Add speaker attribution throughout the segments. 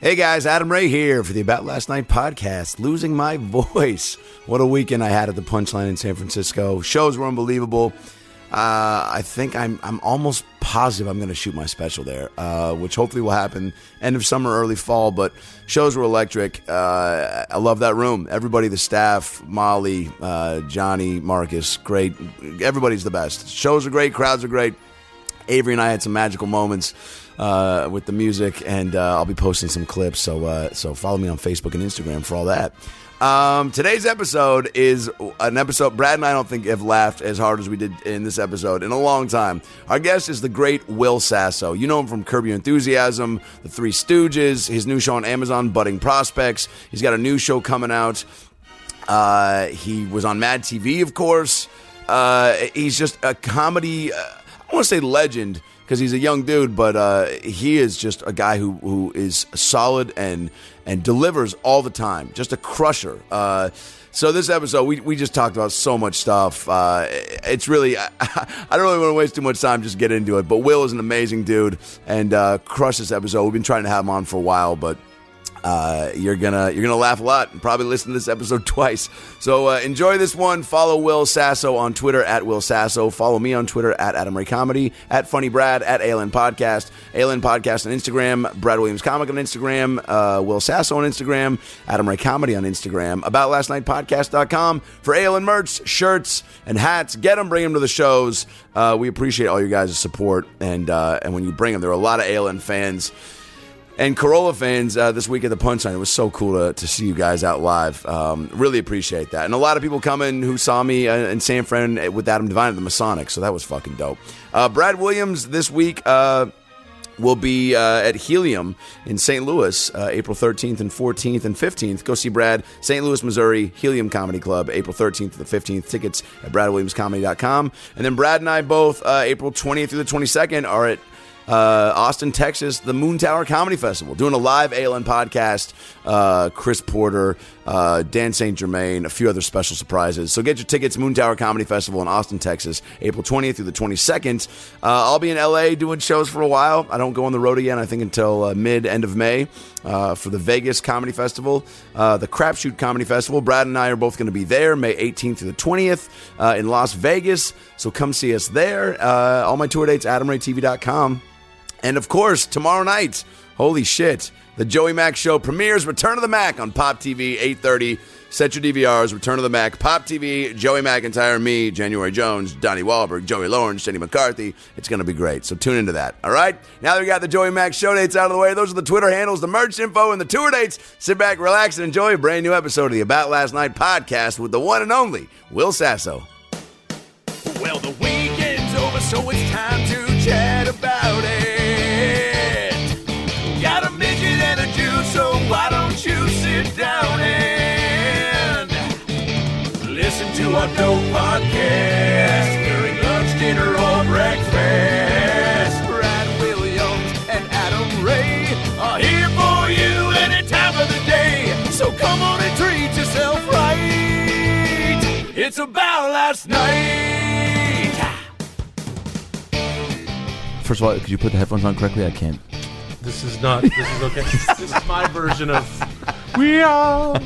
Speaker 1: Hey guys, Adam Ray here for the About Last Night podcast. Losing my voice. What a weekend I had at the Punchline in San Francisco. Shows were unbelievable. Uh, I think I'm I'm almost positive I'm going to shoot my special there, uh, which hopefully will happen end of summer, early fall. But shows were electric. Uh, I love that room. Everybody, the staff, Molly, uh, Johnny, Marcus, great. Everybody's the best. Shows are great. Crowds are great. Avery and I had some magical moments uh, with the music, and uh, I'll be posting some clips. So, uh, so follow me on Facebook and Instagram for all that. Um, today's episode is an episode Brad and I don't think have laughed as hard as we did in this episode in a long time. Our guest is the great Will Sasso. You know him from Curb Your Enthusiasm, The Three Stooges, his new show on Amazon, Budding Prospects. He's got a new show coming out. Uh, he was on Mad TV, of course. Uh, he's just a comedy. Uh, I want to say legend because he's a young dude, but uh, he is just a guy who who is solid and and delivers all the time. Just a crusher. Uh, so this episode, we, we just talked about so much stuff. Uh, it's really, I, I don't really want to waste too much time. Just get into it. But Will is an amazing dude and uh, crushed this episode. We've been trying to have him on for a while, but uh, you're gonna you're gonna laugh a lot and probably listen to this episode twice. So uh, enjoy this one. Follow Will Sasso on Twitter at Will Sasso. Follow me on Twitter at Adam Ray Comedy, at Funny Brad, at ALN Podcast, ALN Podcast on Instagram, Brad Williams Comic on Instagram, uh, Will Sasso on Instagram, Adam Ray Comedy on Instagram, About Last Night Podcast.com for ALN merch, shirts, and hats. Get them, bring them to the shows. Uh, we appreciate all you guys' support, and uh, and when you bring them, there are a lot of ALN fans and Corolla fans uh, this week at the Punchline. It was so cool to, to see you guys out live. Um, really appreciate that. And a lot of people coming who saw me uh, in San Fran with Adam Devine at the Masonic. So that was fucking dope. Uh, Brad Williams this week. Uh, will be uh, at Helium in St. Louis, uh, April 13th and 14th and 15th. Go see Brad, St. Louis, Missouri, Helium Comedy Club, April 13th to the 15th. Tickets at bradwilliamscomedy.com. And then Brad and I both, uh, April 20th through the 22nd, are at uh, Austin, Texas, the Moon Tower Comedy Festival, doing a live ALN podcast. Uh, Chris Porter, uh, Dan St. Germain, a few other special surprises. So get your tickets, Moon Tower Comedy Festival in Austin, Texas, April 20th through the 22nd. Uh, I'll be in LA doing shows for a while. I don't go on the road again, I think, until uh, mid, end of May uh, for the Vegas Comedy Festival, uh, the Crapshoot Comedy Festival. Brad and I are both going to be there May 18th through the 20th uh, in Las Vegas. So come see us there. Uh, all my tour dates, adamraytv.com. And of course, tomorrow night, holy shit, the Joey Mack show premieres Return of the Mac on Pop TV 8:30. Set your DVRs, Return of the Mac, Pop TV, Joey McIntyre, me, January Jones, Donnie Wahlberg, Joey Lawrence, Jenny McCarthy. It's going to be great. So tune into that. All right? Now that we got the Joey Mac show dates out of the way, those are the Twitter handles, the merch info, and the tour dates. Sit back, relax, and enjoy a brand new episode of the About Last Night podcast with the one and only Will Sasso.
Speaker 2: Well, the weekend's over, so it's time to chat about it. Got a midget and a Jew, so why don't you sit down and listen to our dope podcast during lunch, dinner, or breakfast? Brad Williams and Adam Ray are here for you any time of the day, so come on and treat yourself right. It's about last night.
Speaker 3: First of all, could you put the headphones on correctly? I can't.
Speaker 4: This is not. This is okay. this is my version of.
Speaker 5: We all.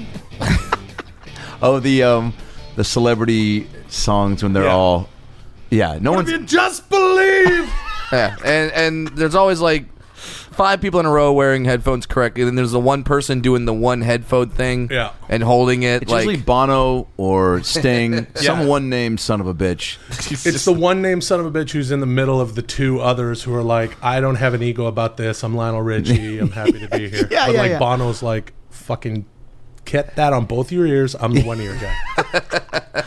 Speaker 3: Oh, the um, the celebrity songs when they're
Speaker 4: Yeah.
Speaker 3: all, yeah, no one's
Speaker 4: If you just believe.
Speaker 6: Yeah, and and there's always like five people in a row wearing headphones correctly. Then there's the one person doing the one headphone thing,
Speaker 4: Yeah.
Speaker 6: and holding it
Speaker 3: it's
Speaker 6: like
Speaker 3: usually Bono or Sting, some one named son of a bitch.
Speaker 4: It's the one named son of a bitch who's in the middle of the two others who are like, I don't have an ego about this. I'm Lionel Richie. I'm happy to be here.
Speaker 3: Yeah,
Speaker 4: but
Speaker 3: yeah,
Speaker 4: like
Speaker 3: yeah.
Speaker 4: Bono's like, fucking get that on both your ears. I'm the one ear guy.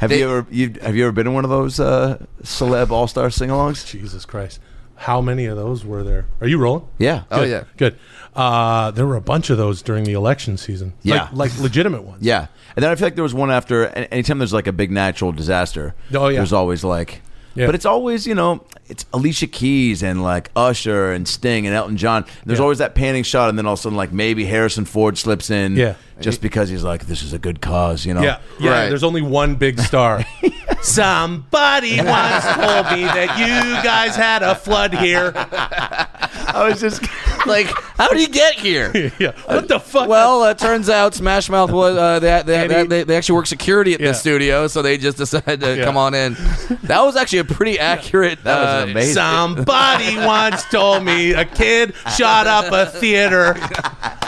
Speaker 3: Have you ever you have you ever been in one of those uh, celeb all star sing-alongs?
Speaker 4: Jesus Christ. How many of those were there? Are you rolling?
Speaker 3: Yeah.
Speaker 6: Oh,
Speaker 4: Good,
Speaker 6: yeah.
Speaker 4: Good. Uh, there were a bunch of those during the election season.
Speaker 3: Yeah.
Speaker 4: Like, like legitimate ones.
Speaker 3: Yeah. And then I feel like there was one after an- anytime there's like a big natural disaster.
Speaker 4: Oh, yeah.
Speaker 3: There's always like
Speaker 4: Yeah.
Speaker 3: But it's always, you know, it's Alicia Keys and like Usher and Sting and Elton John. There's
Speaker 4: Yeah.
Speaker 3: always that panning shot, and then all of a sudden, like maybe Harrison Ford slips in,
Speaker 4: Yeah.
Speaker 3: just because he's like, "This is a good cause," you know.
Speaker 4: Yeah, yeah.
Speaker 6: Right.
Speaker 4: There's only one big star. Somebody once told me that you guys had a flood here.
Speaker 3: I was just
Speaker 6: like, how did he get here?
Speaker 4: yeah. What the fuck?
Speaker 6: Well, uh, turns out Smash Mouth was uh, they, they,
Speaker 4: Andy-
Speaker 6: they, they actually work security at
Speaker 4: Yeah.
Speaker 6: this studio, so they just decided to come on in. That was actually a pretty accurate.
Speaker 3: that was
Speaker 6: uh,
Speaker 3: amazing.
Speaker 4: Somebody once told me a kid shot up a theater.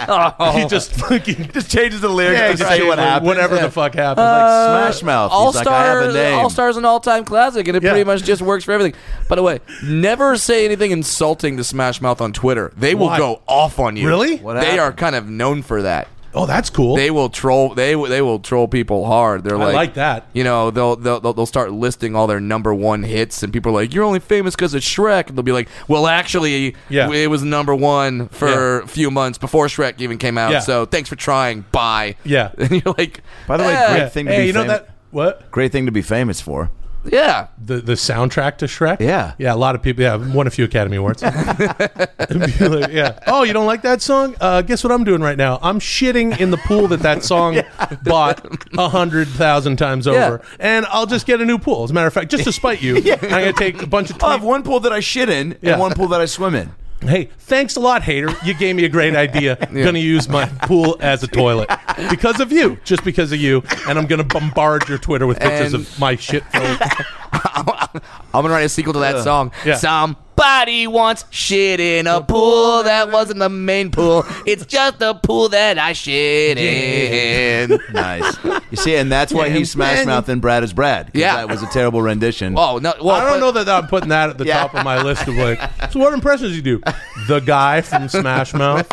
Speaker 3: Oh.
Speaker 4: He just fucking
Speaker 3: just changes the lyrics to
Speaker 4: just
Speaker 3: say
Speaker 4: change
Speaker 3: what
Speaker 4: it,
Speaker 3: happened.
Speaker 4: Whatever the fuck happened.
Speaker 3: like Smash Mouth.
Speaker 6: All
Speaker 3: All like, I have
Speaker 6: star,
Speaker 3: a name.
Speaker 6: all stars, an all-time classic, and it
Speaker 4: Yeah.
Speaker 6: pretty much just works for everything. By the way, never say anything insulting to Smash Mouth on Twitter. They will
Speaker 4: Why?
Speaker 6: go off on you.
Speaker 4: Really?
Speaker 3: What
Speaker 6: they
Speaker 3: happened?
Speaker 6: are kind of known for that.
Speaker 4: oh, that's cool.
Speaker 6: They will troll. They w- they will troll people hard. They're
Speaker 4: I
Speaker 6: like,
Speaker 4: like that.
Speaker 6: You know, they'll they'll they'll they'll start listing all their number one hits, and people are like, "You're only famous because of Shrek." And they'll be like, "Well, actually,
Speaker 4: Yeah.
Speaker 6: it was number one for a few months before Shrek even came out.
Speaker 4: Yeah.
Speaker 6: So thanks for trying. Bye."
Speaker 4: Yeah.
Speaker 6: and you're like,
Speaker 3: By the way,
Speaker 6: "Eh,
Speaker 3: great
Speaker 4: yeah.
Speaker 3: thing to
Speaker 4: Hey,
Speaker 3: be
Speaker 4: you know
Speaker 3: fam-
Speaker 4: that what?
Speaker 3: Great thing to be famous for.
Speaker 6: yeah,
Speaker 4: the the soundtrack to Shrek.
Speaker 3: Yeah.
Speaker 4: yeah. A lot of people. Yeah, won a few Academy Awards. It'd be like, yeah. Oh, you don't like that song? Uh, guess what I'm doing right now? I'm shitting in the pool that that song bought a hundred thousand times over, and I'll just get a new pool. As a matter of fact, just to spite you, I'm gonna take a bunch of.
Speaker 3: I
Speaker 4: Tweet-
Speaker 3: have one pool that I shit in
Speaker 4: Yeah.
Speaker 3: and one pool that I swim in.
Speaker 4: hey, thanks a lot, hater. You gave me a great idea. Gonna use my pool as a toilet because of you, just because of you, and I'm gonna bombard your Twitter with pictures
Speaker 6: And-
Speaker 4: of my shit. filled-
Speaker 6: I'm gonna write a sequel to that song.
Speaker 4: Yeah.
Speaker 6: Somebody once shit in a pool that wasn't the main pool. It's just the pool that I shit in.
Speaker 3: Nice. You see, and that's why he's Smash Mouth and Brad is Brad. 'cause
Speaker 6: Yeah.
Speaker 3: That was a terrible rendition.
Speaker 6: Oh no! Well,
Speaker 4: I don't
Speaker 6: but-
Speaker 4: know that I'm putting that at the
Speaker 3: Yeah.
Speaker 4: top of my list of like. So what impressions you do? The guy from Smash Mouth.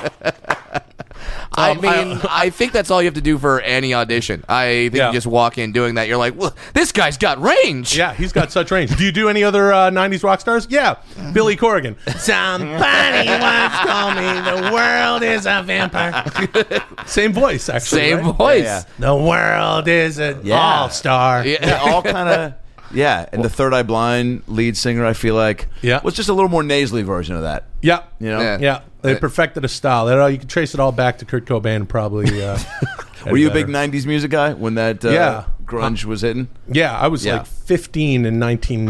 Speaker 6: I
Speaker 4: Um,
Speaker 6: mean, I, think that's all you have to do for any audition. I think
Speaker 4: Yeah.
Speaker 6: you just walk in doing that. You're like, well, this guy's got range.
Speaker 4: Yeah, he's got such range. Do you do any other uh, '90s rock stars? Yeah, Billy Corrigan. Somebody once told me the world is a vampire. Same voice, actually.
Speaker 6: Same
Speaker 4: right?
Speaker 6: voice.
Speaker 3: Yeah.
Speaker 4: The world is an
Speaker 3: Yeah.
Speaker 4: all star.
Speaker 6: Yeah.
Speaker 3: They all kind of. Yeah, and the Third Eye Blind lead singer, I feel like,
Speaker 4: Yeah.
Speaker 3: was just a little more nasally version of that.
Speaker 4: Yeah.
Speaker 3: You know,
Speaker 6: Yeah.
Speaker 4: Yeah, they perfected a style. That all- You can trace it all back to Kurt Cobain, probably. Uh,
Speaker 3: were you a
Speaker 4: better.
Speaker 3: big '90s music guy when that uh,
Speaker 4: Yeah.
Speaker 3: grunge was hitting?
Speaker 4: Yeah, I was
Speaker 3: Yeah.
Speaker 4: like 15 in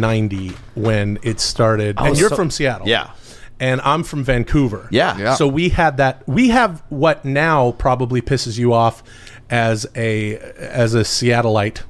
Speaker 4: 1990 when it started. And
Speaker 3: was
Speaker 4: you're
Speaker 3: so-
Speaker 4: from Seattle.
Speaker 3: Yeah.
Speaker 4: And I'm from Vancouver.
Speaker 3: Yeah. Yeah.
Speaker 4: So we had that we have what now probably pisses you off as a as a Seattleite.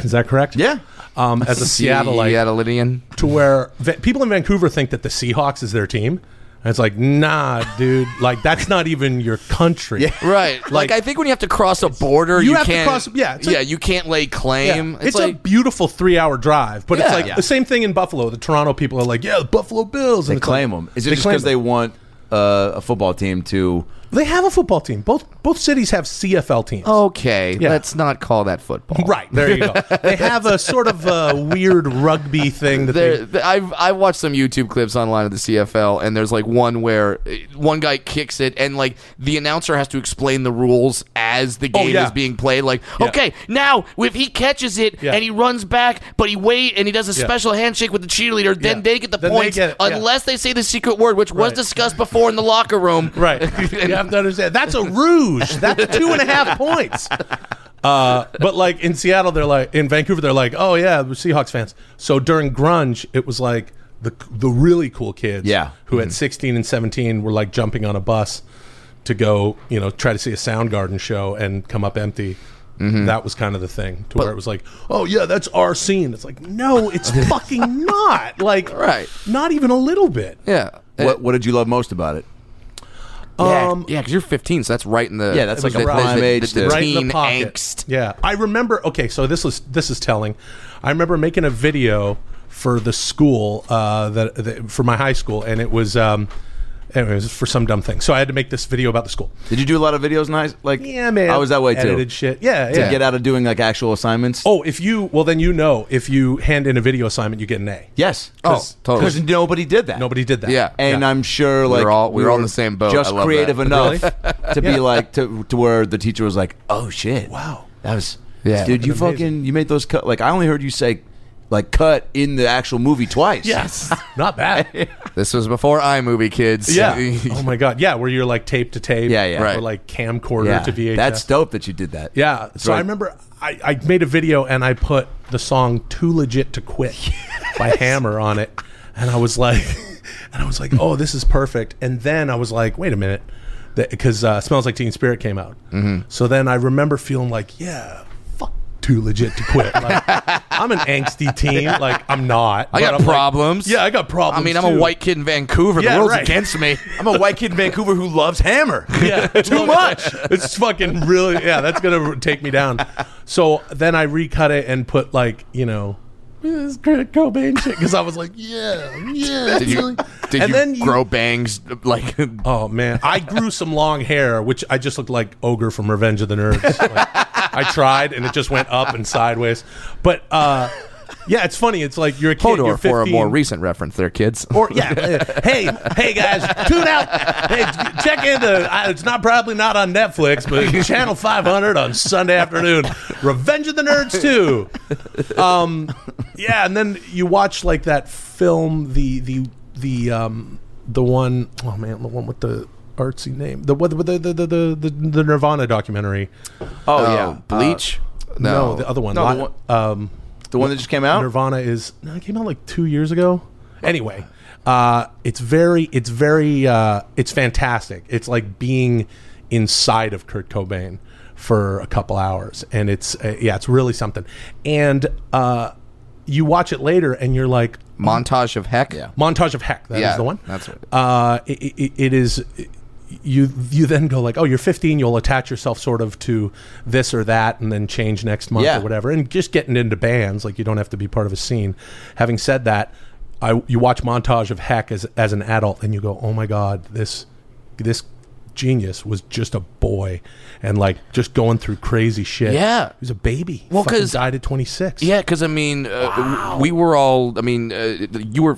Speaker 4: Is that correct?
Speaker 3: Yeah.
Speaker 4: Um, as a Seattleite
Speaker 6: Seattleidian.
Speaker 4: to where va- people in Vancouver think that the Seahawks is their team. And it's like, "Nah, dude, like that's not even your country." Yeah.
Speaker 6: Right. Like,
Speaker 4: Like-
Speaker 6: I think when you have to cross a border,
Speaker 4: You
Speaker 6: you,
Speaker 4: have to
Speaker 6: can't.
Speaker 4: cross- yeah, it's like-
Speaker 6: yeah. You can't lay claim.
Speaker 4: Yeah.
Speaker 6: It's,
Speaker 4: It's,
Speaker 6: like
Speaker 4: a beautiful three hour drive, but it's
Speaker 6: Yeah.
Speaker 4: like
Speaker 3: Yeah.
Speaker 4: the same thing in Buffalo. The Toronto people are like, yeah, the Buffalo Bills.
Speaker 3: They
Speaker 4: it's
Speaker 3: claim
Speaker 4: like-
Speaker 3: them. Is it
Speaker 4: they
Speaker 3: just
Speaker 4: claim
Speaker 3: because they
Speaker 4: them.
Speaker 3: want uh, a football team to?
Speaker 4: They have a football team. Both both cities have CFL teams.
Speaker 6: Oh. okay.
Speaker 4: Yeah.
Speaker 6: Let's not call that football.
Speaker 4: Right. There you go. they have a sort of uh weird rugby thing that
Speaker 6: There,
Speaker 4: they.
Speaker 6: I've I've watched some YouTube clips online of the CFL, and there's like one where uh, one guy kicks it, and like the announcer has to explain the rules as the game
Speaker 4: Oh, yeah.
Speaker 6: is being played. Like, okay, now if he catches it
Speaker 4: Yeah.
Speaker 6: and he runs back, but he wait and he does a
Speaker 4: Yeah.
Speaker 6: special handshake with the cheerleader, then
Speaker 4: Yeah.
Speaker 6: they get the
Speaker 4: Then they
Speaker 6: points,
Speaker 4: get it, yeah.
Speaker 6: unless they say the secret word, which was
Speaker 4: Right.
Speaker 6: discussed before in the locker room.
Speaker 4: Right. You have to understand. That's a rouge. That's two and a half points. Uh, but like in Seattle, they're like, in Vancouver, they're like, oh yeah, we're Seahawks fans. So during grunge, it was like the the really cool kids,
Speaker 3: Yeah.
Speaker 4: who at 16 and 17 were like jumping on a bus to go, you know, try to see a Soundgarden show and come up empty. That was kind of the thing to where it was like, oh yeah, that's our scene. It's like, no, it's fucking not. Like,
Speaker 6: Right.
Speaker 4: Not even a little bit.
Speaker 6: Yeah.
Speaker 3: What What did you love most about it?
Speaker 4: Um,
Speaker 6: yeah, because you're 15, so that's right in the
Speaker 3: Yeah, that's
Speaker 6: the-
Speaker 3: like a
Speaker 6: the-
Speaker 3: prime
Speaker 6: the-
Speaker 3: age
Speaker 6: the- the
Speaker 3: to-
Speaker 4: right in
Speaker 6: teen
Speaker 4: the pocket.
Speaker 6: angst.
Speaker 4: Yeah, I remember. Okay, so this was this is telling. I remember making a video for the school uh, that, that for my high school, and it was um, anyways, for some dumb thing. So I had to make this video about the school.
Speaker 3: Did you do a lot of videos? Nice, like
Speaker 4: Yeah, man.
Speaker 3: I was that way too.
Speaker 4: Edited shit. Yeah, yeah.
Speaker 3: To get out of doing like actual assignments.
Speaker 4: Oh, if you well, then you know if you hand in a video assignment, you get an A.
Speaker 3: yes.
Speaker 6: Oh, totally.
Speaker 3: Because nobody did that.
Speaker 4: Nobody did that.
Speaker 6: Yeah.
Speaker 3: And
Speaker 4: Yeah.
Speaker 3: I'm sure,
Speaker 6: were
Speaker 3: like
Speaker 6: all- we were all in
Speaker 3: were
Speaker 6: the same boat. I
Speaker 3: Just
Speaker 6: love that.
Speaker 3: creative enough to
Speaker 4: Yeah.
Speaker 3: be like to, to where the teacher was like, "Oh shit,
Speaker 4: Wow.
Speaker 3: that was
Speaker 6: Yeah.
Speaker 3: dude, you
Speaker 4: Fucking amazing.
Speaker 3: fucking you made those cut." Like I only heard you say like cut in the actual movie twice.
Speaker 4: Yes. Not bad.
Speaker 6: This was before iMovie, kids.
Speaker 4: Yeah. oh my god. Yeah, where you're like tape to tape.
Speaker 3: Yeah, yeah.
Speaker 6: Right.
Speaker 4: Or like camcorder
Speaker 3: yeah.
Speaker 4: to VHS.
Speaker 3: That's dope that you did that.
Speaker 4: Yeah. So I
Speaker 3: right.
Speaker 4: remember I, I made a video and I put the song "Too Legit to Quit" by Hammer on it, and I was like, and I was like, oh, this is perfect. And then I was like, wait a minute, because uh, "Smells Like Teen Spirit" came out.
Speaker 6: Mm-hmm.
Speaker 4: So then I remember feeling like, yeah, fuck, too legit to quit. Like, I'm an angsty teen. Like I'm not.
Speaker 6: I
Speaker 4: but
Speaker 6: got
Speaker 4: I'm like-
Speaker 6: problems.
Speaker 4: yeah, I got
Speaker 6: I
Speaker 4: problems.
Speaker 6: mean, I'm a
Speaker 4: too.
Speaker 6: white kid in Vancouver.
Speaker 4: Yeah,
Speaker 6: the world's
Speaker 4: right.
Speaker 6: against me.
Speaker 3: I'm a white kid in Vancouver who loves Hammer.
Speaker 4: yeah, too much. It's fucking really. Yeah, that's gonna take me down. So then I recut it and put like you know. This is Kurt Cobain shit because I was like, yeah, yeah.
Speaker 6: Did you, did
Speaker 4: And
Speaker 6: you
Speaker 4: then you-
Speaker 6: grow bangs? Like,
Speaker 4: Oh man, I grew some long hair, which I just looked like ogre from Revenge of the Nerds. Like, I tried, and it just went up and sideways. But uh, yeah, it's funny. It's like you're a kid.
Speaker 6: Hodor
Speaker 4: you're
Speaker 6: for a
Speaker 4: 15.
Speaker 6: more recent reference there, kids.
Speaker 4: Or yeah, hey, hey guys, tune out. Hey, check in the. I- It's not probably not on Netflix, but Channel 500 on Sunday afternoon. Revenge of the Nerds too. Um, yeah, and then you watch like that film, the the the um the one oh man, the one with the artsy name, the what the the the the, the, the Nirvana documentary.
Speaker 3: Oh
Speaker 6: Oh, Bleach?
Speaker 4: Uh, No, the other one.
Speaker 3: No, the
Speaker 4: Li- uh,
Speaker 3: one- the one that just came out.
Speaker 4: Nirvana is no, it came out like two years ago. Anyway, uh, it's very, it's very, uh, it's fantastic. It's like being inside of Kurt Cobain for a couple hours, and it's uh, yeah, it's really something. And uh, you watch it later, and you're like,
Speaker 6: Montage of heck. Yeah.
Speaker 4: montage of heck. That is
Speaker 6: Yeah,
Speaker 4: the one.
Speaker 6: that's right.
Speaker 4: Uh, it, it, it is. You you then go like, oh, you're 15. You'll attach yourself sort of to this or that, and then change next month
Speaker 3: Yeah.
Speaker 4: or whatever. And just getting into bands, like you don't have to be part of a scene. Having said that, I you watch montage of heck as as an adult, and you go, oh my god, this this genius was just a boy and like just going through crazy shit
Speaker 6: Yeah.
Speaker 4: he was a baby
Speaker 6: Well,
Speaker 4: Fucking
Speaker 6: 'cause-
Speaker 4: died at 26
Speaker 6: Yeah, because I mean, uh, we were all. I mean, uh, you were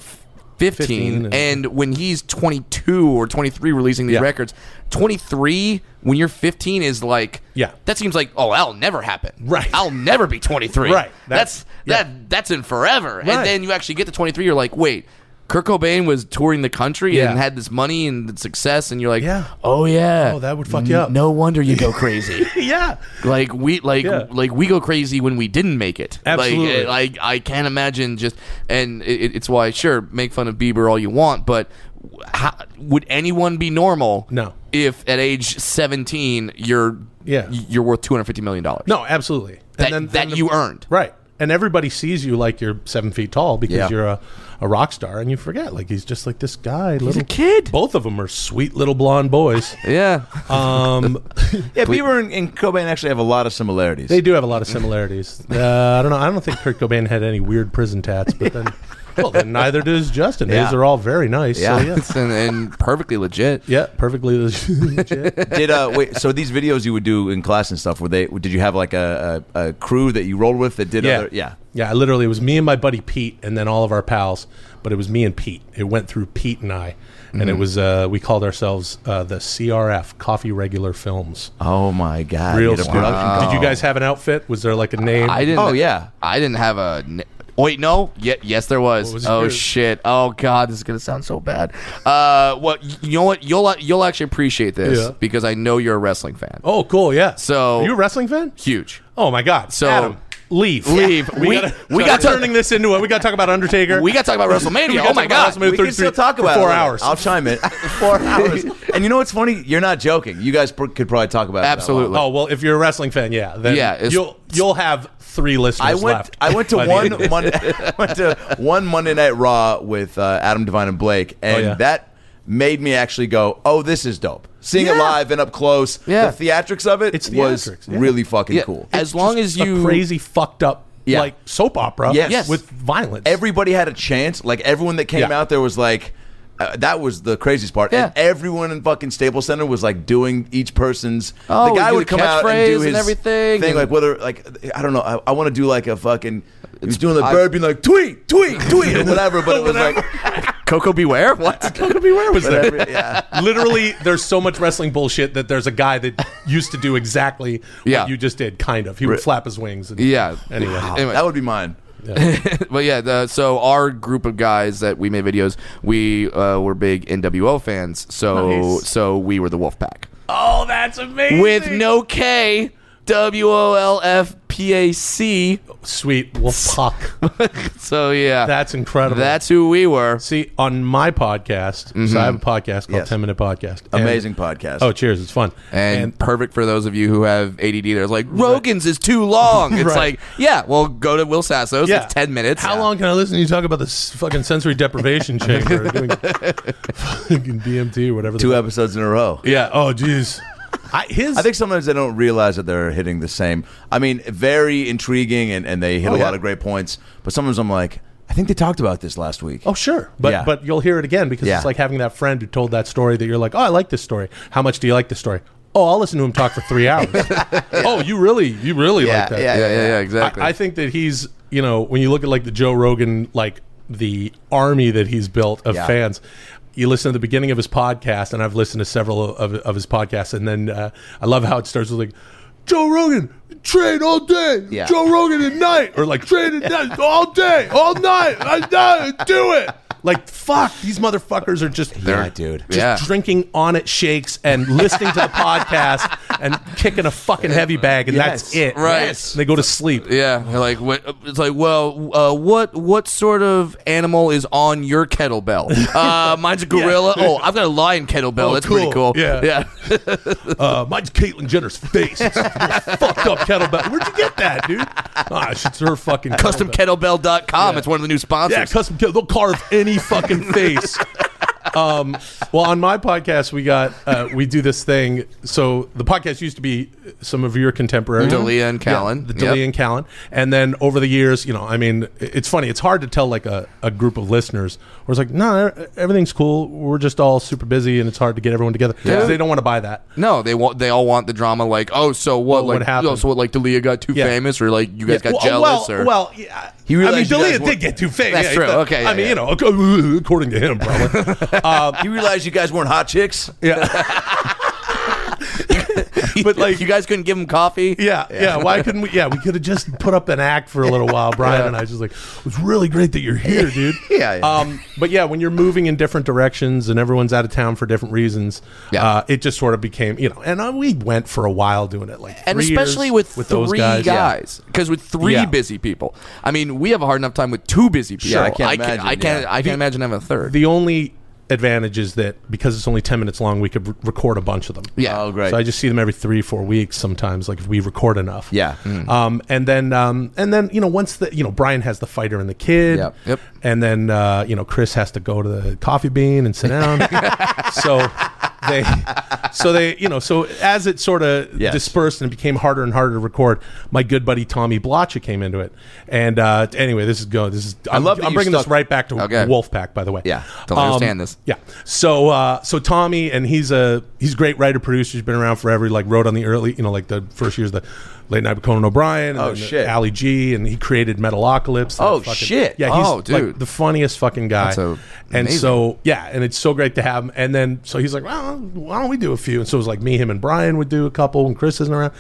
Speaker 6: fifteen,
Speaker 4: 15 and-
Speaker 6: and when he's twenty-two or twenty-three, releasing these
Speaker 4: Yeah.
Speaker 6: records, twenty-three when you're fifteen is like,
Speaker 4: Yeah.
Speaker 6: that seems like oh, that'll never happen.
Speaker 4: Right.
Speaker 6: I'll never be twenty-three.
Speaker 4: Right.
Speaker 6: that's,
Speaker 4: That's-
Speaker 6: that that's in forever.
Speaker 4: Right.
Speaker 6: And then you actually get to twenty-three, you're like, wait. Kurt Cobain was touring the country
Speaker 4: Yeah.
Speaker 6: and had this money and success, and you're like,
Speaker 4: Yeah.
Speaker 6: "Oh yeah,
Speaker 4: Oh, that would fuck you up.
Speaker 6: No wonder you go crazy.
Speaker 4: yeah
Speaker 6: like we like
Speaker 4: Yeah.
Speaker 6: like we go crazy when we didn't make it
Speaker 4: Absolutely.
Speaker 6: like, like i can't imagine just and it, it- it's why sure make fun of bieber all you want but how, would anyone be normal
Speaker 4: No.
Speaker 6: if at age 17 you're
Speaker 4: Yeah.
Speaker 6: you're worth 250 million dollars
Speaker 4: No, absolutely.
Speaker 6: That- that you earned.
Speaker 4: right? And everybody sees you like you're seven feet tall because
Speaker 3: Yeah.
Speaker 4: you're a, a rock star, and you forget like he's just like this guy, little
Speaker 6: a kid.
Speaker 4: Both of them are sweet little blonde boys.
Speaker 6: yeah
Speaker 4: Um,
Speaker 3: Yeah, Bieber and, and Cobain actually have a lot of similarities.
Speaker 4: they do have a lot of similarities. Uh, I don't know. I don't think Kurt Cobain had any weird prison tats, but then, well, then neither does Justin.
Speaker 3: Yeah.
Speaker 4: His are all very nice. Yeah.
Speaker 3: Yeah.
Speaker 4: So yeah.
Speaker 6: and, and perfectly legit
Speaker 4: Yeah, perfectly legit.
Speaker 3: did uh wait so these videos you would do in class and stuff were they did you have like a, a, a crew that you rolled with that did
Speaker 4: yeah.
Speaker 3: other yeah
Speaker 4: Yeah, literally it was me and my buddy Pete and then all of our pals, but it was me and Pete. It went through Pete and I. And it was uh, we called ourselves uh, the CRF Coffee Regular Films.
Speaker 3: oh my god
Speaker 4: Real
Speaker 3: you had a
Speaker 4: stuff.
Speaker 3: production
Speaker 4: Did you guys have an outfit? Was there like a name?
Speaker 6: i didn't
Speaker 3: Oh, yeah.
Speaker 6: i didn't have a n- Wait, no. Yeah, yes, there was.
Speaker 4: was
Speaker 6: oh
Speaker 4: yours?
Speaker 6: shit. Oh god, this is gonna sound so bad. Uh, what? You know what? You'll uh, you'll actually appreciate this
Speaker 4: Yeah.
Speaker 6: because I know you're a wrestling fan.
Speaker 4: Oh, cool. Yeah.
Speaker 6: So-
Speaker 4: are you a wrestling fan?
Speaker 6: Huge.
Speaker 4: Oh my God.
Speaker 6: So-
Speaker 4: Adam, leave.
Speaker 6: Leave.
Speaker 4: We,
Speaker 6: We-
Speaker 4: gotta,
Speaker 6: we
Speaker 4: we
Speaker 6: got
Speaker 4: got
Speaker 6: to-
Speaker 4: turning this into a. We got to talk about Undertaker.
Speaker 6: We got to talk about
Speaker 4: We
Speaker 6: WrestleMania.
Speaker 4: gotta
Speaker 6: oh
Speaker 4: talk
Speaker 6: my
Speaker 4: about
Speaker 6: god.
Speaker 4: WrestleMania.
Speaker 3: we can still
Speaker 4: 33
Speaker 3: talk
Speaker 4: for
Speaker 3: about it
Speaker 4: four
Speaker 3: later.
Speaker 4: hours.
Speaker 3: I'll chime in. four hours. And you know what's funny? You're not joking. You guys pr- could probably talk about it that
Speaker 6: Absolutely.
Speaker 3: long.
Speaker 4: Oh well, if you're a wrestling fan, yeah, then
Speaker 6: Yeah, it's-
Speaker 4: you'll you'll have three listeners
Speaker 3: I went.
Speaker 4: left.
Speaker 3: I went to
Speaker 4: by the
Speaker 3: one.
Speaker 4: end of this.
Speaker 3: Monday, I went to one Monday Night Raw with uh, Adam Devine and Blake, and
Speaker 4: Oh, yeah.
Speaker 3: that made me actually go, "Oh, this is dope." Seeing it
Speaker 6: Yeah.
Speaker 3: live and up close,
Speaker 6: Yeah.
Speaker 3: the theatrics of it
Speaker 4: It's
Speaker 3: was
Speaker 4: theatrics, yeah.
Speaker 3: really fucking
Speaker 6: Yeah,
Speaker 3: cool.
Speaker 6: As long as you
Speaker 4: a crazy fucked up
Speaker 3: Yeah.
Speaker 4: like soap opera
Speaker 3: Yes.
Speaker 4: with violence.
Speaker 3: everybody had a chance. Like everyone that came
Speaker 4: Yeah.
Speaker 3: out there was like, Uh, that was the craziest part. And
Speaker 6: Yeah.
Speaker 3: everyone in fucking Staples Center was like doing each person's.
Speaker 6: Oh,
Speaker 3: the
Speaker 6: we
Speaker 3: guy
Speaker 6: do
Speaker 3: would
Speaker 6: the
Speaker 3: come out and
Speaker 6: catchphrase
Speaker 3: do
Speaker 6: and
Speaker 3: his
Speaker 6: everything,
Speaker 3: Thing
Speaker 6: and-
Speaker 3: like whether like I don't know. I, I want to do like a fucking. He was doing the
Speaker 6: I-
Speaker 3: bird being like tweet tweet tweet or whatever, but it was like
Speaker 6: Coco Beware? What?
Speaker 4: Look at me, where was
Speaker 3: whatever,
Speaker 4: that?
Speaker 3: yeah.
Speaker 4: Literally, there's so much wrestling bullshit that there's a guy that used to do exactly
Speaker 6: Yeah.
Speaker 4: what you just did, kind of. He would flap his wings. And,
Speaker 6: yeah.
Speaker 4: Anyway.
Speaker 6: Anyway.
Speaker 3: That would be mine.
Speaker 6: but yeah, the, so our group of guys that we made videos, we uh, were big NWO fans. So
Speaker 5: Nice.
Speaker 6: so we were the Wolfpack
Speaker 4: Oh, that's amazing.
Speaker 6: with no K, W O L F P A C.
Speaker 4: Sweet wolf puck.
Speaker 6: So yeah,
Speaker 4: That's incredible.
Speaker 6: that's who we were.
Speaker 4: See, on my podcast, so I have a
Speaker 6: Mm-hmm.
Speaker 4: podcast called
Speaker 3: Yes.
Speaker 4: 10 Minute Podcast. And-
Speaker 3: Amazing podcast.
Speaker 4: Oh, cheers. It's fun.
Speaker 6: And, perfect for those of you who have ADD. There's like Rogan's is too long. It's
Speaker 4: Right.
Speaker 6: like yeah, well go to Will Sasso's.
Speaker 4: Yeah.
Speaker 6: It's ten minutes.
Speaker 4: How
Speaker 6: Yeah.
Speaker 4: long can I listen to you talk about this fucking sensory deprivation chamber? doing fucking DMT or whatever. the-
Speaker 3: two episodes in a row.
Speaker 4: Yeah. Oh, jeez. I his.
Speaker 3: I think sometimes they don't realize that they're hitting the same. I mean, very intriguing, and, and they hit
Speaker 6: Oh,
Speaker 3: a
Speaker 4: yeah.
Speaker 3: lot of great points. But sometimes I'm like, I think they talked about this last week.
Speaker 4: Oh, sure. But
Speaker 3: Yeah.
Speaker 4: but you'll hear it again because
Speaker 3: Yeah.
Speaker 4: it's like having that friend who told that story that you're like, oh, I like this story. How much do you like this story? Oh, I'll listen to him talk for three hours. Oh, you really, you really like that.
Speaker 6: Yeah, yeah, yeah, exactly.
Speaker 4: I, I think that he's, you know, when you look at like the Joe Rogan, like the army that he's built of
Speaker 3: Yeah.
Speaker 4: fans. You listen to the beginning of his podcast, and I've listened to several of, of his podcasts, and then uh, I love how it starts with like Joe Rogan train all day,
Speaker 3: Yeah.
Speaker 4: Joe Rogan at night, or like train at night all day, all night, I die, do it. Like fuck, these motherfuckers are just
Speaker 3: Yeah, dude.
Speaker 4: just
Speaker 6: Yeah.
Speaker 4: drinking on it shakes and listening to the podcast and kicking a fucking heavy bag, and that's
Speaker 3: Yes.
Speaker 4: it.
Speaker 6: Right.
Speaker 4: And they go to sleep.
Speaker 6: Yeah, they're like what, it's like. Well, uh, what what sort of animal is on your kettlebell? Uh, mine's a gorilla. Oh, I've got a lion kettlebell.
Speaker 4: Oh,
Speaker 6: That's
Speaker 4: cool.
Speaker 6: pretty cool.
Speaker 4: Yeah.
Speaker 6: yeah.
Speaker 4: Uh, mine's Caitlyn Jenner's face. It's the most fucked up kettlebell. Where'd you get that, dude? Ah, it's her fucking
Speaker 6: Custom
Speaker 4: kettlebell.
Speaker 6: CustomKettlebell.com. It's one of the new sponsors.
Speaker 4: Yeah, custom kettle. They'll carve any fucking face. um, well, on my podcast, we got uh, we do this thing. So the podcast used to be some of your contemporaries,
Speaker 6: Mm-hmm. D'Elia and Callan.
Speaker 4: the D'Elia
Speaker 6: Yep.
Speaker 4: and Callan, and then over the years, you know, I mean, i- it's funny. It's hard to tell like a, a group of listeners where it's like, no, everything's cool. We're just all super busy, and it's hard to get everyone together 'Cause
Speaker 6: Yeah.
Speaker 4: they don't want to buy that.
Speaker 6: no, they want they all want the drama. Like, oh, so what?
Speaker 4: What
Speaker 6: like,
Speaker 4: happened?
Speaker 6: oh, so what? Like, Delia got too
Speaker 4: Yeah.
Speaker 6: famous, or like you guys
Speaker 4: Yeah.
Speaker 6: got
Speaker 4: well,
Speaker 6: jealous,
Speaker 4: well,
Speaker 6: or
Speaker 4: Well, yeah.
Speaker 3: He
Speaker 4: I mean,
Speaker 3: realized you guys
Speaker 4: Delia
Speaker 3: were-
Speaker 4: did get too famous.
Speaker 6: That's
Speaker 4: Yeah,
Speaker 6: true.
Speaker 4: he thought-
Speaker 6: Okay, yeah,
Speaker 4: I mean,
Speaker 6: yeah.
Speaker 4: you know, ac- according to him, probably. uh,
Speaker 3: You realize you guys weren't hot chicks?
Speaker 4: yeah. but like,
Speaker 6: you guys couldn't give him coffee.
Speaker 4: yeah, yeah. Why couldn't we? Yeah, we could have just put up an act for a little while, Brian and I. Just like, it's really great that you're here, dude.
Speaker 3: Yeah, yeah.
Speaker 4: Um, but yeah, when you're moving in different directions and everyone's out of town for different reasons,
Speaker 6: Yeah.
Speaker 4: uh, it just sort of became, you know. And uh, we went for a while doing it, like,
Speaker 6: and
Speaker 4: three
Speaker 6: especially
Speaker 4: years
Speaker 6: with,
Speaker 4: with
Speaker 6: three
Speaker 4: those
Speaker 6: guys,
Speaker 4: Yeah.
Speaker 6: because with three
Speaker 4: Yeah.
Speaker 6: busy people, I mean, we have a hard enough time with two busy people.
Speaker 3: Sure, I can't
Speaker 6: I can't,
Speaker 3: imagine,
Speaker 6: I can't,
Speaker 3: yeah.
Speaker 6: I can't imagine having a third.
Speaker 4: The only advantage is that because it's only 10 minutes long, we could r record a bunch of them.
Speaker 6: yeah,
Speaker 3: Oh, great.
Speaker 4: So I just see them every three, four weeks sometimes, like if we record enough.
Speaker 3: Yeah.
Speaker 4: Um, and then, um, and then you know, once the you know Brian has the fighter and the kid.
Speaker 3: Yep.
Speaker 6: Yep.
Speaker 4: And then uh, you know Chris has to go to the coffee bean and sit down. so they, so they, you know, so as it sort of
Speaker 3: Yes.
Speaker 4: dispersed and it became harder and harder to record, my good buddy Tommy Blotcha came into it. And uh, anyway, this is go. This is I
Speaker 3: love that
Speaker 4: I'm
Speaker 3: you
Speaker 4: bringing this
Speaker 3: stuck-
Speaker 4: right back to
Speaker 6: Okay.
Speaker 4: Wolfpack, by the way. Um,
Speaker 3: Yeah.
Speaker 6: Don't understand this.
Speaker 4: Yeah. So uh, so Tommy and he's a he's a great writer producer. He's been around forever. He like wrote on the early you know like the first years of the late night with Conan O'Brien. And
Speaker 3: Oh,
Speaker 4: then the
Speaker 3: shit.
Speaker 4: Ali G and he created Metalocalypse. and
Speaker 3: Oh,
Speaker 4: the fucking-
Speaker 3: shit.
Speaker 4: Yeah. He's
Speaker 6: Oh,
Speaker 4: like
Speaker 6: dude.
Speaker 4: the funniest fucking guy.
Speaker 6: That's a-
Speaker 4: and
Speaker 6: amazing.
Speaker 4: so yeah, and it's so great to have him. And then so he's like, well, why don't we do a few? And so it was like me, him, and Brian would do a couple when Chris isn't around,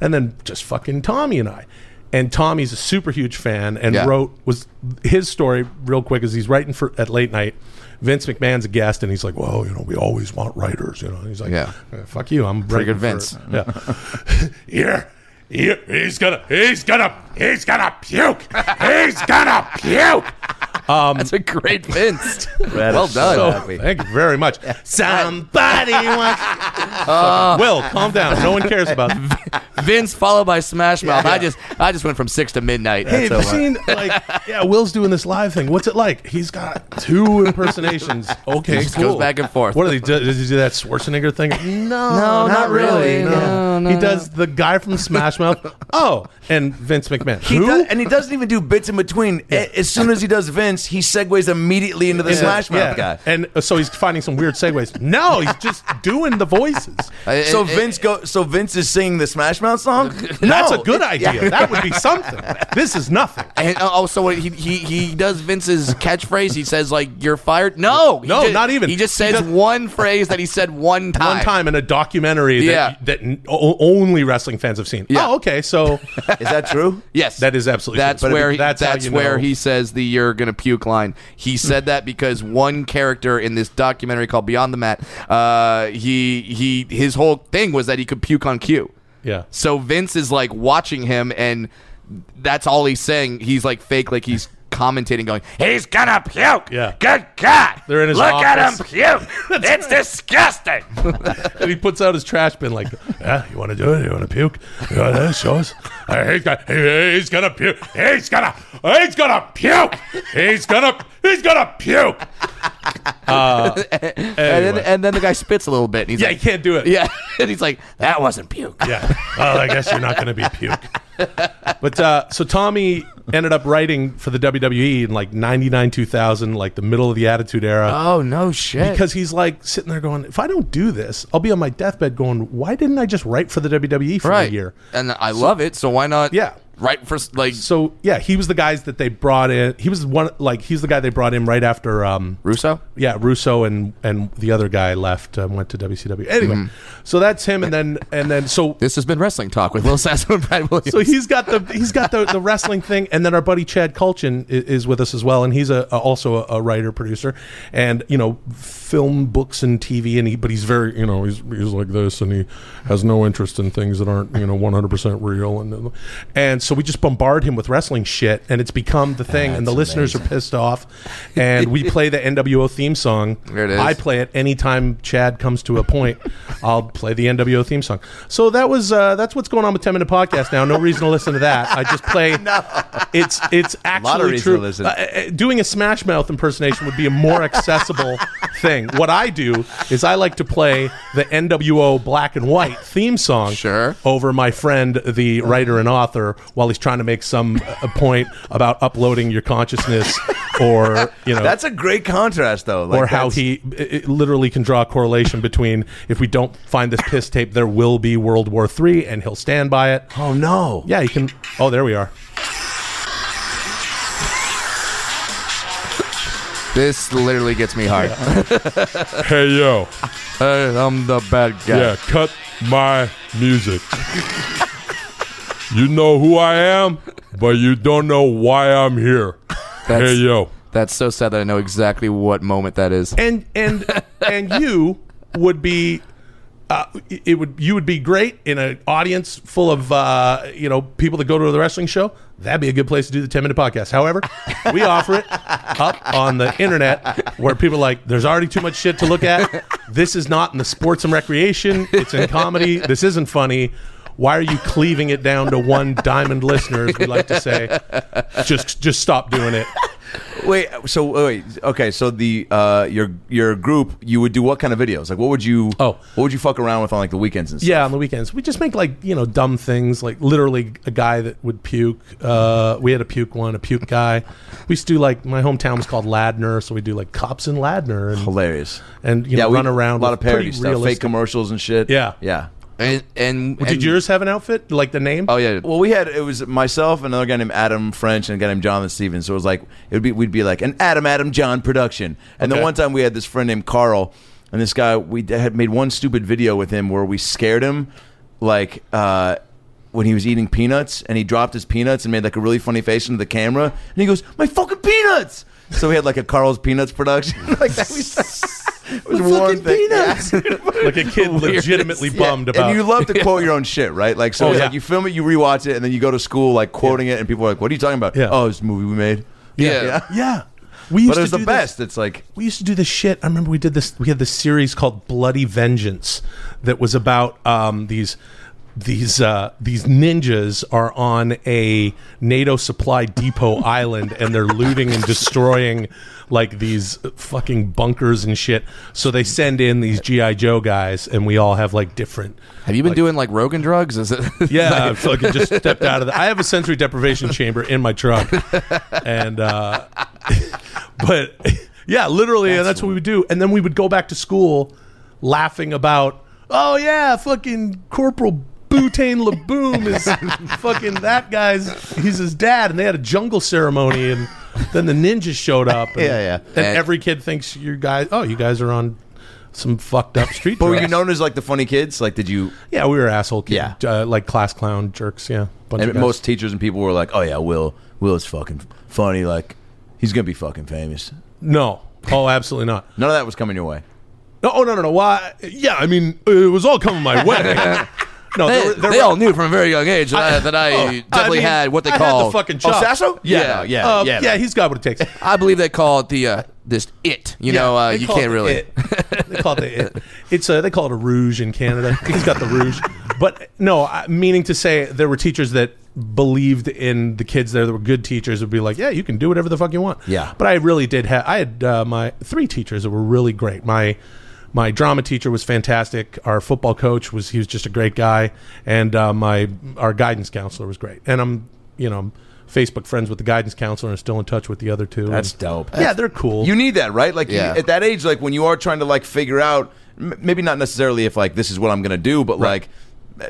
Speaker 4: and then just fucking Tommy and I. And Tommy's a super huge fan and
Speaker 6: Yeah.
Speaker 4: wrote was his story real quick is he's writing for at late night. Vince McMahon's a guest, and he's like, "Well, you know, we always want writers, you know." And he's like,
Speaker 6: Yeah.
Speaker 4: "Uh, fuck you, I'm pretty
Speaker 6: good Vince.
Speaker 4: yeah, here, here, he's gonna, he's gonna, he's gonna puke, he's gonna puke."
Speaker 6: That's a great Vince.
Speaker 3: Brad
Speaker 6: well
Speaker 3: is so
Speaker 6: done.
Speaker 3: happy.
Speaker 4: Thank you very much. Somebody wants.
Speaker 6: Uh,
Speaker 4: Will, calm down. No one cares about.
Speaker 6: Vince followed by Smash Mouth. I just I just went from six to midnight.
Speaker 4: Hey, have you seen like yeah? Will's doing this live thing. What's it like? He's got two impersonations. Okay,
Speaker 6: just
Speaker 4: cool.
Speaker 6: goes back and forth.
Speaker 4: What do they do? Does he do that Schwarzenegger thing? No,
Speaker 6: not really. No, no.
Speaker 4: He does the guy from Smash Mouth. Oh, and Vince McMahon.
Speaker 3: He
Speaker 4: Who?
Speaker 3: does, and he doesn't even do bits in between. A- As soon as he does sense, he segues immediately into the Smash Mouth guy.
Speaker 4: And uh, so he's finding some weird segues. No, he's just doing the voices.
Speaker 6: I-
Speaker 3: So
Speaker 6: I-
Speaker 3: Vince go. So Vince is singing the Smash Mouth song. No,
Speaker 4: That's a good idea. That would be something. This is nothing.
Speaker 6: And uh, oh, so what, he, he he does Vince's catchphrase. He says like "You're fired." No, he
Speaker 4: No,
Speaker 6: ju-
Speaker 4: not even.
Speaker 6: He just
Speaker 4: He
Speaker 6: says
Speaker 4: does-
Speaker 6: one phrase that he said one time.
Speaker 4: One time in a documentary
Speaker 6: Yeah.
Speaker 4: that, that n- o- only wrestling fans have seen.
Speaker 6: Yeah.
Speaker 4: Oh, okay. So
Speaker 3: is that true?
Speaker 6: Yes,
Speaker 4: That is absolutely
Speaker 6: That's
Speaker 4: true. But
Speaker 6: where
Speaker 4: if-
Speaker 6: he, that's,
Speaker 4: that's how you
Speaker 6: where
Speaker 4: know.
Speaker 6: he says the "you're gonna puke" line. He said that because one character in this documentary called Beyond the Mat, uh, he he his whole thing was that he could puke on cue.
Speaker 4: yeah.
Speaker 6: So Vince is like watching him, and that's all he's saying. He's like fake, like he's commentating, going, "He's gonna puke."
Speaker 4: Yeah.
Speaker 6: Good God!
Speaker 4: They're in his
Speaker 6: Look
Speaker 4: office.
Speaker 6: at him puke. it's disgusting.
Speaker 4: And he puts out his trash bin like, yeah, you want to do it? You want to puke? You want to show us? Uh, He's gonna, he- he's gonna puke. He's gonna, he's gonna puke. He's gonna, he's gonna puke. Uh,
Speaker 6: And, then,
Speaker 4: anyway.
Speaker 6: and then the guy spits a little bit. And he's
Speaker 4: yeah, he
Speaker 6: like,
Speaker 4: can't do it.
Speaker 6: yeah, and he's like, "Ah, "That wasn't puke."
Speaker 4: Yeah. Well, I guess you're not going to be puke. But uh, so Tommy ended up writing for the WWE in like 99, 2000, like the middle of the Attitude Era.
Speaker 6: Oh no shit!
Speaker 4: because he's like sitting there going, if I don't do this, I'll be on my deathbed going, why didn't I just write for the WWE for
Speaker 6: right
Speaker 4: a year?
Speaker 6: and I love it. So why not?
Speaker 4: Yeah.
Speaker 6: right for like
Speaker 4: So yeah, he was the guys that they brought in. He was one like he was the guy they brought in right after um,
Speaker 6: Russo.
Speaker 4: yeah Russo and and the other guy left um, went to WCW. Anyway, so that's him, and then and then so
Speaker 6: This has been wrestling talk with Will Sasso and Brad Williams.
Speaker 4: so he's got the he's got the, the wrestling thing, and then our buddy Chad Culchin is, is with us as well, and he's a, a- also a, a writer producer, and you know film books and TV, and he but he's very you know he's he's like this, and he has no interest in things that aren't you know one hundred percent real, and and so we just bombard him with wrestling shit, and it's become the thing, and the listeners are pissed off, and we play the NWO theme song.
Speaker 6: There it is.
Speaker 4: I play it anytime Chad comes to a point. I'll play the NWO theme song. So that was uh, that's what's going on with Ten Minute Podcast now. No reason to listen to that. I just play. It's it's actually
Speaker 3: lot of reason
Speaker 4: true.
Speaker 3: to listen.
Speaker 4: Uh, uh, doing a Smash Mouth impersonation would be a more accessible thing. What I do is I like to play the NWO Black and White theme song
Speaker 6: Sure.
Speaker 4: over my friend, the writer and author, while he's trying to make some uh, point about uploading your consciousness or you know
Speaker 3: That's a great contrast, though. Like,
Speaker 4: or how
Speaker 3: that's-
Speaker 4: he i- i literally can draw a correlation between if we don't find this piss tape, there will be World War III, and he'll stand by it.
Speaker 3: Oh no!
Speaker 4: Yeah, you can. Oh, there we are.
Speaker 6: This literally gets me hard.
Speaker 4: Hey yo,
Speaker 6: Hey, I'm the bad guy.
Speaker 4: cut my music. you know who I am, but you don't know why I'm here.
Speaker 6: That's- Hey,
Speaker 4: yo.
Speaker 6: That's so sad that I know exactly what moment that is.
Speaker 4: and and and you would be uh, it would you would be great in an audience full of uh, you know people that go to the wrestling show. That'd be a good place to do the ten minute podcast. However, we offer it up on the internet where people are like there's already too much shit to look at. This is not in the sports and recreation. It's in comedy. This isn't funny. Why are you cleaving it down to one diamond listener? As we like to say, just just stop doing it.
Speaker 3: Wait. So wait. Okay. So the uh, your your group, you would do what kind of videos? Like, what would you?
Speaker 4: Oh.
Speaker 3: what would you fuck around with on like the weekends and stuff?
Speaker 4: Yeah, on the weekends. We just make like, you know, dumb things, like literally a guy that would puke. Uh, we had a puke one, a puke guy. We used to do like, my hometown was called Ladner, so we do like cops in Ladner and,
Speaker 3: Hilarious.
Speaker 4: and you know,
Speaker 3: we-
Speaker 4: run around.
Speaker 3: A lot
Speaker 4: with
Speaker 3: of
Speaker 4: pretty
Speaker 3: parody stuff, fake
Speaker 4: realistic-
Speaker 3: commercials and shit.
Speaker 4: Yeah.
Speaker 3: Yeah.
Speaker 6: And, and,
Speaker 4: Did
Speaker 6: and-
Speaker 4: yours have an outfit? Like the name?
Speaker 6: Oh yeah.
Speaker 3: Well, we had it was myself, another guy named Adam French, and a guy named Jonathan Stevens. So it was like it would be we'd be like an Adam Adam John production. And
Speaker 4: Okay.
Speaker 3: then one time we had this friend named Carl, and this guy we d- had made one stupid video with him where we scared him, like uh, when he was eating peanuts, and he dropped his peanuts and made like a really funny face into the camera, and he goes, "My fucking peanuts!" So we had like a Carl's Peanuts production, like that. We it was one thing.
Speaker 1: peanuts.
Speaker 3: Yeah.
Speaker 4: Like a kid legitimately bummed about
Speaker 3: And you love to quote your own shit, right? Like, so
Speaker 4: Oh,
Speaker 3: it's
Speaker 4: yeah.
Speaker 3: like you film it, you rewatch it, and then you go to school, like, quoting it, and people are like, what are you talking about?
Speaker 4: Yeah.
Speaker 3: Oh, it's a movie we made.
Speaker 6: Yeah.
Speaker 4: Yeah. We used
Speaker 3: But it
Speaker 4: to
Speaker 3: was the
Speaker 4: do this-
Speaker 3: best. It's like,
Speaker 4: we used to do this shit. I remember we did this. We had this series called Bloody Vengeance that was about um, these these uh, these ninjas are on a NATO supply depot island and they're looting and destroying like these fucking bunkers and shit. So they send in these GI Joe guys, and we all have like different.
Speaker 6: Have you been doing like Rogan drugs? Is it?
Speaker 4: Yeah, I fucking just stepped out of the. I have a sensory deprivation chamber in my truck, and uh, but yeah, literally, and that's what we would do. And then we would go back to school laughing about, oh yeah, fucking Corporal Boutane Laboom is fucking that guy's. He's his dad, and they had a jungle ceremony, and then the ninjas showed up. And,
Speaker 3: Yeah, yeah.
Speaker 4: And,
Speaker 6: And-
Speaker 4: every kid thinks you guys, oh, you guys are on some fucked up street.
Speaker 3: But were
Speaker 4: drugs.
Speaker 3: you known as like the funny kids? Like, did you?
Speaker 4: yeah, we were asshole kid,
Speaker 3: Yeah.
Speaker 4: uh, like class clown jerks. Yeah, Bunch
Speaker 3: And
Speaker 4: of guys.
Speaker 3: most teachers and people were like, "Oh yeah, Will, Will is fucking funny. Like, he's gonna be fucking famous."
Speaker 4: no, oh, absolutely not.
Speaker 3: None of that was coming your way.
Speaker 4: No, oh no, no, no. Why? Yeah, I mean, it was all coming my way. No,
Speaker 6: They,
Speaker 4: there were, there
Speaker 6: they
Speaker 4: were-
Speaker 6: all knew from a very young age that I, that I
Speaker 4: Oh,
Speaker 6: definitely
Speaker 4: mean,
Speaker 6: had what they
Speaker 4: I
Speaker 6: call
Speaker 4: had the fucking chop.
Speaker 3: Sasso?
Speaker 6: Yeah.
Speaker 3: Yeah, yeah,
Speaker 4: Uh,
Speaker 3: yeah.
Speaker 4: yeah, he's got what it takes.
Speaker 6: I believe they call it the uh, this it. You know,
Speaker 4: Yeah,
Speaker 6: uh,
Speaker 4: they
Speaker 6: you
Speaker 4: call it
Speaker 6: can't
Speaker 4: the
Speaker 6: really.
Speaker 4: it. they call it the it. It's a, they call it a rouge in Canada. He's got the rouge. But no, I, meaning to say, there were teachers that believed in the kids there that were good teachers would be like, yeah, you can do whatever the fuck you want.
Speaker 3: Yeah.
Speaker 4: But I really did have. I had uh, my three teachers that were really great. My my drama teacher was fantastic. Our football coach was he was just a great guy, and uh, my our guidance counselor was great. And I'm you know. I'm Facebook friends with the guidance counselor and still in touch with the other two.
Speaker 3: That's
Speaker 4: And-
Speaker 3: dope.
Speaker 4: Yeah, they're cool.
Speaker 3: You need that, right? Like you-
Speaker 6: Yeah.
Speaker 3: at that age, like when you are trying to like figure out, m- maybe not necessarily if like this is what I'm gonna do, but like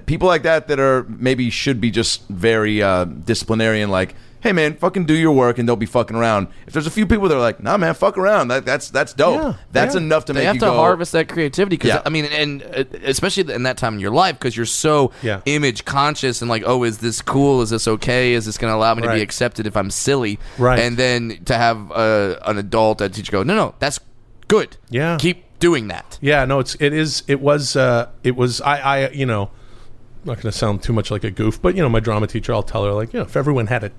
Speaker 3: people like that that are maybe should be just very uh, disciplinary and like, hey man, fucking do your work and don't be fucking around. If there's a few people that are like, nah man, fuck around, that, that's that's dope.
Speaker 4: Yeah,
Speaker 3: that's
Speaker 4: yeah.
Speaker 3: enough to
Speaker 6: They
Speaker 3: make
Speaker 6: have
Speaker 3: you
Speaker 6: to
Speaker 3: go,
Speaker 6: harvest that creativity because
Speaker 3: Yeah.
Speaker 6: I mean, and uh, especially in that time in your life because you're so
Speaker 4: Yeah.
Speaker 6: image conscious and like, oh, is this cool? Is this okay? Is this going to allow me to be
Speaker 4: Right.
Speaker 6: accepted if I'm silly?
Speaker 4: Right.
Speaker 6: And then to have uh, an adult, a teacher go, no, no, that's good.
Speaker 4: Yeah.
Speaker 6: keep doing that.
Speaker 4: Yeah, no, it's it is it was uh it was I I you know I'm not going to sound too much like a goof, but you know my drama teacher, I'll tell her like you know if everyone had a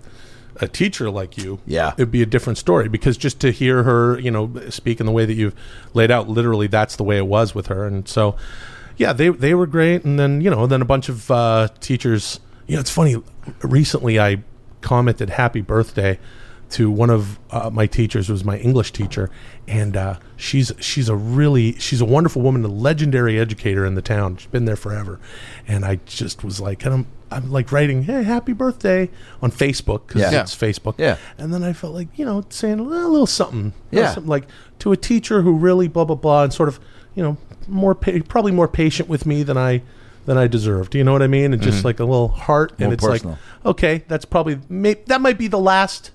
Speaker 4: a teacher like you,
Speaker 3: Yeah.
Speaker 4: it'd be a different story because just to hear her you know speak in the way that you've laid out, literally that's the way it was with her, and so yeah, they they were great, and then you know then a bunch of uh, teachers. You know, it's funny. Recently, I commented happy birthday to one of uh, my teachers who was my English teacher, and uh, she's she's a really she's a wonderful woman, a legendary educator in the town. She's been there forever, and I just was like, and I'm I'm like writing, hey, happy birthday on Facebook because
Speaker 3: Yeah.
Speaker 4: it's Facebook.
Speaker 3: Yeah.
Speaker 4: and then I felt like you know saying a little, little something, a little
Speaker 3: Yeah.
Speaker 4: something like to a teacher who really blah blah blah, and sort of you know more pa- probably more patient with me than I than I deserved. You know what I mean? And just like a little heart, and
Speaker 3: Mm-hmm. More
Speaker 4: it's
Speaker 3: personal.
Speaker 4: like okay, that's probably may- that might be the last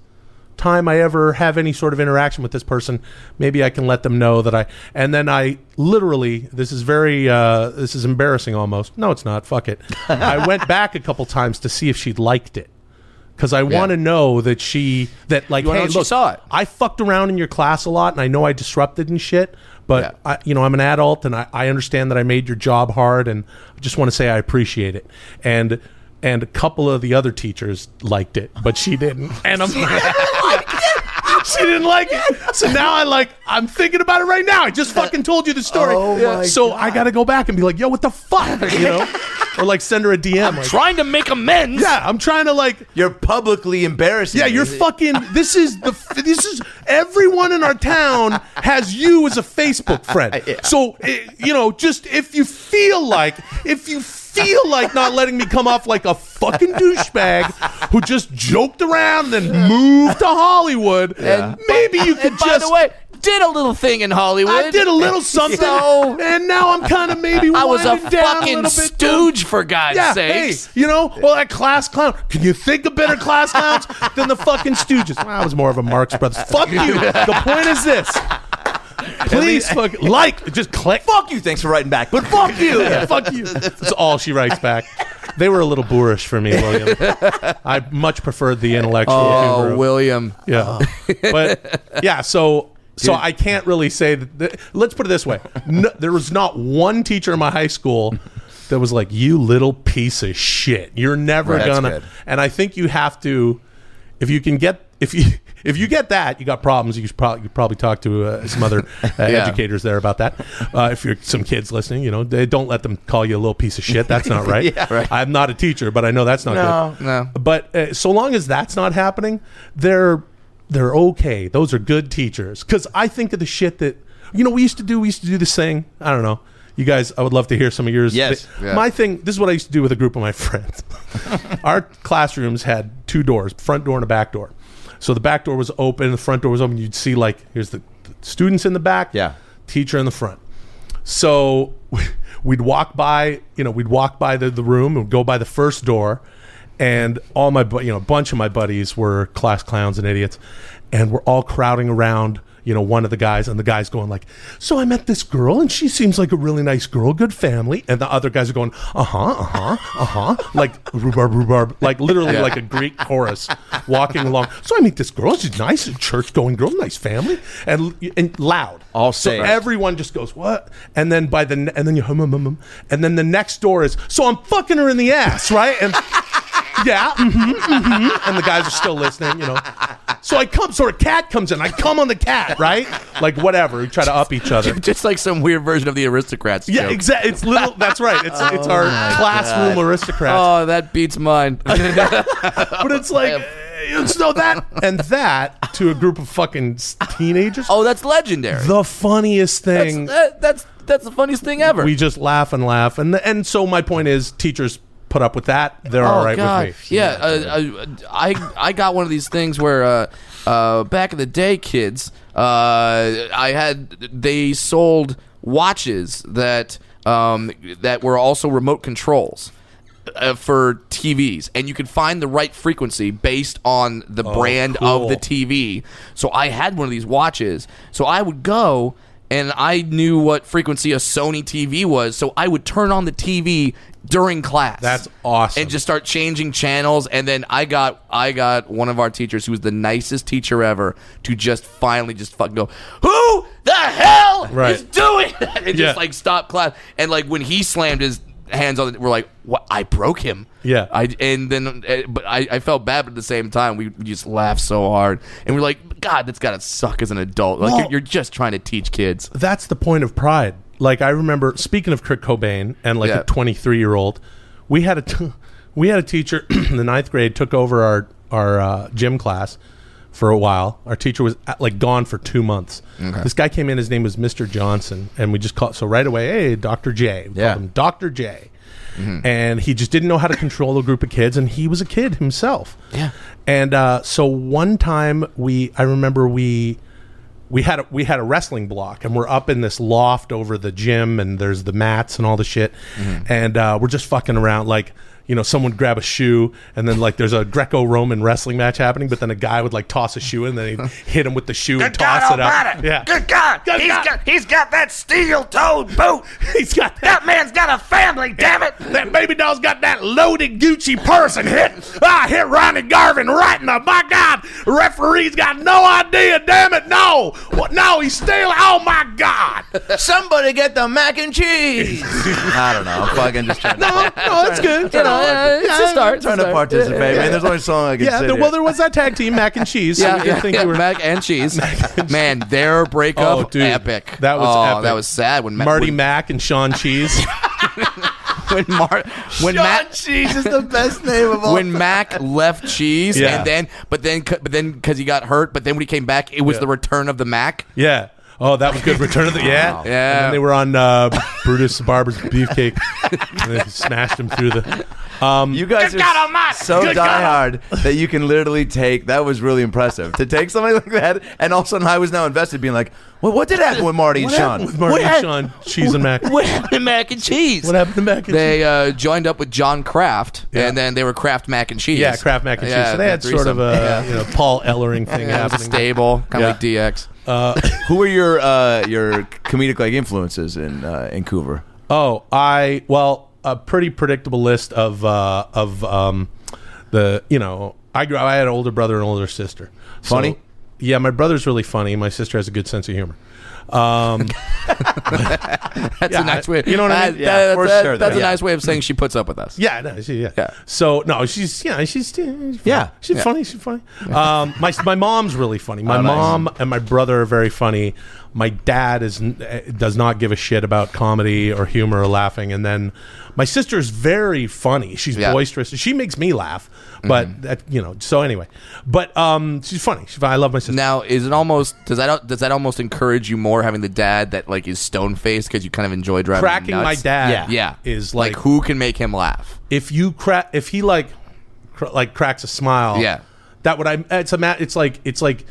Speaker 4: time I ever have any sort of interaction with this person, maybe I can let them know that I. And then I literally, this is very, uh, this is embarrassing almost. No, it's not. Fuck it. I went back a couple times to see if she liked it. Because I want to know that she that like
Speaker 6: wanna
Speaker 4: hey
Speaker 6: know if she
Speaker 4: look
Speaker 6: saw it.
Speaker 4: I fucked around in your class a lot and I know I disrupted and shit but I, you know I'm an adult and I, I understand that I made your job hard and I just want to say I appreciate it and and a couple of the other teachers liked it but she didn't and I'm she didn't like it. So now I like I'm thinking about it right now. I just fucking told you the story.
Speaker 1: Oh my
Speaker 4: so I gotta go back and be like, yo, what the fuck? You know? or like send her a DM. like,
Speaker 6: Trying to make amends.
Speaker 4: yeah, I'm trying to like
Speaker 3: You're publicly embarrassing.
Speaker 4: yeah,
Speaker 3: me."
Speaker 4: you're fucking. This is the. f- This is everyone in our town has you as a Facebook friend. So eh, you know, just if you feel like, if you feel like not letting me come off like a fucking douchebag who just joked around and then moved to Hollywood, maybe you could
Speaker 6: And by
Speaker 4: just.
Speaker 6: the way, did a little thing in Hollywood.
Speaker 4: I did a little something,
Speaker 6: So-
Speaker 4: and now I'm kind of maybe.
Speaker 6: I was a
Speaker 4: winding down a little
Speaker 6: fucking
Speaker 4: bit.
Speaker 6: stooge for God's
Speaker 4: Yeah, hey,
Speaker 6: sakes.
Speaker 4: you know, well, that class clown. Can you think of better class clowns than the fucking Stooges? Well, I was more of a Marx Brothers. Fuck you. The point is this. Please fuck like just click.
Speaker 3: fuck you. Thanks for writing back, but fuck
Speaker 4: Fuck you. Fuck you. That's all she writes back. They were a little boorish for me, William. I much preferred the intellectual. humor
Speaker 6: Oh,
Speaker 4: of-
Speaker 6: William.
Speaker 4: yeah.
Speaker 3: Uh-huh.
Speaker 4: but yeah, so so I can't really say that. th- let's put it this way: no, there was not one teacher in my high school that was like, "You little piece of shit, you're never
Speaker 3: Right, that's
Speaker 4: gonna."
Speaker 3: good.
Speaker 4: And I think you have to, if you can get if you. If you get that, you got problems. You should probably, you could probably talk to uh, some other uh, educators there about that. Uh, if you're some kids listening, you know, they don't let them call you a little piece of shit. That's not right. I'm not a teacher, but I know that's not good.
Speaker 6: No.
Speaker 4: But uh, so long as that's not happening, they're they're okay. Those are good teachers because I think of the shit that you know we used to do. We used to do this thing. I don't know. You guys, I would love to hear some of yours.
Speaker 3: Yes.
Speaker 4: They-
Speaker 6: Yeah.
Speaker 4: My thing. This is what I used to do with a group of my friends. Our classrooms had two doors, front door and a back door. So the back door was open, the front door was open. You'd see like here's the, the students in the back,
Speaker 3: Yeah.
Speaker 4: teacher in the front. So we'd walk by, you know, we'd walk by the, the room and go by the first door, and all my, bu- you know, a bunch of my buddies were class clowns and idiots, and we're all crowding around, you know, one of the guys, and the guy's going like, "So I met this girl, and she seems like a really nice girl, good family," and the other guys are going, "Uh huh, uh huh, uh huh," like rhubarb, rhubarb, like literally like a Greek chorus walking along. So I meet this girl, she's nice, a church going girl, nice family, and and loud,
Speaker 3: All
Speaker 4: so
Speaker 3: saved.
Speaker 4: everyone just goes what, and then by the ne- and then you hum hum hum, hum. and then the next door is so I'm fucking her in the ass, right? And yeah, hmm hmm and the guys are still listening, you know. So I come, so a cat comes in, I come on the cat, right? Like whatever, we try to up each other.
Speaker 6: Just like some weird version of the aristocrats.
Speaker 4: Yeah,
Speaker 6: joke.
Speaker 4: exactly. It's little. That's right. It's it's our classroom aristocrats.
Speaker 6: Oh, that beats mine.
Speaker 4: but it's like it's no that and that to a group of fucking s- teenagers.
Speaker 6: oh, that's legendary.
Speaker 4: the funniest thing.
Speaker 6: that's, that, that's that's the funniest thing ever.
Speaker 4: we just laugh and laugh and and so my point is teachers put up with that they're all right with me
Speaker 6: Oh, Yeah, uh, uh, I I got one of these things where uh, uh, back in the day, kids, uh, I had they sold watches that um, that were also remote controls. Uh, for TVs, and you could find the right frequency based on the brand
Speaker 4: Oh, cool.
Speaker 6: of the TV. So I had one of these watches. So I would go and I knew what frequency a Sony TV was. So I would turn on the TV during class.
Speaker 4: That's awesome.
Speaker 6: And just start changing channels and then I got I got one of our teachers who was the nicest teacher ever to just finally just fucking go, "Who the hell
Speaker 4: Right.
Speaker 6: is doing that?" And
Speaker 4: Yeah.
Speaker 6: just like stop class. And like when he slammed his hands on it, we're like, "What? I broke him."
Speaker 4: Yeah.
Speaker 6: I and then uh, but I, I felt bad but at the same time we just laughed so hard and we're like, "God, that's got to suck as an adult. Like
Speaker 4: Well-
Speaker 6: you're, you're just trying to teach kids."
Speaker 4: that's the point of pride like i remember speaking of kurt cobain and like
Speaker 6: Yeah.
Speaker 4: a 23 year old we had a t- we had a teacher in the ninth grade took over our our uh, gym class for a while our teacher was at, like gone for two months this guy came in his name was mr johnson and we just called so right away hey dr j we
Speaker 3: Yeah.
Speaker 4: called him dr j and he just didn't know how to control a group of kids and he was a kid himself yeah and uh, so one time we i remember we we had a, we had a wrestling block and we're up in this loft over the gym and there's the mats and all the shit and uh, we're just fucking around like you know someone would grab a shoe and then like there's a Greco-Roman wrestling match happening but then a guy would like toss a shoe and then he'd hit him with the shoe and toss it up yeah
Speaker 7: Good God.
Speaker 4: Good
Speaker 7: he's
Speaker 4: God.
Speaker 7: got he's got that steel toed boot.
Speaker 4: he's got that
Speaker 7: that man's got a family, damn it.
Speaker 4: That baby doll's got that loaded Gucci purse and hit, ah, hit Ronnie Garvin right in the, my God, referee's got no idea, damn it, no. What, no, he's still, oh my God.
Speaker 3: Somebody get the mac and cheese. I don't know. I'm fucking just trying to.
Speaker 6: Oh,
Speaker 4: no, that's good.
Speaker 6: You know, uh, it's a start. it's a
Speaker 3: trying to
Speaker 6: start.
Speaker 3: participate,
Speaker 6: Yeah, yeah,
Speaker 3: man. There's only so long I can
Speaker 4: Yeah,
Speaker 3: sit
Speaker 4: there,
Speaker 3: here.
Speaker 4: well, there was that tag team, mac and cheese. So
Speaker 6: Yeah,
Speaker 4: we did
Speaker 6: yeah,
Speaker 4: think
Speaker 6: yeah,
Speaker 4: we were,
Speaker 6: mac and cheese. Man, their breakup,
Speaker 4: Oh, dude,
Speaker 6: epic.
Speaker 4: that was
Speaker 6: oh,
Speaker 4: epic.
Speaker 6: that was sad when Ma-
Speaker 4: Marty
Speaker 6: when,
Speaker 4: Mack and Sean Cheese.
Speaker 6: when, Mar- when Matt
Speaker 3: cheese is the best name of all.
Speaker 6: when Mac left cheese,
Speaker 4: Yeah.
Speaker 6: and then but then c- but then because he got hurt, but then when he came back, it was
Speaker 4: Yeah.
Speaker 6: the return of the Mac.
Speaker 4: yeah. Oh, that was good. Return of the yeah, And
Speaker 6: Yeah.
Speaker 4: then they were on uh, Brutus the Barber's beefcake, and they smashed him through the. Um,
Speaker 3: you guys
Speaker 7: Good God
Speaker 3: are
Speaker 7: almighty.
Speaker 3: so
Speaker 7: Good God
Speaker 3: diehard that you can literally take. That was really impressive to take somebody like that, and all of a sudden I was now invested, being like, "Well, what did happen with Marty and Sean?"
Speaker 4: with Marty and Sean Cheese and Mac.
Speaker 6: What happened to mac and cheese?
Speaker 4: What happened to mac and cheese?
Speaker 6: They uh, joined up with John Kraft,
Speaker 4: Yeah.
Speaker 6: and then they were Kraft mac and cheese.
Speaker 4: Yeah, Kraft mac and cheese.
Speaker 6: Yeah,
Speaker 4: so they had
Speaker 6: the
Speaker 4: sort of a
Speaker 6: threesome.
Speaker 4: you know, Paul Ellering thing
Speaker 6: Yeah, it was a
Speaker 4: happening.
Speaker 6: stable, kind
Speaker 4: Yeah.
Speaker 6: of like DX.
Speaker 3: Who are your uh, your comedic like influences in uh, in Vancouver?
Speaker 4: Oh, I well, a pretty predictable list of uh, of um, the you know I grew. I had an older brother and older sister. So-
Speaker 3: Funny?
Speaker 4: yeah, my brother's really funny. My sister has a good sense of humor. Um,
Speaker 6: That's
Speaker 4: Yeah,
Speaker 6: a nice
Speaker 4: I-
Speaker 6: way.
Speaker 4: you know what I
Speaker 6: that-
Speaker 4: mean?
Speaker 3: Yeah,
Speaker 6: that-
Speaker 3: for
Speaker 6: that-
Speaker 3: sure,
Speaker 6: That's
Speaker 3: though.
Speaker 6: a nice way of saying she puts up with us.
Speaker 4: yeah, no, she, yeah,
Speaker 6: Yeah.
Speaker 4: So no, she's yeah, she's yeah, she's funny.
Speaker 3: Yeah.
Speaker 4: she's funny. She's funny. Um, my my mom's really funny. My
Speaker 3: Oh, nice.
Speaker 4: mom and my brother are very funny. My dad is n- eh, does not give a shit about comedy or humor or laughing. And then my sister's very funny. She's
Speaker 6: Yeah.
Speaker 4: boisterous. She makes me laugh. But
Speaker 3: Mm-hmm.
Speaker 4: that you know. So anyway, but um, she's funny. She's, I love my sister.
Speaker 6: Now, is it almost does that does that almost encourage you more having the dad that like is stone faced because you kind of enjoy driving him
Speaker 4: Cracking my
Speaker 6: nuts?
Speaker 4: dad
Speaker 3: Yeah.
Speaker 6: Yeah,
Speaker 4: is
Speaker 6: like,
Speaker 4: like
Speaker 6: who can make him laugh?
Speaker 4: if you crack if he like cr- like cracks a smile
Speaker 6: Yeah.
Speaker 4: That would I. It's a ma- It's like it's like.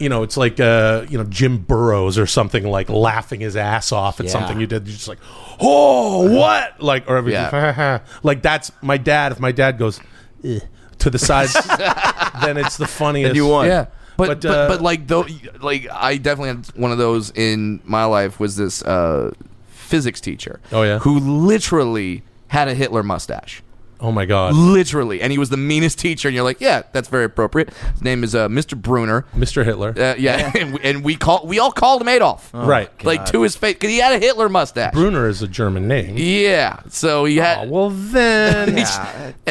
Speaker 4: You know, it's like uh, you know Jim Burrows or something like laughing his ass off at
Speaker 6: Yeah.
Speaker 4: something you did. You're just like, oh, what? Like or everything. like that's my dad. If my dad goes "Eh," to the side, then it's the funniest.
Speaker 1: you won.
Speaker 6: Yeah. But but,
Speaker 4: But,
Speaker 6: but,
Speaker 4: uh,
Speaker 6: like though like I definitely had one of those in my life was this uh, physics teacher.
Speaker 4: Oh, yeah?
Speaker 6: Who literally had a Hitler mustache.
Speaker 4: Oh my god,
Speaker 6: Literally. And he was the meanest teacher and you're like, "Yeah, that's very appropriate." His name is uh, Mr. Bruner.
Speaker 4: Mr. Hitler.
Speaker 6: Uh, yeah, Oh, and, we- and we call we all called him Adolf.
Speaker 4: right.
Speaker 6: Like to his face cuz he had a Hitler mustache.
Speaker 4: Bruner is a German name.
Speaker 6: yeah. So he had
Speaker 4: Oh, well then,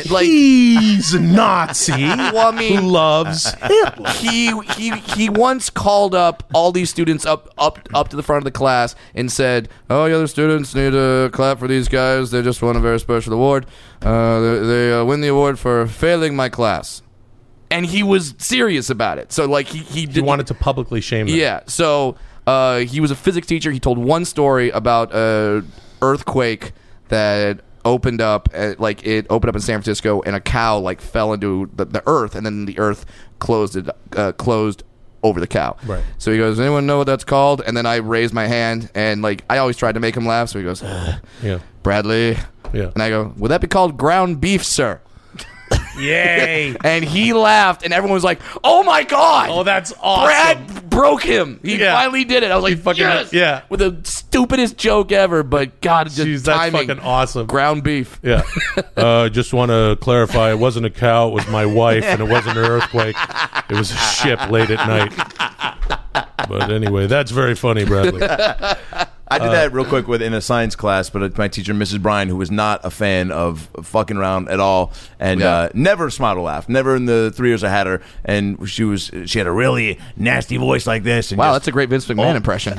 Speaker 6: like
Speaker 4: he's a Nazi
Speaker 6: Well, I mean-
Speaker 4: who loves Hitler.
Speaker 6: he he he once called up all these students up up up to the front of the class and said, "Oh, the other students need to clap for these guys. They just won a very special award. Uh, they they uh, win the award for failing my class." And he was serious about it. So like he he,
Speaker 4: He
Speaker 6: did,
Speaker 4: wanted to publicly shame them.
Speaker 6: yeah. So uh, he was a physics teacher. He told one story about a earthquake that opened up, at, like it opened up in San Francisco, and a cow like fell into the, the earth, and then the earth closed it uh, closed over the cow.
Speaker 4: Right.
Speaker 6: So he goes, "Anyone know what that's called?" And then I raised my hand, and like I always tried to make him laugh. So he goes, "Ugh,
Speaker 4: Yeah.
Speaker 6: "Bradley."
Speaker 4: Yeah.
Speaker 6: And I go, "Would that be called ground beef, sir?"
Speaker 4: Yay.
Speaker 6: And he laughed, and everyone was like, "Oh my god!"
Speaker 4: oh, that's awesome.
Speaker 6: Brad broke him. He
Speaker 4: Yeah.
Speaker 6: finally did it. I was like,
Speaker 4: fucking-
Speaker 6: yes!
Speaker 4: yeah.
Speaker 6: with the stupidest joke ever. But God, just
Speaker 4: Jeez, that's
Speaker 6: timing.
Speaker 4: fucking awesome.
Speaker 6: Ground beef.
Speaker 4: yeah. Uh, just want to clarify it wasn't a cow, it was my wife, and it wasn't an earthquake. It was a ship late at night. But anyway, that's very funny, Bradley.
Speaker 3: I
Speaker 6: Uh,
Speaker 3: did that real quick with in a science class, but it- my teacher, Mrs. Bryan, who was not a fan of fucking around at all, and uh, never smiled or laughed, never in the three years I had her, and she was she had a really nasty voice like this. And
Speaker 6: Wow,
Speaker 3: just-
Speaker 6: that's a great Vince
Speaker 4: Oh.
Speaker 6: McMahon impression.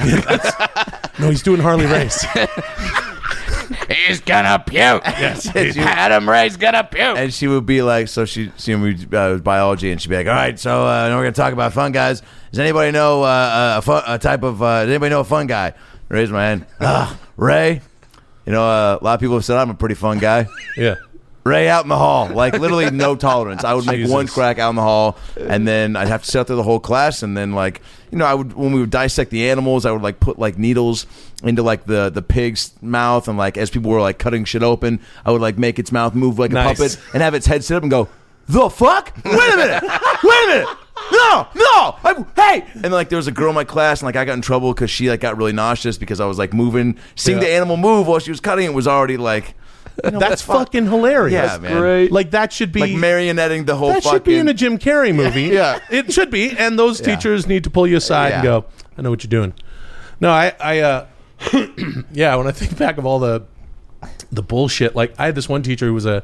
Speaker 4: No, he's doing Harley Race.
Speaker 6: He's gonna puke. Yes, Adam Ray's gonna puke.
Speaker 3: and she would be like, so she, she we uh, biology, and she'd be like, all right, so uh, now we're gonna talk about fun guys. Does anybody know uh, a, fun, a type of? Uh, does anybody know a fun guy? Raise my hand. Ah, Ray. You know, uh, a lot of people have said I'm a pretty fun guy.
Speaker 4: Yeah.
Speaker 3: Ray out in the hall, like literally no tolerance. I would make
Speaker 4: Jesus.
Speaker 3: one crack out in the hall, and then I'd have to sit through the whole class. And then, like you know, I would when we would dissect the animals, I would like put like needles into like the the pig's mouth, and like as people were like cutting shit open, I would like make its mouth move like
Speaker 4: Nice.
Speaker 3: a puppet and have its head sit up and go, "The fuck? Wait a minute! Wait a minute!" No, no! I, hey! And like, there was a girl in my class, and like, I got in trouble because she like got really nauseous because I was like moving, seeing
Speaker 4: Yeah.
Speaker 3: the animal move while she was cutting it was already like,
Speaker 4: that's fucking hilarious.
Speaker 3: yeah, man,
Speaker 4: Like, that should be.
Speaker 3: like marionetting the whole
Speaker 4: that
Speaker 3: fucking
Speaker 4: should be in a Jim Carrey movie.
Speaker 3: Yeah.
Speaker 4: it should be. And those teachers need to pull you aside and
Speaker 3: Yeah.
Speaker 4: go, "I know what you're doing." No, I, I, uh, yeah. When I think back of all the the bullshit, like I had this one teacher who was a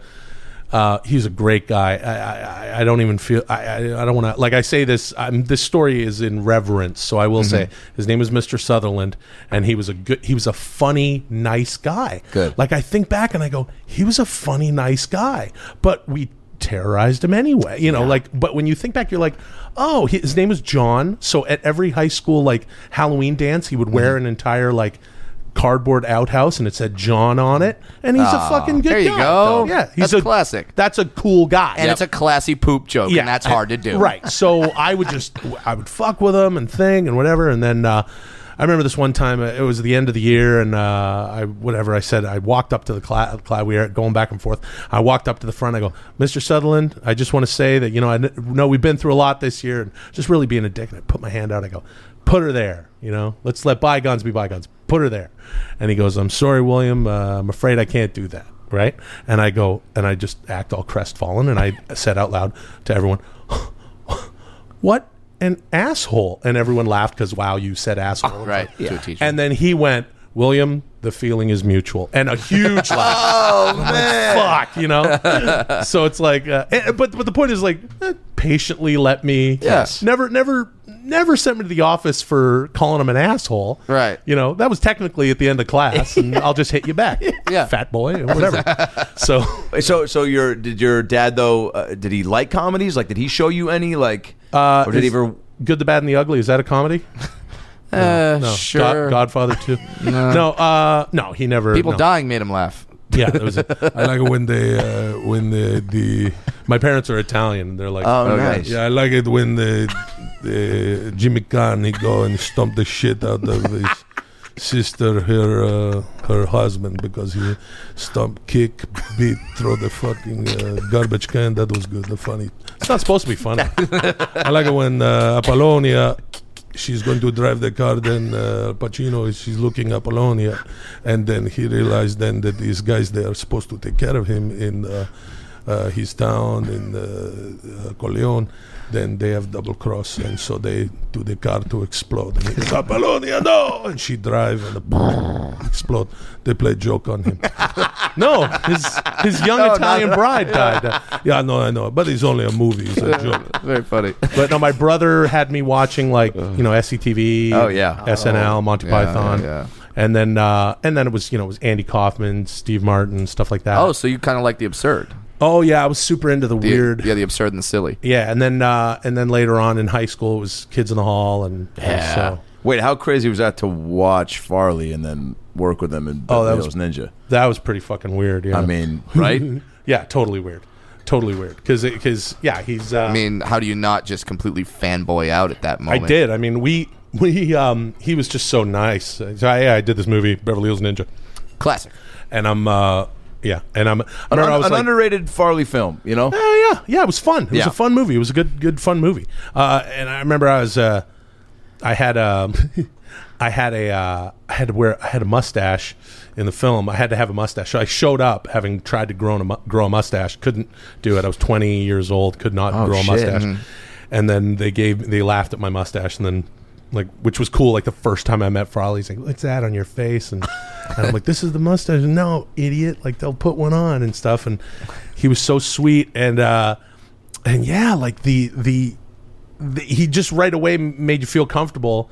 Speaker 4: uh, he was a great guy. I, I- I, I don't even feel I, I, I don't want to like I say this. I'm, this story is in reverence, so I will say his name is Mr. Sutherland, and he was a good. He was a funny, nice guy.
Speaker 3: Good.
Speaker 4: Like I think back and I go, he was a funny, nice guy, but we terrorized him anyway. You know, like but when you think back, you're like, oh, he- his name was John. So at every high school like Halloween dance, he would wear an entire like. Cardboard outhouse, and it said John on it, and he's a fucking good
Speaker 6: Ah, there you
Speaker 4: guy.
Speaker 6: go.
Speaker 4: Yeah, he's
Speaker 6: That's
Speaker 4: a
Speaker 6: classic.
Speaker 4: That's a cool guy.
Speaker 6: And it's a classy poop joke, and that's hard to do.
Speaker 4: Right. So I would just I would fuck with him and thing and whatever. And then uh, I remember this one time uh, it was the end of the year and uh, I whatever I said I walked up to the class. Cla- we were going back and forth. I walked up to the front. I go, Mr. Sutherland, I just want to say that you know I kn- know we've been through a lot this year and just really being a dick. And I put my hand out. I go, put her there. You know, let's let bygones be bygones. Put her there. And he goes, I'm sorry, William. Uh, I'm afraid I can't do that. Right. And I go and I just act all crestfallen and I said out loud to everyone, what an asshole. And everyone laughed because, wow, you said asshole.
Speaker 6: Ah, Right. To a teacher.
Speaker 4: And then he went, William, the feeling is mutual. And a huge laugh. oh, man. fuck, you know? so it's like, uh, eh, but, but the point is, like, eh, patiently let me.
Speaker 6: Yes.
Speaker 4: Never, never, never sent me to the office for calling him an asshole.
Speaker 6: Right.
Speaker 4: You know, that was technically at the end of class, and I'll just hit you back.
Speaker 6: Yeah.
Speaker 4: Fat boy, or whatever. so.
Speaker 3: So, so your did your dad though? Uh, did he like comedies? Like, did he show you any? Like, uh, or did he
Speaker 4: is
Speaker 3: ever?
Speaker 4: Good, the Bad, and the Ugly? Is that a comedy?
Speaker 6: Uh,
Speaker 4: No,
Speaker 6: sure.
Speaker 4: God, Godfather Two. no, uh, no, he never.
Speaker 6: People
Speaker 4: no.
Speaker 6: dying made him laugh.
Speaker 4: Yeah, that was it. I like it when they uh, when the the my parents are Italian. They're like,
Speaker 3: Oh, nice.
Speaker 4: yeah, I like it when the, the Jimmy Kahn he go and stomp the shit out of his sister, her uh, her husband, because he stomp, kick, beat, throw the fucking uh, garbage can. That was good. The funny. It's not supposed to be funny. I like it when uh, Apollonia. She's going to drive the car. Then uh, Pacino, she's looking Apollonia, and then he realized then that these guys they are supposed to take care of him in uh, uh, his town in uh, uh, Corleone. Then they have double cross, and so they do the car to explode. And he goes, Apollonia, no! And she drive and the explode. They play joke on him. no, his his young Italian bride died. Yeah, I know, I know, but it's only a movie. It's a joke.
Speaker 6: Very funny.
Speaker 4: But no, my brother had me watching like you know SCTV,
Speaker 6: Oh, yeah.
Speaker 4: SNL, Monty
Speaker 6: Yeah,
Speaker 4: Python,
Speaker 6: yeah, yeah.
Speaker 4: and then uh, and then it was you know it was Andy Kaufman, Steve Martin, stuff like that.
Speaker 6: Oh, so you kind of like the absurd.
Speaker 4: Oh, yeah, I was super into the,
Speaker 6: The,
Speaker 4: weird,
Speaker 6: Yeah,
Speaker 4: yeah.
Speaker 6: the absurd and the silly.
Speaker 4: and then uh, and then later on in high school it was Kids in the Hall and, and
Speaker 6: Yeah.
Speaker 4: so
Speaker 3: Wait, how crazy was that to watch Farley and then work with him in
Speaker 4: Oh,
Speaker 3: oh,
Speaker 4: that
Speaker 3: that
Speaker 4: was-
Speaker 3: Ninja?
Speaker 4: that was pretty fucking weird. Yeah,
Speaker 3: I mean, right?
Speaker 4: yeah, totally weird, totally weird because because yeah, he's. Uh,
Speaker 6: I mean, how do you not just completely fanboy out at that
Speaker 4: I
Speaker 6: moment?
Speaker 4: did. I mean, we we um he was just so nice. So I, I did this movie Beverly Hills Ninja.
Speaker 6: Classic.
Speaker 4: and I'm uh yeah, and I'm I
Speaker 3: An,
Speaker 4: remember I was
Speaker 3: an
Speaker 4: like,
Speaker 3: underrated Farley film, you know?
Speaker 4: yeah, Oh, yeah, yeah, it was fun. It was
Speaker 3: Yeah.
Speaker 4: a fun movie. It was a good good fun movie. Uh and I remember I was uh I had um I had a uh, I had to wear I had a mustache in the film. I had to have a mustache. So I showed up having tried to grow a mu- grow a mustache, couldn't do it. I was 20 years old, could not grow a
Speaker 3: Oh, shit. Mm-hmm.
Speaker 4: mustache. And then they gave they laughed at my mustache and then like which was cool like the first time I met Farley, he's like, "What's that on your face?" and, and I'm like, "This is the mustache." No, idiot. Like they'll put one on and stuff and he was so sweet and uh and yeah, like the the th- he just right away m- made you feel comfortable,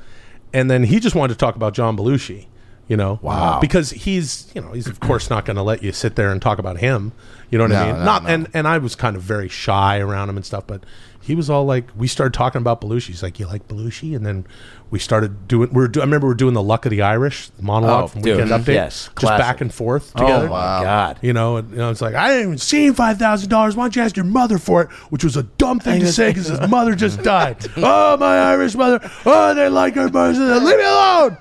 Speaker 4: and then he just wanted to talk about John Belushi. You know, wow, because he's you know he's of course not going to let you sit there and talk about him. You know what I
Speaker 6: No,
Speaker 4: mean?
Speaker 6: no,
Speaker 4: not
Speaker 6: no.
Speaker 4: and and I was kind of very shy around him and stuff, but he was all like, we started talking about Belushi. He's like, you like Belushi, and then we started doing. We are do, I remember we are doing the Luck of the Irish monologue
Speaker 3: Oh,
Speaker 4: from
Speaker 3: dude.
Speaker 4: Weekend Update,
Speaker 3: Yes,
Speaker 4: just
Speaker 3: classic.
Speaker 4: back and forth
Speaker 3: Oh,
Speaker 4: together.
Speaker 3: my God.
Speaker 4: You know, and, you know, it's like I didn't even see five thousand dollars. Why don't you ask your mother for it? Which was a dumb thing to say because his mother just died. oh, my Irish mother. Oh, they like her mother. Leave me alone.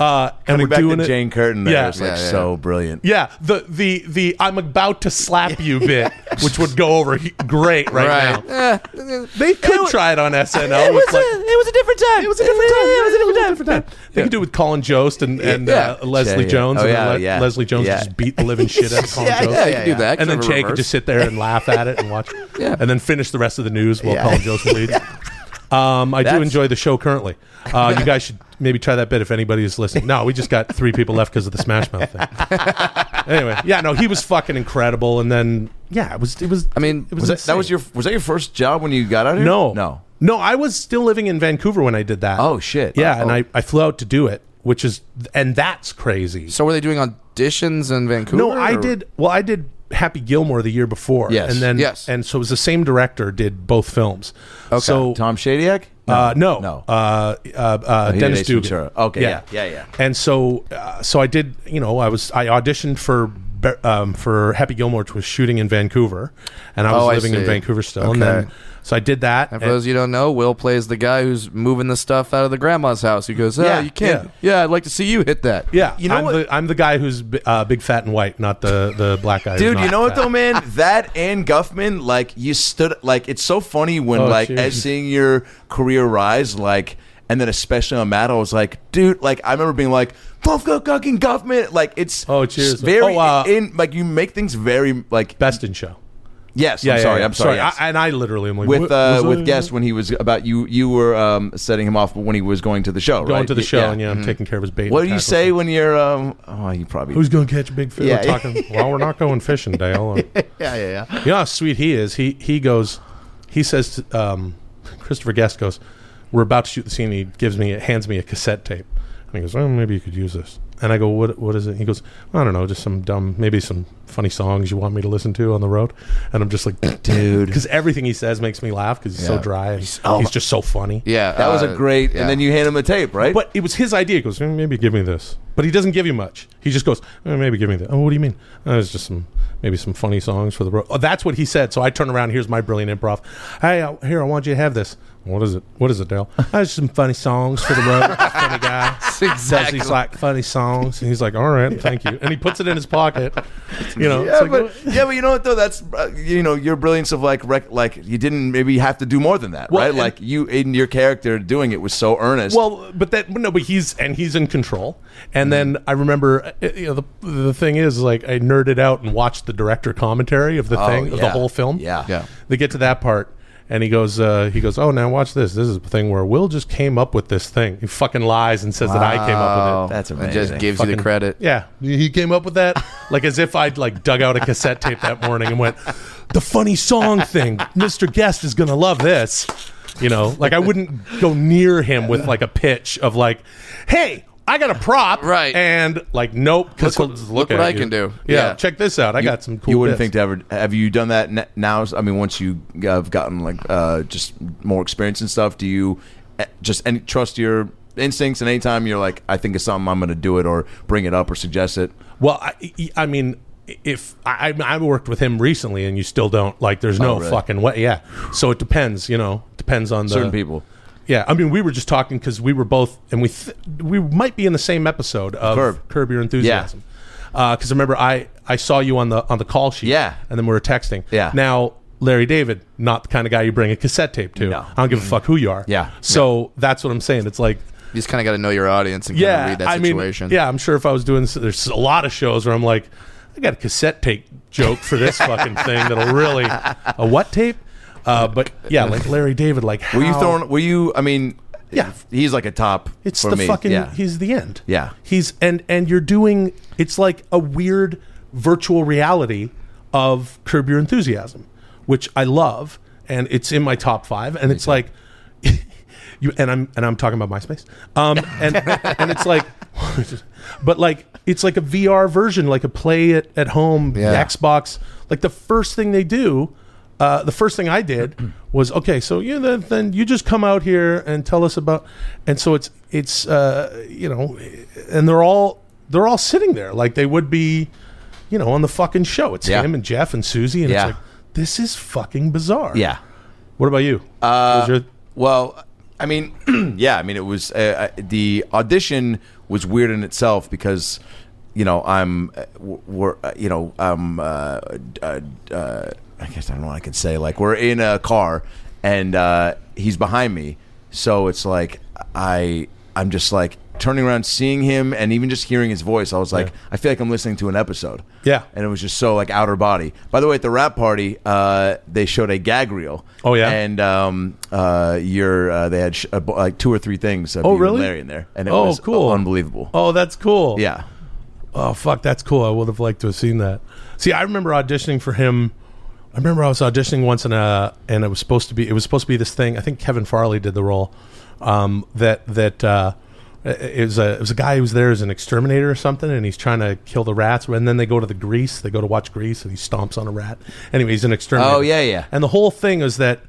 Speaker 4: Uh, and
Speaker 3: Coming
Speaker 4: we're
Speaker 3: back
Speaker 4: doing
Speaker 3: to
Speaker 4: it.
Speaker 3: Jane Curtin there.
Speaker 4: Yeah.
Speaker 3: It's like
Speaker 6: Yeah, yeah,
Speaker 3: so brilliant.
Speaker 4: Yeah, the the the I'm about to slap you bit, which would go over he- great right,
Speaker 6: Right.
Speaker 4: now. They could try it on SNL. It was,
Speaker 3: was a different time.
Speaker 4: it was a different time. It was a different, time. They could do it with Colin Jost and, and
Speaker 6: Yeah.
Speaker 4: uh, Leslie
Speaker 3: Yeah, yeah.
Speaker 4: Jones.
Speaker 3: Oh,
Speaker 4: and then
Speaker 3: yeah,
Speaker 4: Le-
Speaker 3: yeah.
Speaker 4: Leslie Jones
Speaker 3: Yeah.
Speaker 4: just beat the living shit out of Colin Jost.
Speaker 6: Yeah, you can do that.
Speaker 4: And then
Speaker 6: Kind of a
Speaker 4: Jay could
Speaker 6: reverse.
Speaker 4: just sit there and laugh at it and watch.
Speaker 6: Yeah.
Speaker 4: And then finish the rest of the news while Colin Jost leads. Um, I do
Speaker 3: That's-
Speaker 4: enjoy the show currently. Uh, you guys should maybe try that bit if anybody is listening. No, we just got three people left because of the Smash Mouth thing. anyway, yeah, no, he was fucking incredible. And then, yeah, it was, it was.
Speaker 6: I mean,
Speaker 4: it
Speaker 3: Was that, that was
Speaker 4: insane.
Speaker 3: your was that your first job when you got out here?
Speaker 4: No.
Speaker 3: No.
Speaker 4: No, I was still living in Vancouver when I did that.
Speaker 3: Oh, shit.
Speaker 4: Yeah, and
Speaker 3: Oh.
Speaker 4: I, I flew out to do it, which is and that's crazy.
Speaker 6: So were they doing auditions in Vancouver?
Speaker 4: no, I
Speaker 6: or-
Speaker 4: did well I did Happy Gilmore the year before.
Speaker 3: Yes.
Speaker 4: And then
Speaker 6: Yes.
Speaker 4: and so it was the same director did both films. Okay. So
Speaker 3: Tom Shadyac?
Speaker 4: uh, no,
Speaker 3: No. Oh,
Speaker 4: uh, uh, uh,
Speaker 3: did
Speaker 4: Dennis
Speaker 3: Ace
Speaker 4: Dugan.
Speaker 3: Ventura. Okay, yeah, yeah, yeah.
Speaker 4: And so, uh, so I did. You know, I was I auditioned for Be- um, for Happy Gilmore, which was shooting in Vancouver, and I was
Speaker 6: Oh, I
Speaker 4: living in
Speaker 6: see.
Speaker 4: Vancouver still. And then,
Speaker 6: Okay.
Speaker 4: so I did that.
Speaker 6: And for those of you who don't know, Will plays the guy who's moving the stuff out of the grandma's house. He goes, oh,
Speaker 4: Yeah,
Speaker 6: you can't. Yeah. I'd like to see you hit that.
Speaker 4: Yeah,
Speaker 3: You know
Speaker 4: I'm,
Speaker 3: what-
Speaker 4: The, I'm the guy who's bi- uh, big, fat, and white, not the the black guy. who's
Speaker 3: Dude,
Speaker 4: not uh,
Speaker 3: you know what
Speaker 4: fat.
Speaker 3: though, man? That and Guffman, like you stood, like it's so funny when
Speaker 4: Oh,
Speaker 3: like
Speaker 4: seriously.
Speaker 3: as seeing your career rise, like, and then especially on Matt, I was like, dude, like I remember being like, Guff, Guff, fucking Guffman, like it's
Speaker 4: Oh, cheers.
Speaker 3: s- very
Speaker 4: Oh, uh,
Speaker 3: in like you make things very like
Speaker 4: Best in show.
Speaker 3: yes,
Speaker 4: Yeah,
Speaker 3: I'm
Speaker 4: yeah,
Speaker 3: sorry,
Speaker 4: yeah.
Speaker 3: I'm sorry, yes.
Speaker 4: I, and I literally am like
Speaker 3: with
Speaker 4: "What
Speaker 3: uh,
Speaker 4: was I-
Speaker 3: with guest when he was about you you were um, setting him off when he was going to the show
Speaker 4: going
Speaker 3: right?
Speaker 4: to the
Speaker 3: Y-
Speaker 4: show, and yeah, I'm taking care of his bait.
Speaker 3: what
Speaker 4: and
Speaker 3: do you
Speaker 4: tackle.
Speaker 3: say when you're um oh you probably
Speaker 4: Who's going to catch a big fish?
Speaker 3: Yeah,
Speaker 4: We're talking. Well, we're not going fishing, Dale. yeah, yeah, yeah. You know how sweet he is. He he goes. He says, to, um, Christopher Guest goes. We're about to shoot the scene. And he gives me, hands me a cassette tape, and he goes, "Well, maybe you could use this." And I go, "What? What is it?" He goes, "I don't know, just some dumb, maybe some funny songs you want me to listen to on the road." And I'm just like,
Speaker 3: Dude. oh.
Speaker 4: because everything he says makes me laugh because he's so dry. And he's, just so funny.
Speaker 6: Yeah.
Speaker 3: that was
Speaker 6: uh,
Speaker 3: a great
Speaker 6: yeah.
Speaker 3: and then you hand him a tape right
Speaker 4: But it was his idea. He goes, "Mm, "Eh, maybe give me this. but he doesn't give you much. He just goes, "Oh, maybe give me that. Oh, what do you mean? Oh, it's just some maybe some funny songs for the road. Oh, that's what he said. So I turn around. Here's my brilliant improv. Hey, uh, here I want you to have this. What is it? What is it, Dale? Oh, it's just some funny songs for the road. funny guy. Does
Speaker 6: exactly.
Speaker 4: these like funny songs, and he's like, "All right, thank you," and he puts it in his pocket. You know,
Speaker 3: Yeah,
Speaker 4: it's like,
Speaker 3: but yeah, but you know what though? That's uh, you know your brilliance of like rec- like you didn't maybe have to do more than that,
Speaker 4: Well,
Speaker 3: right?
Speaker 4: and-
Speaker 3: Like you in your character doing it was so earnest.
Speaker 4: Well, but that no, but he's and he's in control.
Speaker 3: Mm-hmm.
Speaker 4: And then I remember, uh, you know, the the thing is, like I nerded out and watched the director commentary of the thing of the
Speaker 3: Oh, yeah.
Speaker 4: whole film.
Speaker 3: Yeah.
Speaker 6: Yeah.
Speaker 4: They get to that part. And he goes, uh, he goes, oh, now watch this. This is the thing where Will just came up with this thing. He fucking lies and says that I came up with it.
Speaker 3: that's
Speaker 6: It
Speaker 3: amazing.
Speaker 6: just gives you the
Speaker 4: Fucking-
Speaker 6: credit.
Speaker 4: Yeah, he came up with that like as if I'd like dug out a cassette tape that morning and went, "The funny song thing, Mr. Guest is gonna love this." You know, like I wouldn't go near him with like a pitch of like, "Hey, I got a prop,"
Speaker 6: Right.
Speaker 4: And like, nope, because
Speaker 6: Look
Speaker 4: look,
Speaker 6: what-
Speaker 4: look,
Speaker 6: look
Speaker 4: at
Speaker 6: what I
Speaker 4: you.
Speaker 6: can do.
Speaker 4: Yeah,
Speaker 6: Yeah.
Speaker 4: check this out. I got some cool.
Speaker 3: You wouldn't
Speaker 4: bits.
Speaker 3: think to ever have you done that n- now? I mean, once you have gotten like uh, just more experience and stuff, do you uh, just any, trust your instincts? And anytime you're like, I think of something, I'm going to do it or bring it up or suggest it.
Speaker 4: Well, I, I mean, if I, I I worked with him recently, and you still don't like, there's no
Speaker 3: Oh, really?
Speaker 4: fucking way. Yeah, so it depends. You know, depends on the
Speaker 3: Certain people.
Speaker 4: Yeah, I mean, we were just talking because we were both, and we th- we might be in the same episode of
Speaker 3: Curb.
Speaker 4: Curb, Your Enthusiasm. Because remember, I I saw you on the on the call sheet.
Speaker 3: Yeah.
Speaker 4: and then we were texting.
Speaker 3: Yeah.
Speaker 4: Now Larry David, not the kind of guy you bring a cassette tape to.
Speaker 3: No. Mm-hmm.
Speaker 4: I don't give a fuck who you are.
Speaker 3: Yeah.
Speaker 4: So that's what I'm saying. It's like
Speaker 6: You just kind of got to know your audience and
Speaker 4: yeah,
Speaker 6: kind of read that
Speaker 4: I
Speaker 6: situation.
Speaker 4: mean, yeah, I'm sure if I was doing, there's a lot of shows where I'm like, I got a cassette tape joke for this fucking thing that'll really a what tape? Uh, but yeah, like Larry David, like
Speaker 3: Were you
Speaker 4: how-
Speaker 3: throwing? Were you? I mean,
Speaker 4: Yeah.
Speaker 3: he's like a top.
Speaker 4: It's
Speaker 3: for
Speaker 4: the
Speaker 3: me.
Speaker 4: fucking.
Speaker 3: Yeah.
Speaker 4: He's the end.
Speaker 3: Yeah.
Speaker 4: He's and and you're doing. It's like a weird virtual reality of Curb Your Enthusiasm, which I love, and it's in my top five. And it's like, you and I'm and I'm talking about MySpace. Um, and and it's like, but like it's like a VR version, like a play at at home
Speaker 6: Yeah.
Speaker 4: Xbox. Like the first thing they do. Uh, the first thing I did was okay. So you then, then you just come out here and tell us about, and so it's it's uh, you know, and they're all they're all sitting there like they would be, you know, on the fucking show. It's
Speaker 3: Yeah.
Speaker 4: him and Jeff and Susie, and
Speaker 3: Yeah.
Speaker 4: it's like this is fucking bizarre.
Speaker 3: yeah.
Speaker 4: What about you? Uh,
Speaker 3: Well, I mean, yeah, I mean, it was uh, uh, the audition was weird in itself because you know I'm uh, w- we're uh, you know I'm uh, uh, uh, I guess I don't know what I can say like we're in a car and uh, he's behind me, so it's like I I'm just like turning around seeing him and even just hearing his voice i was like i feel like i'm listening to an episode
Speaker 4: Yeah.
Speaker 3: and it was just so like outer body by the way at the rap party uh they showed a gag reel
Speaker 4: Oh, yeah?
Speaker 3: and and um, uh, your uh, they had sh- uh, like two or three things. Of
Speaker 4: Oh,
Speaker 3: you and
Speaker 4: really?
Speaker 3: Larry in there, and it
Speaker 4: Oh,
Speaker 3: was
Speaker 4: cool.
Speaker 3: unbelievable.
Speaker 4: oh, that's cool.
Speaker 3: Yeah,
Speaker 4: Oh fuck, that's cool. I would have liked to have seen that. See, I remember auditioning for him. I remember I was auditioning once in a, and it was supposed to be. It was supposed to be this thing. I think Kevin Farley did the role. Um, that that uh, it was a it was a guy who was there as an exterminator or something, and he's trying to kill the rats. And then they go to the grease. They go to watch Grease, and he stomps on a rat. Anyway, he's an exterminator.
Speaker 3: Oh, yeah, yeah.
Speaker 4: And the whole thing is that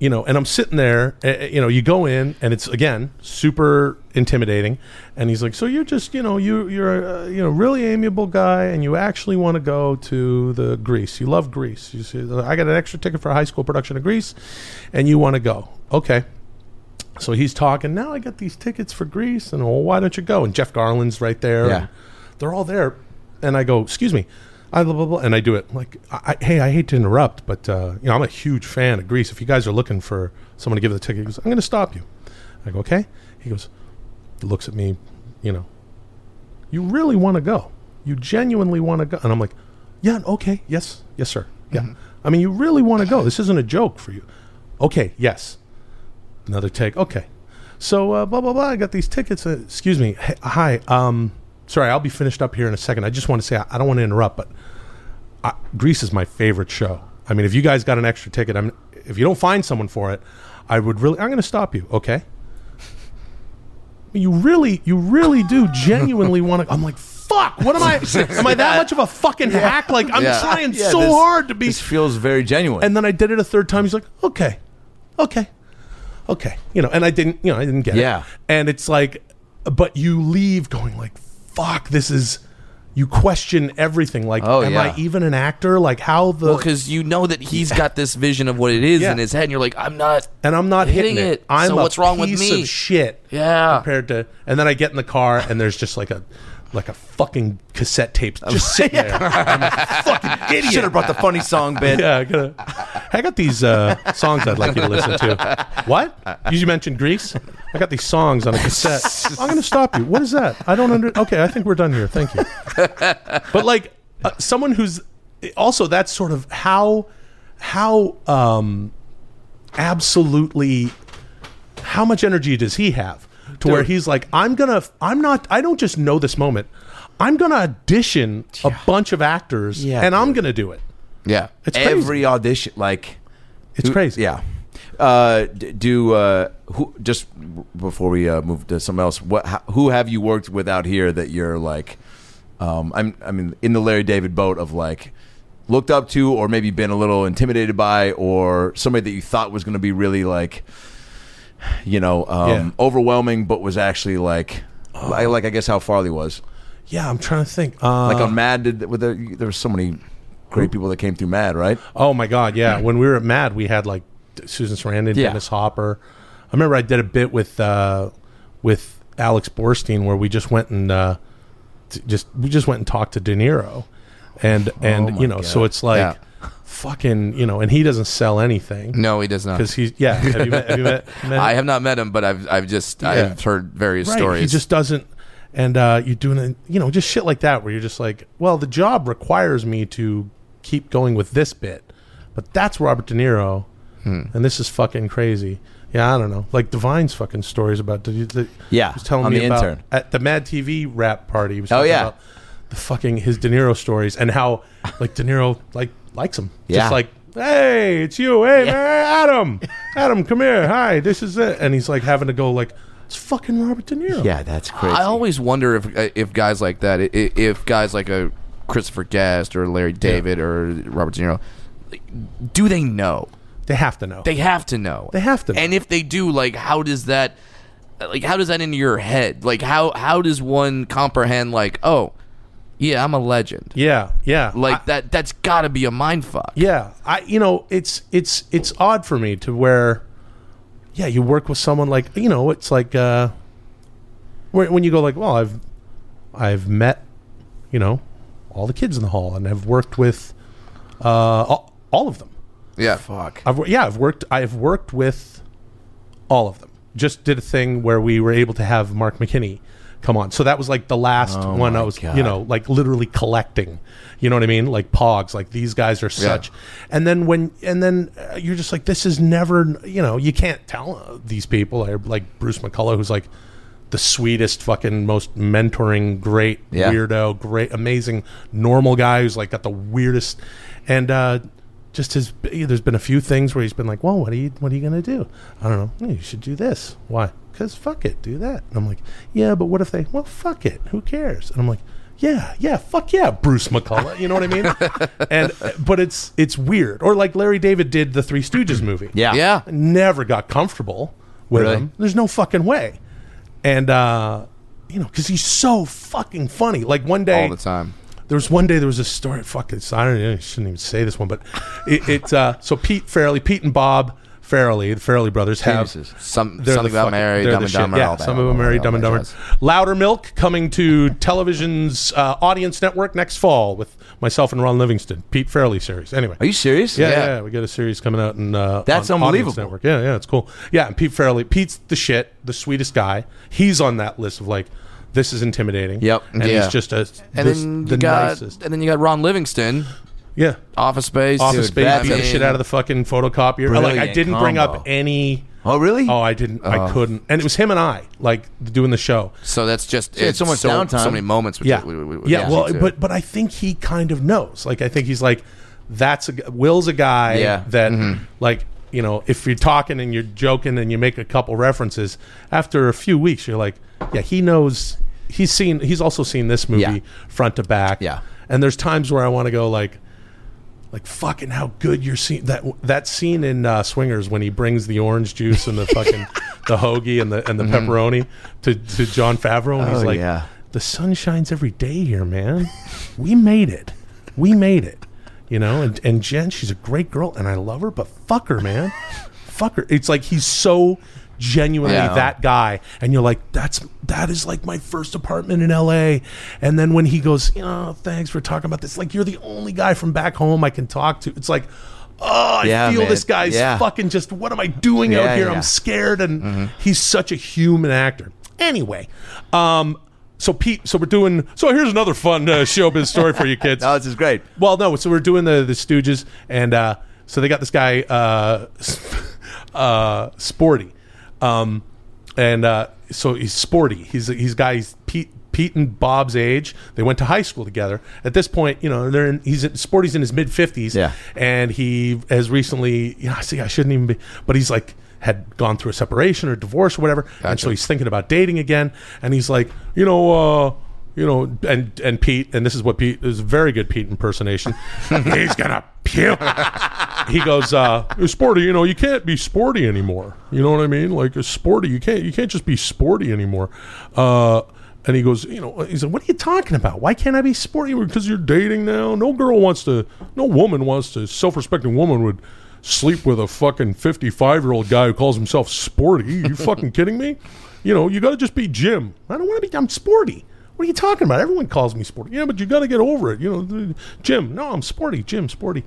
Speaker 4: you know, and I'm sitting there, uh, uh, you know, you go in and it's again super intimidating, and he's like, "So you're just, you know, you you're a, uh, you know really amiable guy, and you actually want to go to the Greece. You love Greece. You see, I got an extra ticket for a high school production of Greece, and you want to go. Okay, so he's talking. Now I got these tickets for Greece, and well, why don't you go? And Jeff Garland's right there.
Speaker 3: Yeah.
Speaker 4: and they're all there, and I go, "Excuse me." I blah, blah, blah, and I do it like, I, I- hey, I hate to interrupt, but uh, you know I'm a huge fan of Greece. If you guys are looking for someone to give the ticket, he goes, I'm going to stop you. I go, okay. He goes, looks at me, you know, you really want to go. You genuinely want to go. And I'm like, yeah, okay, yes, yes, sir. Yeah. I mean, you really want to go. This isn't a joke for you. Okay, yes. Another take. Okay. So, uh, blah, blah, blah. I got these tickets. Uh, excuse me. Hey, hi. Um, sorry, I'll be finished up here in a second. I just want to say, I, I don't want to interrupt, but I, Greece is my favorite show. I mean, if you guys got an extra ticket, I'm, if you don't find someone for it, I would really, I'm going to stop you. Okay. You really, you really do genuinely want to. I'm like, fuck. What am I? Am I that much of a fucking hack? Like, I'm
Speaker 6: Yeah.
Speaker 4: trying
Speaker 3: Yeah,
Speaker 4: so
Speaker 3: this-
Speaker 4: hard to be.
Speaker 3: This feels very genuine.
Speaker 4: And then I did it a third time. He's like, okay, okay, okay. You know, and I didn't, you know, I didn't get it.
Speaker 3: Yeah.
Speaker 4: And it's like, but you leave going like, fuck, this is. You question everything. Like,
Speaker 6: Oh,
Speaker 4: am
Speaker 6: yeah.
Speaker 4: I even an actor? Like, how the
Speaker 6: Well, because you know that he's got this vision of what it is
Speaker 4: Yeah.
Speaker 6: in his head, and you're like, I'm not.
Speaker 4: and I'm not hitting,
Speaker 6: hitting
Speaker 4: it.
Speaker 6: it.
Speaker 4: I'm
Speaker 6: So
Speaker 4: a
Speaker 6: what's wrong with
Speaker 4: piece
Speaker 6: me?
Speaker 4: Of shit.
Speaker 6: Yeah.
Speaker 4: Compared to, and then I get in the car and there's just like a, like a fucking cassette tape just sitting there.
Speaker 3: Should have brought the funny song bit.
Speaker 4: yeah, I gotta. hey, I got these uh, songs I'd like you to listen to. What? You mentioned Greece. I got these songs on a cassette. I'm gonna stop you. What is that? I don't under. Okay, I think we're done here. Thank you. But like uh, someone who's also that's sort of how how um absolutely how much energy does he have to where he's like i'm gonna i'm not i don't just know this moment i'm gonna audition a bunch of actors
Speaker 3: Yeah,
Speaker 4: and i'm gonna do it
Speaker 6: Yeah.
Speaker 4: it's crazy
Speaker 3: Every audition, like
Speaker 4: it's
Speaker 3: who-
Speaker 4: crazy
Speaker 3: Yeah. Uh, d- do uh, who just before we uh, move to something else? What how, who have you worked with out here that you're like? Um, I'm I mean in the Larry David boat of like looked up to or maybe been a little intimidated by or somebody that you thought was going to be really like you know um,
Speaker 4: Yeah.
Speaker 3: overwhelming but was actually like I, like I guess how Farley was
Speaker 4: yeah i'm trying to think uh,
Speaker 3: like on Mad did with the, there were so many great people that came through Mad right
Speaker 4: Oh my god, yeah. When we were at Mad, we had like Susan Sarandon,
Speaker 6: Yeah.
Speaker 4: Dennis Hopper. I remember I did a bit with uh, with Alex Borstein where we just went and uh, t- just we just went and talked to De Niro, and
Speaker 6: Oh
Speaker 4: and you know, so it's like fucking you know, and he doesn't sell anything
Speaker 6: No, he does not.
Speaker 4: because he's yeah. Have you met? Have you met, met him?
Speaker 6: I have not met him, but I've I've just I've heard various
Speaker 4: Right,
Speaker 6: stories.
Speaker 4: He just doesn't. And uh, you're doing it, you know, just shit like that, where you're just like, well, the job requires me to keep going with this bit, but that's Robert De Niro,
Speaker 3: Hmm.
Speaker 4: and this is fucking crazy. Yeah, I don't know. Like Divine's fucking stories about the, the
Speaker 3: Yeah,
Speaker 4: he was telling
Speaker 3: on
Speaker 4: me
Speaker 3: The
Speaker 4: about
Speaker 3: Intern.
Speaker 4: at the Mad TV rap party. He was
Speaker 3: Oh,
Speaker 4: talking
Speaker 3: yeah.
Speaker 4: about the fucking his De Niro stories and how like De Niro like likes him,
Speaker 3: Yeah.
Speaker 4: just like hey, it's you. Hey, man, Adam. Adam, come here. Hi, this is it. And he's like having to go like, it's fucking Robert De Niro.
Speaker 3: yeah that's crazy
Speaker 6: I always wonder if uh, if guys like that, i- i- if guys like a Christopher Guest or Larry David or Robert De Niro, do they know?
Speaker 4: They have to know.
Speaker 6: They have to know.
Speaker 4: They have to know.
Speaker 6: And if they do, like, how does that, like, how does that into your head? Like, how how does one comprehend? Like, oh, yeah, I'm a legend.
Speaker 4: yeah, yeah.
Speaker 6: Like
Speaker 4: I-
Speaker 6: that. That's got to be a mind fuck.
Speaker 4: yeah. I you know, it's it's it's odd for me to where yeah, you work with someone like, you know, it's like uh when when you go like, well, I've I've met, you know, all the kids in the hall and have worked with uh all, all of them.
Speaker 6: Yeah.
Speaker 3: fuck
Speaker 4: I've wor- yeah, I've worked I've worked with all of them. Just did a thing where we were able to have Mark McKinney come on. So that was like the last one I was, you know, like literally collecting. You know what I mean? Like pogs, like these guys are such. And then when and then uh, you're just like this is never, you know, you can't tell uh, these people or like Bruce McCullough who's like the sweetest fucking most mentoring great
Speaker 3: Yeah.
Speaker 4: weirdo great amazing normal guy who's like got the weirdest and uh just his there's been a few things where he's been like well what are you what are you gonna do i don't know "Hmm, you should do this why because fuck it do that and i'm like yeah but what if they well fuck it who cares and i'm like yeah yeah fuck yeah bruce mccullough you know what i mean and but it's it's weird or like larry david did the three stooges movie
Speaker 3: yeah
Speaker 6: Yeah.
Speaker 4: never got comfortable with
Speaker 3: Really?
Speaker 4: him. There's no fucking way. And uh, you know, because he's so fucking funny. Like one day,
Speaker 6: All the time.
Speaker 4: there was one day there was a story. Fuck it's I don't. know, I shouldn't even say this one, but it, it uh, so Pete Farrelly, Pete and Bob Farrelly, the Farrelly brothers have
Speaker 3: Jesus.
Speaker 6: Some
Speaker 4: they're the
Speaker 6: something about
Speaker 4: fucking-
Speaker 6: Mary,
Speaker 4: they're
Speaker 6: Dumb
Speaker 4: the
Speaker 6: and
Speaker 4: shit.
Speaker 6: Dumber.
Speaker 4: Yeah,
Speaker 6: all that-
Speaker 4: some of them
Speaker 6: all
Speaker 4: are
Speaker 6: that
Speaker 4: Dumb and Dumber.
Speaker 6: jazz.
Speaker 4: Louder Milk coming to television's uh, audience network next fall with myself and Ron Livingston, Pete Farrelly series. Anyway,
Speaker 3: Are you serious?
Speaker 4: Yeah,
Speaker 6: Yeah.
Speaker 4: yeah, we got a series coming out, and uh,
Speaker 3: That's
Speaker 4: on Audience
Speaker 3: unbelievable.
Speaker 4: Network. Yeah, yeah, it's cool. Yeah, and Pete Fairley, Pete's the shit, the sweetest guy. He's on that list of like, this is intimidating.
Speaker 3: Yep.
Speaker 4: and
Speaker 6: Yeah.
Speaker 4: he's just a
Speaker 6: And
Speaker 4: this-
Speaker 6: then Mm, you
Speaker 4: the
Speaker 6: got
Speaker 4: nicest.
Speaker 6: and then you got Ron Livingston,
Speaker 4: Yeah,
Speaker 6: Office Space.
Speaker 4: office
Speaker 6: Dude,
Speaker 4: space
Speaker 6: that's
Speaker 4: beat the
Speaker 6: a-
Speaker 4: shit out of the fucking photocopier. Like I
Speaker 3: Brilliant
Speaker 4: didn't bring up
Speaker 3: combo.
Speaker 4: any.
Speaker 3: Oh, really?
Speaker 4: Oh, I didn't. I couldn't. And it was him and I like doing the show.
Speaker 6: So that's just
Speaker 3: had so much downtime.
Speaker 6: So many moments. With
Speaker 4: yeah,
Speaker 6: it- with- with-
Speaker 4: yeah.
Speaker 6: with
Speaker 4: Well,
Speaker 6: it, too.
Speaker 4: but but I think he kind of knows. Like I think he's like, that's a, g- Will's a guy
Speaker 3: Yeah. Mm-hmm.
Speaker 4: that like you know if you're talking and you're joking and you make a couple references after a few weeks you're like yeah he knows he's seen he's also seen this movie
Speaker 3: Yeah.
Speaker 4: front to back
Speaker 3: Yeah.
Speaker 4: and there's times where I want to go like like fucking how good your scene that that scene in uh, Swingers when he brings the orange juice and the fucking the hoagie and the and the pepperoni to to John Favreau and he's
Speaker 3: Mm-hmm. Oh,
Speaker 4: like
Speaker 3: yeah.
Speaker 4: the sun shines every day here, man. We made it. We made it. You know, and, and Jen, she's a great girl and I love her, but fuck her, man. Fuck her. It's like he's so genuinely
Speaker 3: Yeah.
Speaker 4: that guy. And you're like, that's that is like my first apartment in LA. And then when he goes, you know, thanks for talking about this, like you're the only guy from back home I can talk to. It's like, oh, I
Speaker 3: Yeah,
Speaker 4: feel
Speaker 3: man.
Speaker 4: this guy's
Speaker 3: Yeah.
Speaker 4: fucking just what am I doing
Speaker 3: Yeah,
Speaker 4: out here?
Speaker 3: yeah.
Speaker 4: I'm scared and
Speaker 3: Mm-hmm.
Speaker 4: he's such a human actor. Anyway, um so Pete, so we're doing. So here's another fun uh, showbiz story for you kids.
Speaker 3: Oh, this is great.
Speaker 4: Well, no. So we're doing the the Stooges, and uh, so they got this guy, uh, uh, Sporty, um, and uh, so he's Sporty. He's he's guy. He's Pete. Pete and Bob's age, they went to high school together. At this point, you know, they're in, he's in, Sporty's in his mid fifties,
Speaker 3: Yeah.
Speaker 4: and he has recently. You know, see, I shouldn't even be, but he's like had gone through a separation or divorce or whatever, and so he's thinking about dating again. And he's like, you know, uh, you know, and and Pete, and this is what Pete this is a very good Pete impersonation. he's gonna puke. he goes, uh, sporty. You know, you can't be sporty anymore. You know what I mean? Like sporty, you can't you can't just be sporty anymore. Uh, and he goes, you know, he said, "What are you talking about? Why can't I be sporty? Because you're dating now. No girl wants to. No woman wants to. Self-respecting woman would." sleep with a fucking 55 year old guy who calls himself sporty. You fucking kidding me? You know, you got to just be Jim. I don't want to be, I'm sporty. What are you talking about? Everyone calls me sporty. Yeah, but you got to get over it. You know, th- Jim, no, I'm sporty. Jim, sporty.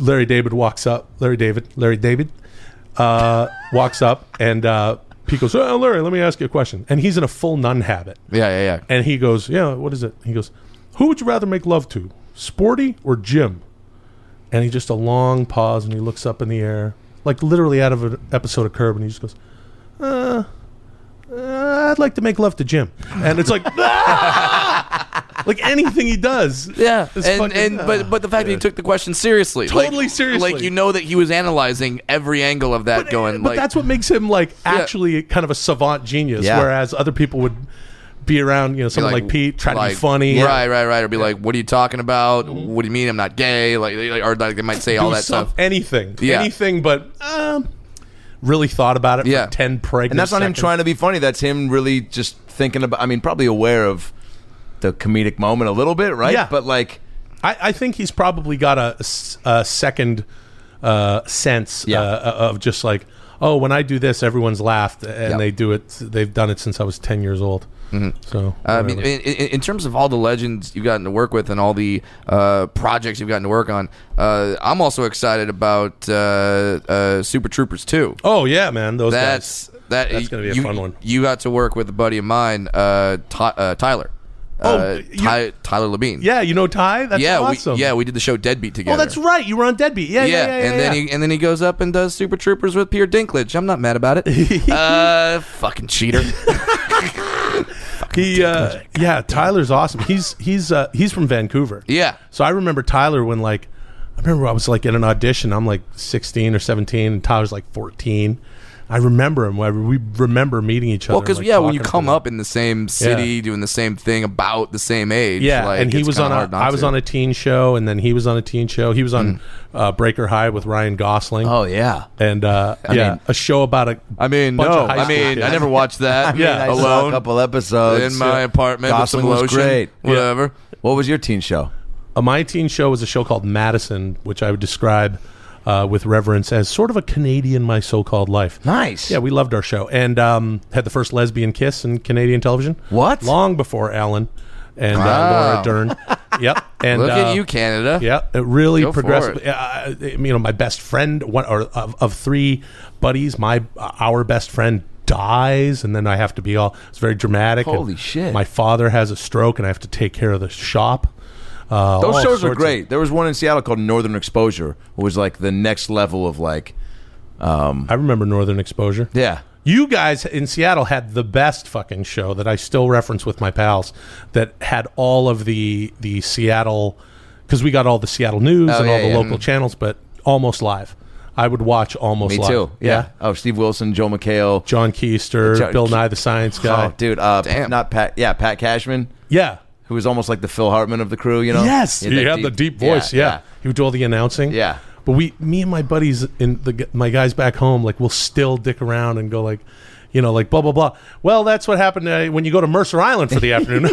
Speaker 4: Larry David walks up. Larry David, Larry David uh, walks up and uh, Pete goes, Oh, Larry, let me ask you a question. And he's in a full nun habit.
Speaker 6: Yeah, yeah, yeah.
Speaker 4: And he goes, Yeah, what is it? He goes, Who would you rather make love to, Sporty or Jim? And he just a long pause and he looks up in the air, like literally out of an episode of Curb, and he just goes, uh, uh, I'd like to make love to Jim. And it's like, "Ah!" like anything he does.
Speaker 6: Yeah,
Speaker 4: is
Speaker 6: and,
Speaker 4: fucking-
Speaker 6: and but but the fact that he took the question seriously, like-
Speaker 4: Totally seriously.
Speaker 6: like you know that he was analyzing every angle of that,
Speaker 4: but,
Speaker 6: going
Speaker 4: but
Speaker 6: like
Speaker 4: that's what makes him like actually kind of a savant genius,
Speaker 3: Yeah.
Speaker 4: whereas other people would be around, you know, someone like, Pete trying to
Speaker 6: like,
Speaker 4: be funny.
Speaker 6: right, right, right, or be like, "What are you talking about? What do you mean I'm not gay?" Like, they- or like they might say all
Speaker 4: Mm-hmm. do
Speaker 6: that
Speaker 4: some-
Speaker 6: stuff.
Speaker 4: Anything.
Speaker 6: Yeah.
Speaker 4: Anything but um, really thought about it
Speaker 6: Yeah.
Speaker 4: for 10 pregnant
Speaker 3: And that's not him
Speaker 4: seconds.
Speaker 3: trying to be funny. That's him really just thinking about. I mean, probably aware of the comedic moment a little bit, right?
Speaker 4: Yeah.
Speaker 3: But like,
Speaker 4: I, I think he's probably got a, s- a second uh, sense
Speaker 3: Yeah.
Speaker 4: uh, of just like, oh, when I do this, everyone's laughed and they do it. They've done it since I was 10 years old. So,
Speaker 6: Mm-hmm. I mean,
Speaker 4: whatever.
Speaker 6: in, in, in terms of all the legends you've gotten to work with and all the uh, projects you've gotten to work on, uh, I'm also excited about uh, uh, Super Troopers 2.
Speaker 4: oh, yeah, man. Those
Speaker 6: that's
Speaker 4: guys.
Speaker 6: that,
Speaker 4: That's gonna be a
Speaker 6: you-
Speaker 4: fun one.
Speaker 6: You got to work with a buddy of mine, uh, Ty, uh, Tyler.
Speaker 4: Oh,
Speaker 6: uh,
Speaker 4: you-
Speaker 6: Ty, Tyler Labine.
Speaker 4: Yeah, you know Ty? That's
Speaker 6: yeah,
Speaker 4: awesome.
Speaker 6: we, yeah, we did the show Deadbeat together.
Speaker 4: Oh, that's right. You were on Deadbeat. Yeah, yeah, yeah. yeah,
Speaker 6: and then
Speaker 4: yeah.
Speaker 6: he and then he goes up and does Super Troopers with Pierre Dinklage. I'm not mad about it. uh, fucking cheater.
Speaker 4: he uh, yeah tyler's awesome he's he's uh, he's from vancouver
Speaker 6: Yeah.
Speaker 4: so i remember tyler when like i remember i was like in an audition i'm like 16 or 17 and tyler's like 14 i remember him where we remember meeting each other
Speaker 6: Well,
Speaker 4: and,
Speaker 6: because
Speaker 4: like,
Speaker 6: yeah, when you
Speaker 4: talking to
Speaker 6: come
Speaker 4: them.
Speaker 6: up in the same city, doing the same thing about the same age,
Speaker 4: yeah
Speaker 6: like,
Speaker 4: and he
Speaker 6: it's
Speaker 4: was
Speaker 6: kinda
Speaker 4: on a,
Speaker 6: hard not
Speaker 4: i was
Speaker 6: to. Mm.
Speaker 4: on a teen show and then he was on a teen show he was on uh, breaker high with ryan gosling
Speaker 3: oh yeah,
Speaker 4: and uh, yeah
Speaker 3: mean-
Speaker 4: a show about a
Speaker 6: I mean,
Speaker 4: bunch
Speaker 6: no,
Speaker 4: of high
Speaker 6: I
Speaker 4: school
Speaker 6: mean,
Speaker 4: kids.
Speaker 6: I never watched that.
Speaker 4: Yeah, I
Speaker 3: I
Speaker 4: saw
Speaker 3: saw a
Speaker 6: alone
Speaker 3: couple episodes
Speaker 6: in my apartment.
Speaker 3: Gosling
Speaker 6: with some
Speaker 3: was
Speaker 6: lotion,
Speaker 3: great.
Speaker 6: Whatever.
Speaker 3: What was your teen show?
Speaker 4: Uh, my teen show was a show called Madison, which I would describe uh, with reverence as sort of a Canadian My So Called Life.
Speaker 3: Nice.
Speaker 4: Yeah, we loved our show and um, had the first lesbian kiss in Canadian television.
Speaker 3: What?
Speaker 4: Long before Alan and
Speaker 6: Wow.
Speaker 4: uh, Laura Dern. yep. And
Speaker 6: Look
Speaker 4: uh,
Speaker 6: at you, Canada.
Speaker 4: yeah, it really
Speaker 6: Go for
Speaker 4: progressed.
Speaker 6: it.
Speaker 4: Uh, you know, my best friend, one or of, of three buddies, my our best friend dies, and then I have to be all. It's very dramatic. and
Speaker 3: Holy shit.
Speaker 4: My father has a stroke, and I have to take care of the shop. Uh,
Speaker 3: Those
Speaker 4: all
Speaker 3: shows
Speaker 4: sorts
Speaker 3: are
Speaker 4: of-
Speaker 3: great. there was one in Seattle called Northern Exposure, which was like the next level of like,
Speaker 4: I remember Northern Exposure.
Speaker 3: yeah,
Speaker 4: You guys in Seattle had the best fucking show that I still reference with my pals that had all of the the Seattle because we got all the Seattle news and all
Speaker 3: Oh, yeah,
Speaker 4: the
Speaker 3: yeah.
Speaker 4: local channels, but almost live. I would watch almost
Speaker 3: me
Speaker 4: live.
Speaker 3: too. Yeah. Oh, Steve Wilson, Joe McHale.
Speaker 4: John Keister,
Speaker 3: John
Speaker 4: Bill
Speaker 3: Ke-
Speaker 4: Nye the Science Guy.
Speaker 3: Oh, dude. Uh,
Speaker 6: Damn.
Speaker 3: Not Pat. Yeah, Pat Cashman,
Speaker 4: Yeah.
Speaker 3: who was almost like the Phil Hartman of the crew. You know.
Speaker 4: Yes, he,
Speaker 3: that
Speaker 4: had the deep voice. Yeah, he would do all the announcing.
Speaker 3: Yeah.
Speaker 4: but we, me and my buddies and the g- my guys back home, like we'll still dick around and go like, you know, like blah blah blah. Well, that's what happened uh, when you go to Mercer Island for the afternoon.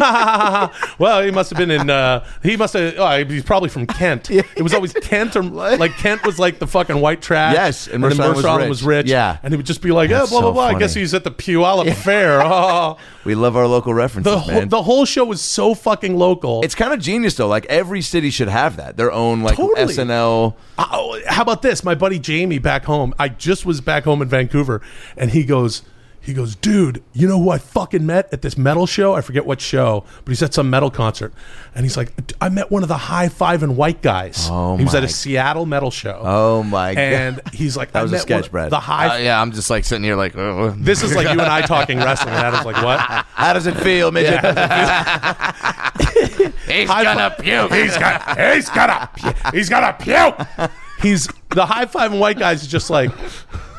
Speaker 4: well, he must have been in. Uh, he must have. Oh, he's probably from Kent. It was always Kent or like Kent was like the fucking white trash.
Speaker 3: Yes, and
Speaker 4: and, then
Speaker 3: Mercer
Speaker 4: Mercer
Speaker 3: Island was
Speaker 4: Island
Speaker 3: rich.
Speaker 4: was rich.
Speaker 3: Yeah.
Speaker 4: and he would just be like, yeah,
Speaker 3: That's
Speaker 4: blah blah
Speaker 3: so
Speaker 4: blah. I guess
Speaker 3: funny.
Speaker 4: he's at the Puyallup Fair. Oh,
Speaker 3: We love our local references,
Speaker 4: the whole,
Speaker 3: man.
Speaker 4: the whole show was so fucking local.
Speaker 3: it's kind of genius though. Like every city should have that their own like
Speaker 4: Totally.
Speaker 3: SNL.
Speaker 4: Oh, how about this? My buddy Jamie back home. I just was back home in Vancouver, and he goes, he goes, dude, you know who I fucking met at this metal show? I forget what show, but he's at some metal concert, and he's like, I met one of the high five and white guys.
Speaker 3: Oh,
Speaker 4: he was at
Speaker 3: my-
Speaker 4: a Seattle metal show.
Speaker 3: Oh my god!
Speaker 4: and he's like, that
Speaker 3: was
Speaker 4: I
Speaker 3: a
Speaker 4: met
Speaker 3: sketch,
Speaker 4: one of
Speaker 3: Brad.
Speaker 4: The high.
Speaker 6: Uh, yeah, I'm just like sitting here like. uh,
Speaker 4: This is like you and I talking wrestling, and Adam's like, what?
Speaker 3: How does it feel, midget?
Speaker 6: He's gonna puke.
Speaker 4: He's got he's got a he's got a puke. He's the high five and white guys is just like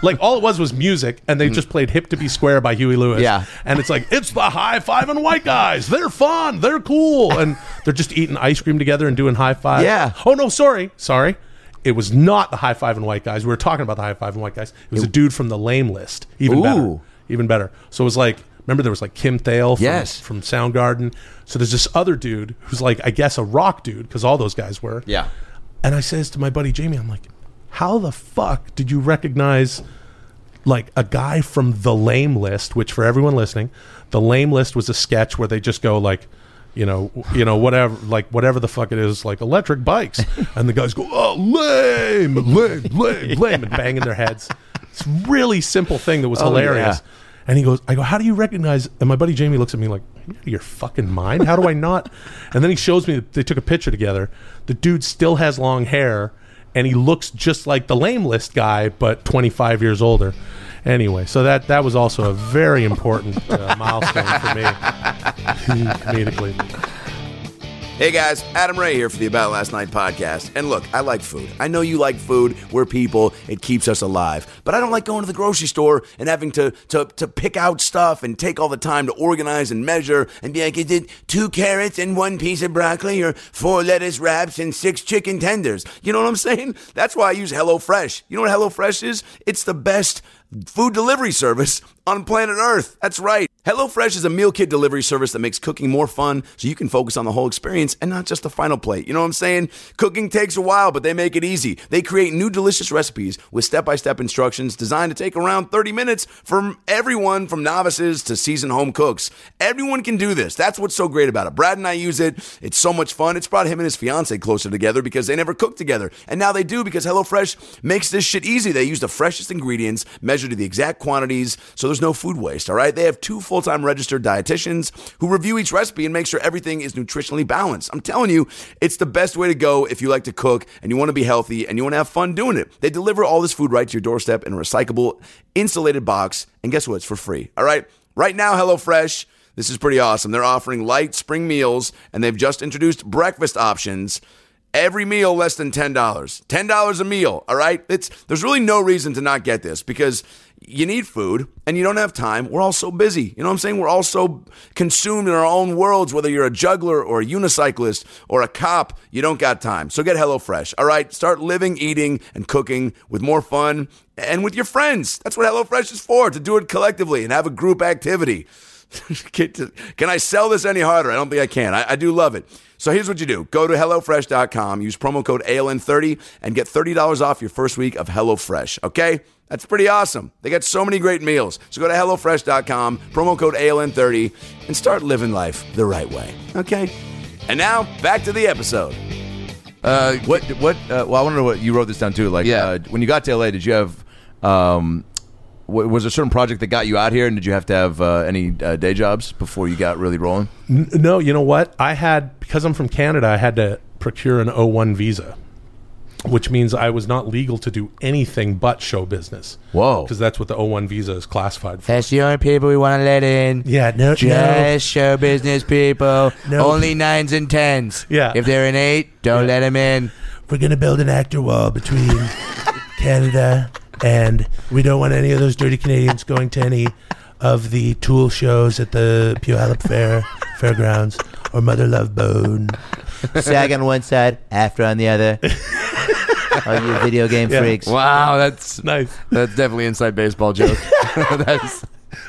Speaker 4: like all it was was music and they just played Hip to Be Square by Huey Lewis.
Speaker 3: Mm. Yeah.
Speaker 4: And it's like it's the high five and white guys. They're fun, they're cool and they're just eating ice cream together and doing high five.
Speaker 3: Yeah.
Speaker 4: Oh no, sorry. Sorry. It was not the high five and white guys. We were talking about the high five and white guys. It was a dude from the lame list. Even
Speaker 3: Ooh.
Speaker 4: better even better. So it was like, remember there was like Kim Thale from,
Speaker 3: Yes.
Speaker 4: from Soundgarden. So there's this other dude who's like, I guess a rock dude because all those guys were.
Speaker 3: Yeah.
Speaker 4: And I says to my buddy Jamie, I'm like, how the fuck did you recognize like a guy from The Lame List? Which for everyone listening, The Lame List was a sketch where they just go like. You know, you know, whatever, like whatever the fuck it is, like electric bikes, and the guys go, "Oh, lame, lame, lame, lame," and banging their heads. It's a really simple thing that was hilarious.
Speaker 3: yeah.
Speaker 4: And he goes, I go, how do you recognize? And my buddy Jamie looks at me like, "Are you out of your fucking mind? How do I not? and then he shows me, they took a picture together. The dude still has long hair and he looks just like the lame list guy, but 25 years older. Anyway, so that, that was also a very important uh, milestone for me comedically.
Speaker 1: Hey guys, Adam Ray here for the About Last Night podcast. And look, I like food. I know you like food. We're people. It keeps us alive. But I don't like going to the grocery store and having to to, to pick out stuff and take all the time to organize and measure and be like, is it two carrots and one piece of broccoli or four lettuce wraps and six chicken tenders? You know what I'm saying? That's why I use HelloFresh. You know what HelloFresh is? It's the best food delivery service on planet Earth. That's right. HelloFresh is a meal kit delivery service that makes cooking more fun so you can focus on the whole experience and not just the final plate. You know what I'm saying? Cooking takes a while, but they make it easy. They create new delicious recipes with step by step instructions designed to take around 30 minutes from everyone from novices to seasoned home cooks. Everyone can do this. That's what's so great about it. Brad and I use it. It's so much fun. It's brought him and his fiance closer together because they never cooked together. And now they do because HelloFresh makes this shit easy. They use the freshest ingredients measured to the exact quantities so there's no food waste, all right? They have two full time registered dietitians who review each recipe and make sure everything is nutritionally balanced. I'm telling you, it's the best way to go if you like to cook and you want to be healthy and you want to have fun doing it. They deliver all this food right to your doorstep in a recyclable, insulated box. And guess what? It's for free, all right? Right now, HelloFresh. This is pretty awesome. They're offering light spring meals and they've just introduced breakfast options. Every meal less than $10. $10 a meal, all right? It's there's really no reason to not get this because you need food and you don't have time. We're all so busy. You know what I'm saying? We're all so consumed in our own worlds whether you're a juggler or a unicyclist or a cop, you don't got time. So get HelloFresh. All right? Start living, eating and cooking with more fun and with your friends. That's what HelloFresh is for, to do it collectively and have a group activity. Get to- can I sell this any harder? I don't think I can. I, I do love it. So here's what you do go to HelloFresh.com, use promo code ALN30, and get $30 off your first week of HelloFresh. Okay? That's pretty awesome. They got so many great meals. So go to HelloFresh.com, promo code ALN30, and start living life the right way. Okay? And now, back to the episode.
Speaker 6: Uh,
Speaker 3: What? What? Uh, well, I want to know what you wrote this down too. Like,
Speaker 6: Yeah.
Speaker 3: uh, when you got to LA, did you have? Um, w- was there a certain project that got you out here, and did you have to have uh, any uh, day jobs before you got really rolling?
Speaker 4: N- No, you know what? I had because I'm from Canada, I had to procure an O1 visa, which means I was not legal to do anything but show business.
Speaker 3: Whoa.
Speaker 4: Because that's what the O1 visa is classified for.
Speaker 6: That's the only people we want to let in.
Speaker 4: Yeah, no,
Speaker 6: Just show business people. Only nines and tens.
Speaker 4: Yeah.
Speaker 6: If they're an eight, don't let 'em let them
Speaker 4: We're gonna build an actor wall between Canada and we don't want any of those dirty Canadians going to any of the tool shows at the Puyallup Fair fairgrounds or Mother Love Bone.
Speaker 6: in. Sag on one side, after on the other. All you video game
Speaker 4: freaks.
Speaker 6: Wow, that's
Speaker 4: Nice.
Speaker 6: that's definitely inside baseball joke. that's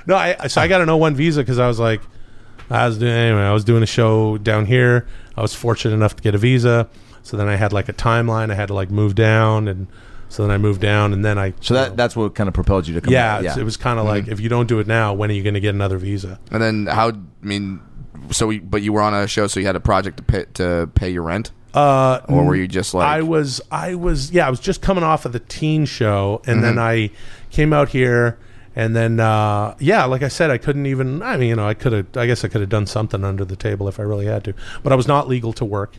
Speaker 4: No, I so I got an O1 visa because I was like, I was doing anyway. I was doing a show down here. I was fortunate enough to get a visa. So then I had like a timeline. I had to like move down, and so then I moved down, and then I
Speaker 3: So that Mm-hmm. that's what kind of propelled you to come.
Speaker 4: yeah,
Speaker 3: out.
Speaker 4: it's- it was kind of like if you don't do it now, when are you going to get another visa?
Speaker 6: And then how? I mean, so we, but you were on a show, so you had a project to pay, to pay your rent,
Speaker 4: Uh,
Speaker 6: or were you just like
Speaker 4: I was I was yeah, I was just coming off of the teen show and then I
Speaker 3: Mm-hmm.
Speaker 4: came out here and then uh, yeah, like I said, I couldn't even I mean, you know, I could have I guess I could have done something under the table if I really had to. But I was not legal to work.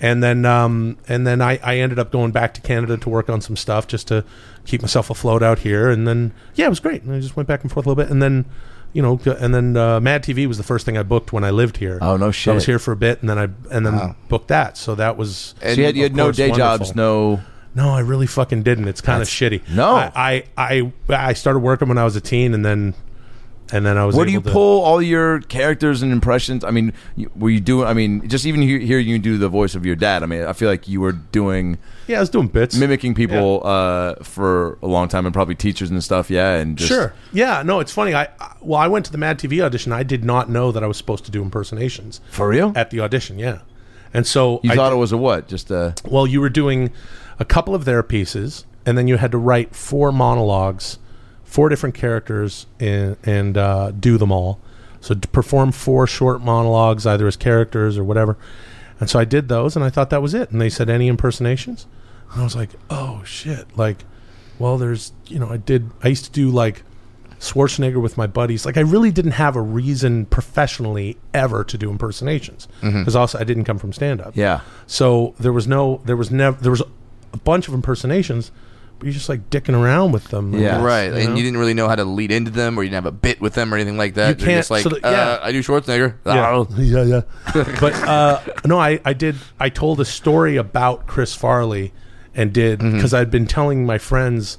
Speaker 4: And then um, and then I, I ended up going back to Canada to work on some stuff just to keep myself afloat out here and then yeah, it was great. And I just went back and forth a little bit and then you know, and then uh, Mad TV was the first thing I booked when I lived here.
Speaker 3: Oh, no
Speaker 4: So I was
Speaker 3: shit.
Speaker 4: here for a bit, and then I and then booked that. So that was
Speaker 3: So you had, you
Speaker 4: of
Speaker 3: had no
Speaker 4: course,
Speaker 3: day jobs,
Speaker 4: wonderful.
Speaker 3: no.
Speaker 4: No, I really fucking didn't. It's kind of shitty.
Speaker 3: No.
Speaker 4: I, I I I started working when I was a teen, and then and then I was.
Speaker 3: Where do you
Speaker 4: able to-
Speaker 3: pull all your characters and impressions? I mean, you- were you doing? I mean, just even he- hearing you do the voice of your dad. I mean, I feel like you were doing
Speaker 4: Yeah, I was doing bits.
Speaker 3: mimicking people uh, for a long time, and probably teachers and stuff. Yeah, and just,
Speaker 4: Sure. Yeah. No, it's funny. I I- well, I went to the Mad TV audition. I did not know that I was supposed to do impersonations
Speaker 3: for real.
Speaker 4: at the audition. Yeah, and so
Speaker 3: you
Speaker 4: I
Speaker 3: thought it was a what? Just uh, a
Speaker 4: well, you were doing a couple of their pieces, and then you had to write four monologues, four different characters, and, and uh, do them all. So to perform four short monologues, either as characters or whatever. And so I did those, and I thought that was it. And they said, "Any impersonations?" And I was like, "Oh shit!" Like, well, there's you know, I did. I used to do like Schwarzenegger with my buddies. Like I really didn't have a reason professionally ever to do impersonations because also I didn't come from stand up.
Speaker 3: Yeah.
Speaker 4: So there was no, there was never, there was a bunch of impersonations, but you're just like dicking around with them. I
Speaker 3: Yeah.
Speaker 4: guess,
Speaker 6: right? and
Speaker 4: know?
Speaker 6: you didn't really know how to lead into them, or you didn't have a bit with them, or anything like that.
Speaker 4: You
Speaker 6: You're
Speaker 4: can't-
Speaker 6: just like,
Speaker 4: so that- yeah.
Speaker 6: uh, I do Schwarzenegger.
Speaker 4: Yeah.
Speaker 6: Oh.
Speaker 4: yeah, yeah. But uh, no, I, I did. I told a story about Chris Farley, and did because I'd been telling my friends,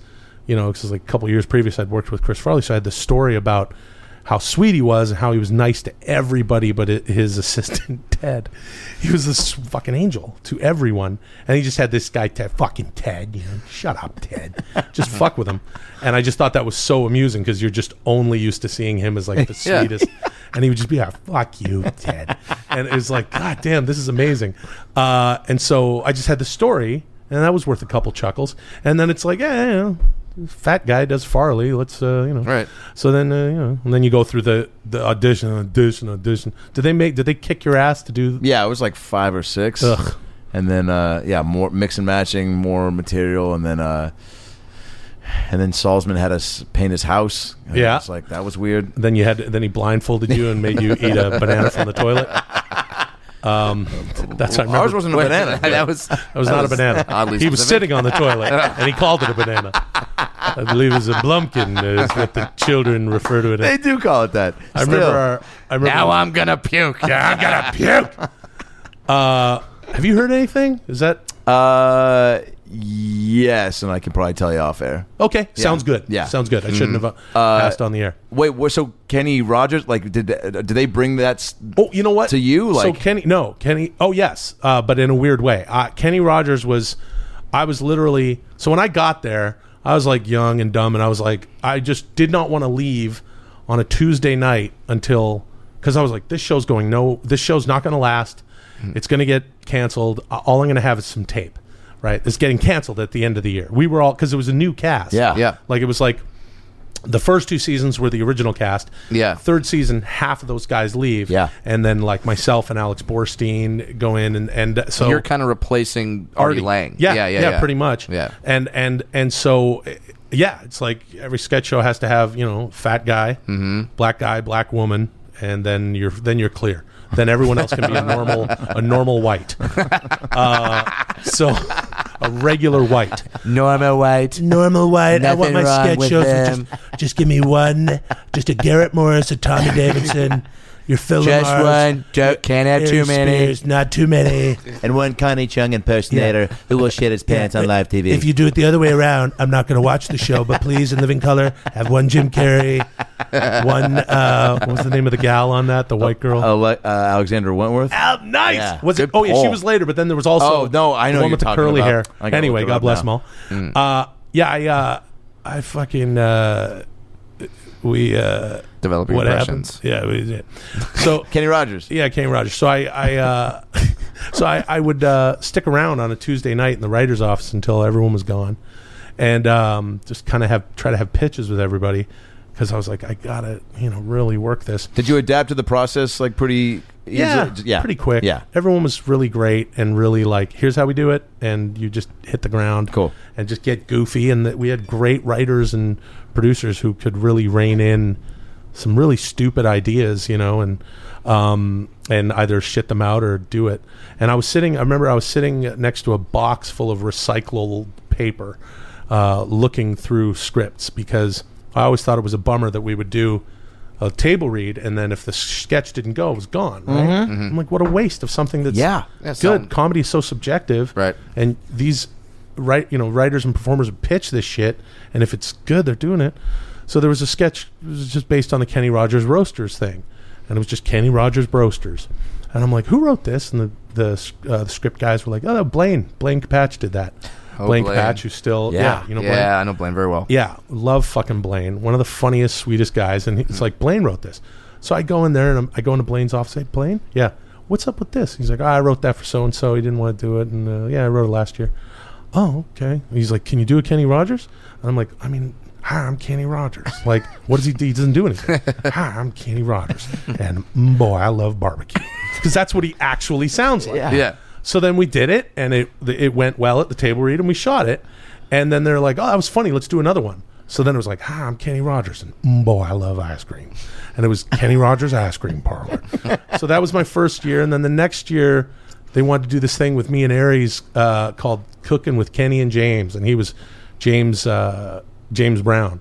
Speaker 4: you know, because like a couple years previous I'd worked with Chris Farley, so I had this story about how sweet he was and how he was nice to everybody, but i- his assistant Ted, he was this fucking angel to everyone, and he just had this guy Ted, fucking Ted, you know, shut up Ted, just fuck with him, and I just thought that was so amusing because you're just only used to seeing him as like the
Speaker 6: Yeah.
Speaker 4: sweetest this. And he would just be like, fuck you, Ted. and it was like, God damn, this is amazing. Uh, and so I just had the story, and that was worth a couple chuckles. And then it's like, yeah, you know, fat guy does Farley. Let's, uh, you know.
Speaker 6: Right.
Speaker 4: So then, uh, you know, and then you go through the, the audition, audition, audition. Did they make, did they kick your ass to do?
Speaker 3: yeah, it was like five or six,
Speaker 4: Ugh.
Speaker 3: and then uh, yeah, more mix and matching, more material, and then uh, and then Salzman had us paint his house. And
Speaker 4: Yeah.
Speaker 3: it's like that was weird.
Speaker 4: Then you had, then he blindfolded you and made you eat a banana from the toilet. Um, that's what I remember.
Speaker 3: Ours wasn't a
Speaker 6: Wait,
Speaker 3: banana.
Speaker 6: that was
Speaker 4: It was not a banana.
Speaker 6: oddly
Speaker 4: he was
Speaker 6: specific.
Speaker 4: sitting on the toilet and he called it a banana. I believe it was a blumpkin is what the children refer to it
Speaker 3: They
Speaker 4: as.
Speaker 3: do call it that.
Speaker 4: I remember
Speaker 3: Still.
Speaker 4: our, I remember
Speaker 6: now I'm gonna puke. I'm gonna puke.
Speaker 4: Uh, Have you heard anything? Is that
Speaker 3: Uh, yes, and I can probably tell you off air.
Speaker 4: Okay, sounds good.
Speaker 3: Yeah.
Speaker 4: Sounds good. I shouldn't have uh, passed on the air.
Speaker 3: Wait, what, so Kenny Rogers? Like, did did they bring that? s-
Speaker 4: Oh, you know what?
Speaker 3: To you, like-
Speaker 4: so Kenny? No, Kenny. Oh, yes, uh, but in a weird way. Uh, Kenny Rogers was. I was literally. So when I got there, I was like young and dumb, and I was like, I just did not want to leave on a Tuesday night until because I was like, this show's going no, this show's not going to last.
Speaker 3: Hmm.
Speaker 4: It's going to get canceled. Uh, All I'm going to have is some tape. Right, it's getting canceled at the end of the year. We were all because it was a new cast.
Speaker 3: Yeah.
Speaker 6: Yeah.
Speaker 4: Like it was like the first two seasons were the original cast.
Speaker 6: Yeah.
Speaker 4: Third season, half of those guys leave.
Speaker 3: Yeah.
Speaker 4: And then like myself and Alex Borstein go in and and so
Speaker 6: You're kind of replacing Artie Lang.
Speaker 4: Yeah, yeah, yeah, pretty much.
Speaker 6: Yeah.
Speaker 4: And and and so eh, yeah, it's like every sketch show has to have you know fat guy, black guy, black woman, and then you're then you're clear. Then everyone else can be a normal a normal white. Uh, so a regular white.
Speaker 3: Norma White.
Speaker 4: normal white. I want my
Speaker 3: Nothing wrong
Speaker 4: sketch
Speaker 3: with
Speaker 4: shows. with
Speaker 3: them.
Speaker 4: Just, just give me one, just a Garrett Morris, a Tommy Davidson, your Phil Lamars,
Speaker 3: Joke can't
Speaker 4: Aaron Spears, not too many.
Speaker 3: And one Connie Chung impersonator who will shit his pants on live TV.
Speaker 4: If you do it the other way around, I'm not going to watch the show. But please, in Living Color, have one Jim Carrey, one. Uh, what was the name of the gal on that? The white girl.
Speaker 3: Ale- uh, Alexander Wentworth.
Speaker 4: nice.
Speaker 3: Yeah.
Speaker 4: Was it?
Speaker 3: Good
Speaker 4: Oh yeah, she
Speaker 3: poll.
Speaker 4: was later, but then there was also
Speaker 3: Oh, no, I know
Speaker 4: the one
Speaker 3: you're
Speaker 4: with the
Speaker 3: talking
Speaker 4: curly
Speaker 3: about.
Speaker 4: hair.
Speaker 3: I gotta
Speaker 4: Anyway,
Speaker 3: look it
Speaker 4: God
Speaker 3: up
Speaker 4: bless
Speaker 3: now.
Speaker 4: them all. Uh, yeah, I uh, I fucking uh, we uh,
Speaker 6: Developing
Speaker 4: what
Speaker 6: impressions.
Speaker 4: happens? Yeah, we, yeah. So
Speaker 3: Kenny Rogers.
Speaker 4: yeah, Kenny Rogers. So I, I uh, so I, I would uh, stick around on a Tuesday night in the writer's office until everyone was gone, and um, just kind of have try to have pitches with everybody because I was like, I gotta, you know, really work this.
Speaker 3: Did you adapt to the process like pretty?
Speaker 4: Yeah,
Speaker 3: easily? yeah,
Speaker 4: pretty quick.
Speaker 3: Yeah,
Speaker 4: everyone was really great and really like, here's how we do it, and you just hit the ground,
Speaker 3: Cool.
Speaker 4: and just get goofy. And that we had great writers and producers who could really rein in some really stupid ideas, you know, and um, and either shit them out or do it. And I was sitting, I remember I was sitting next to a box full of recyclable paper, uh, looking through scripts because I always thought it was a bummer that we would do a table read and then if the sketch didn't go, it was gone. Right? I'm like, what a waste of something that's
Speaker 3: Yeah.
Speaker 6: Yeah,
Speaker 4: good.
Speaker 6: some-
Speaker 4: Comedy is so subjective,
Speaker 6: Right.
Speaker 4: And these, right, you know, writers and performers pitch this shit, and if it's good, they're doing it. So there was a sketch it was just based on the Kenny Rogers Roasters thing, and it was just Kenny Rogers Roasters, and I'm like, who wrote this? And the the, uh, the script guys were like, oh, no, Blaine Blaine Patch did that.
Speaker 6: Oh,
Speaker 4: Blaine
Speaker 6: Blaine.
Speaker 4: Patch, who still
Speaker 3: Yeah.
Speaker 4: yeah, you know
Speaker 6: yeah,
Speaker 4: Blaine.
Speaker 6: I know Blaine very well.
Speaker 4: Yeah, love fucking Blaine. One of the funniest, sweetest guys, and he- it's like Blaine wrote this. So I go in there and I'm, I go into Blaine's office. Say, Blaine, yeah, what's up with this? He's like, "Ah, I wrote that for so and so. He didn't want to do it, and uh, yeah, I wrote it last year. Oh, okay. He's like, can you do a Kenny Rogers? And I'm like, I mean, hi, I'm Kenny Rogers. Like, what does he do? He doesn't do anything. hi, I'm Kenny Rogers, and mm, boy, I love barbecue because that's what he actually sounds like.
Speaker 6: Yeah.
Speaker 4: So then we did it, and it it went well at the table read, and we shot it. And then they're like, "Oh, that was funny. Let's do another one." So then it was like, "Hi, I'm Kenny Rogers, and mm, boy, I love ice cream." And it was Kenny Rogers Ice Cream Parlor. so that was my first year, and then the next year they wanted to do this thing with me and Aries uh, called Cooking with Kenny and James, and he was James uh, James Brown.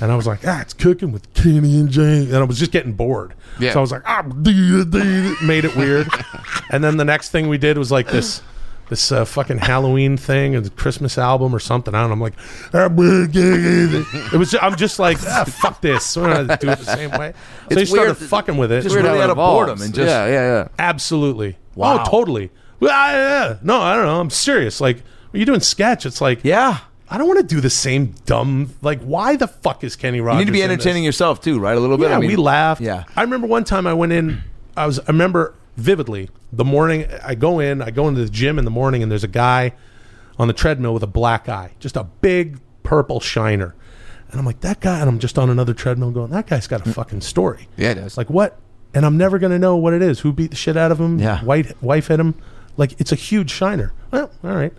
Speaker 4: And I was like, ah, it's cooking with Kenny and James. And I was just getting bored.
Speaker 6: Yeah.
Speaker 4: So I was like, ah, dee, dee," made it weird. and then the next thing we did was like this this uh, fucking Halloween thing and Christmas album or something. I don't know. I'm like, "Ah, blah, gah, gah, gah." it was. I'm just like, ah, fuck this. We're gonna do it the same way. So
Speaker 6: It's
Speaker 4: you started
Speaker 6: weird that-
Speaker 4: fucking with it.
Speaker 6: Just
Speaker 3: Weird
Speaker 6: really
Speaker 3: how
Speaker 6: out
Speaker 3: it
Speaker 6: of boredom
Speaker 3: evolves.
Speaker 6: and just
Speaker 3: Yeah,
Speaker 6: yeah, yeah,
Speaker 4: Absolutely.
Speaker 3: Wow.
Speaker 4: Oh, totally. Well, I- yeah. No, I don't know. I'm serious. Like, when you're doing sketch, it's like,
Speaker 3: yeah.
Speaker 4: I don't want to do the same dumb. Like, why the fuck is Kenny
Speaker 3: You
Speaker 4: Rogers?
Speaker 3: need to be
Speaker 4: in this?
Speaker 3: entertaining yourself too, right? A little bit.
Speaker 4: Yeah,
Speaker 3: I mean,
Speaker 4: we laughed.
Speaker 3: Yeah.
Speaker 4: I remember one time I went in. I was. I remember vividly the morning I go in. I go into the gym in the morning, and there's a guy on the treadmill with a black eye, just a big purple shiner. And I'm like, that guy. And I'm just on another treadmill going, that guy's
Speaker 3: Hmm.
Speaker 4: got a fucking story.
Speaker 6: Yeah, it does.
Speaker 4: It's like what? And I'm never gonna know what it is. Who beat the shit out of him?
Speaker 3: Yeah.
Speaker 4: White wife hit him. Like it's a huge shiner. Well, all right.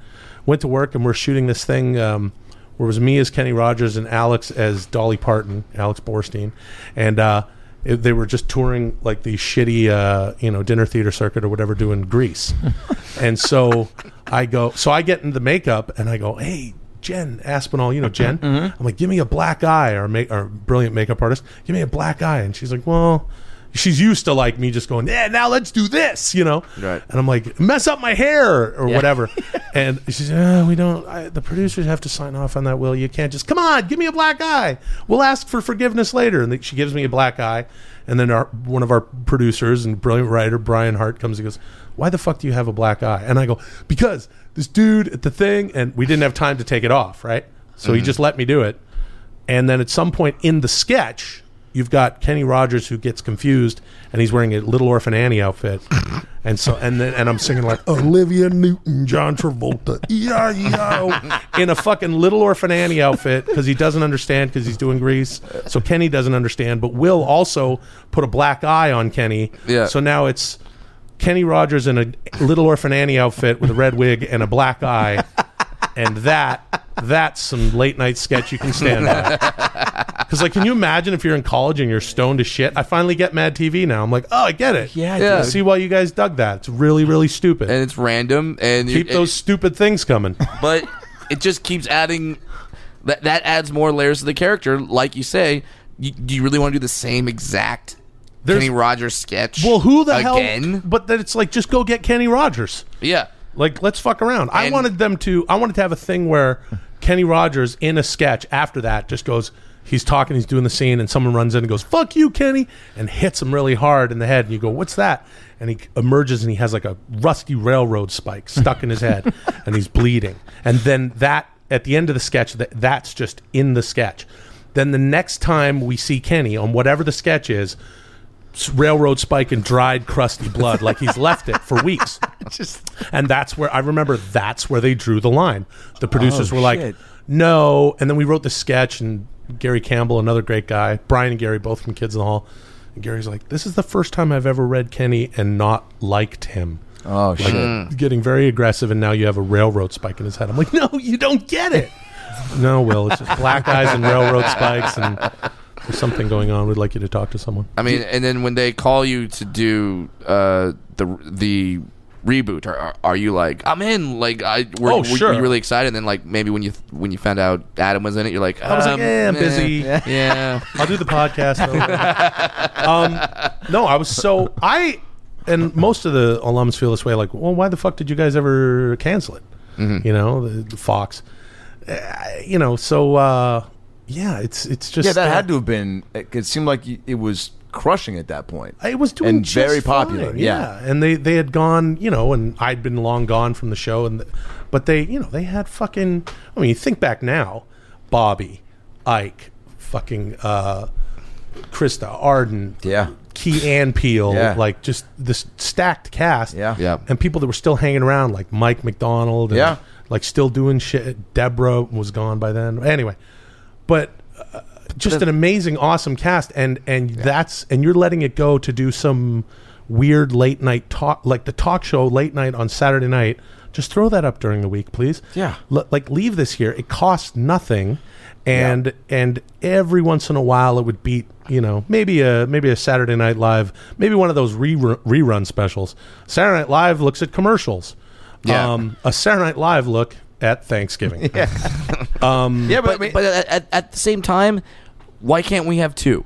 Speaker 4: Went to work and we're shooting this thing. Um, where it was me as Kenny Rogers and Alex as Dolly Parton, Alex Borstein, and uh, it- they were just touring like the shitty, uh, you know, dinner theater circuit or whatever, doing Grease. and so I go, so I get into the makeup and I go, hey. Jen Aspinall, you know Jen. I'm like, give me a black eye, or make, or brilliant makeup artist, give me a black eye, and she's like, well, she's used to like me just going, yeah, now let's do this, you know.
Speaker 6: Right.
Speaker 4: And I'm like, mess up my hair or whatever. and she says, oh, we don't. I, the producers have to sign off on that. Will you can't just come on, give me a black eye. We'll ask for forgiveness later. And she gives me a black eye. And then our, one of our producers and brilliant writer Brian Hart comes and goes, why the fuck do you have a black eye? And I go, because this dude at the thing, and we didn't have time to take it off, right? So he just let me do it. And then at some point in the sketch, you've got Kenny Rogers who gets confused and he's wearing a Little Orphan Annie outfit. And so and then and I'm singing like Olivia Newton, John Travolta, E yeah, yeah, in a fucking Little Orphan Annie outfit because he doesn't understand because he's doing Grease. So Kenny doesn't understand, but Will also put a black eye on Kenny.
Speaker 6: Yeah.
Speaker 4: So now it's Kenny Rogers in a Little Orphan Annie outfit with a red wig and a black eye. And that that's some late night sketch you can stand by. Because like, can you imagine if you're in college and you're stoned to shit? I finally get Mad TV now. I'm like, oh, I get it.
Speaker 3: Yeah,
Speaker 6: Yeah.
Speaker 4: I see why you guys dug that. It's really, really stupid.
Speaker 6: And it's random and you-
Speaker 4: Keep
Speaker 6: it-
Speaker 4: those stupid things coming.
Speaker 6: but it just keeps adding that that adds more layers to the character. Like you say, you, do you really want to do the same exact
Speaker 4: There's-
Speaker 6: Kenny Rogers sketch?
Speaker 4: Well, who the
Speaker 6: again?
Speaker 4: hell? But then it's like, just go get Kenny Rogers.
Speaker 6: Yeah,
Speaker 4: Like, let's fuck around. I
Speaker 6: And-
Speaker 4: wanted them to. I wanted to have a thing where Kenny Rogers in a sketch after that just goes. He's talking. He's doing the scene, and someone runs in and goes, "Fuck you, Kenny!" and hits him really hard in the head. And you go, "What's that?" And he emerges, and he has like a rusty railroad spike stuck in his head, and he's bleeding. And then that at the end of the sketch, that that's just in the sketch. Then the next time we see Kenny on whatever the sketch is, s- railroad spike and dried crusty blood like he's left it for weeks. and that's where I remember that's where they drew the line. The producers
Speaker 3: Oh,
Speaker 4: were like,
Speaker 3: shit.
Speaker 4: "No," and then we wrote the sketch and Gary Campbell, another great guy, Brian and Gary, both from Kids in the Hall. And Gary's like, "This is the first time I've ever read Kenny and not liked him."
Speaker 3: Oh shit!
Speaker 4: Getting very aggressive, and now you have a railroad spike in his head. I'm like, "No, you don't get it." no, Will, it's just black eyes and railroad spikes, and there's something going on. We'd like you to talk to someone.
Speaker 6: I mean, and then when they call you to do uh, the the reboot, are- are, are you like, I'm in? Like, I were,
Speaker 4: Oh,
Speaker 6: were you-
Speaker 4: sure.
Speaker 6: were you really excited? And then like maybe when you when you found out Adam was in it, you're like,
Speaker 4: was like,
Speaker 6: um,
Speaker 4: "Eh, I'm
Speaker 6: eh,
Speaker 4: busy."
Speaker 6: Yeah,
Speaker 4: I'll do the podcast. though. um, no, I was so I and most of the alums feel this way. Like, well, why the fuck did you guys ever cancel it? You know, the, the Fox. Uh, you know, so uh, yeah, it's it's just
Speaker 3: Yeah, that had to have been. It, it seemed like it was crushing at that point.
Speaker 4: It was doing
Speaker 3: and
Speaker 4: just
Speaker 3: very popular.
Speaker 4: fine,
Speaker 3: yeah.
Speaker 4: and they they had gone, you know, and I'd been long gone from the show, and but they, you know, they had fucking. I mean, you think back now, Bobby, Ike, fucking uh, Krista, Arden,
Speaker 3: Yeah.
Speaker 4: Key and Peel,
Speaker 3: Yeah.
Speaker 4: like just this stacked cast,
Speaker 3: Yeah.
Speaker 6: yeah.
Speaker 4: and people that were still hanging around, like Mike McDonald, and,
Speaker 3: Yeah.
Speaker 4: like still doing shit. Deborah was gone by then. Anyway, but uh, just an amazing, awesome cast, and and that's and you're letting it go to do some weird late night talk, like the talk show late night on Saturday night. Just throw that up during the week, please.
Speaker 3: Yeah.
Speaker 4: L- like leave this here. It costs nothing, and and every once in a while it would beat you know maybe a maybe a Saturday Night Live, maybe one of those rerun, rerun specials. Saturday Night Live looks at commercials.
Speaker 6: Yeah.
Speaker 4: Um, a Saturday Night Live look at Thanksgiving.
Speaker 3: Yeah, but,
Speaker 6: but but at, at, at the same time, why can't we have two?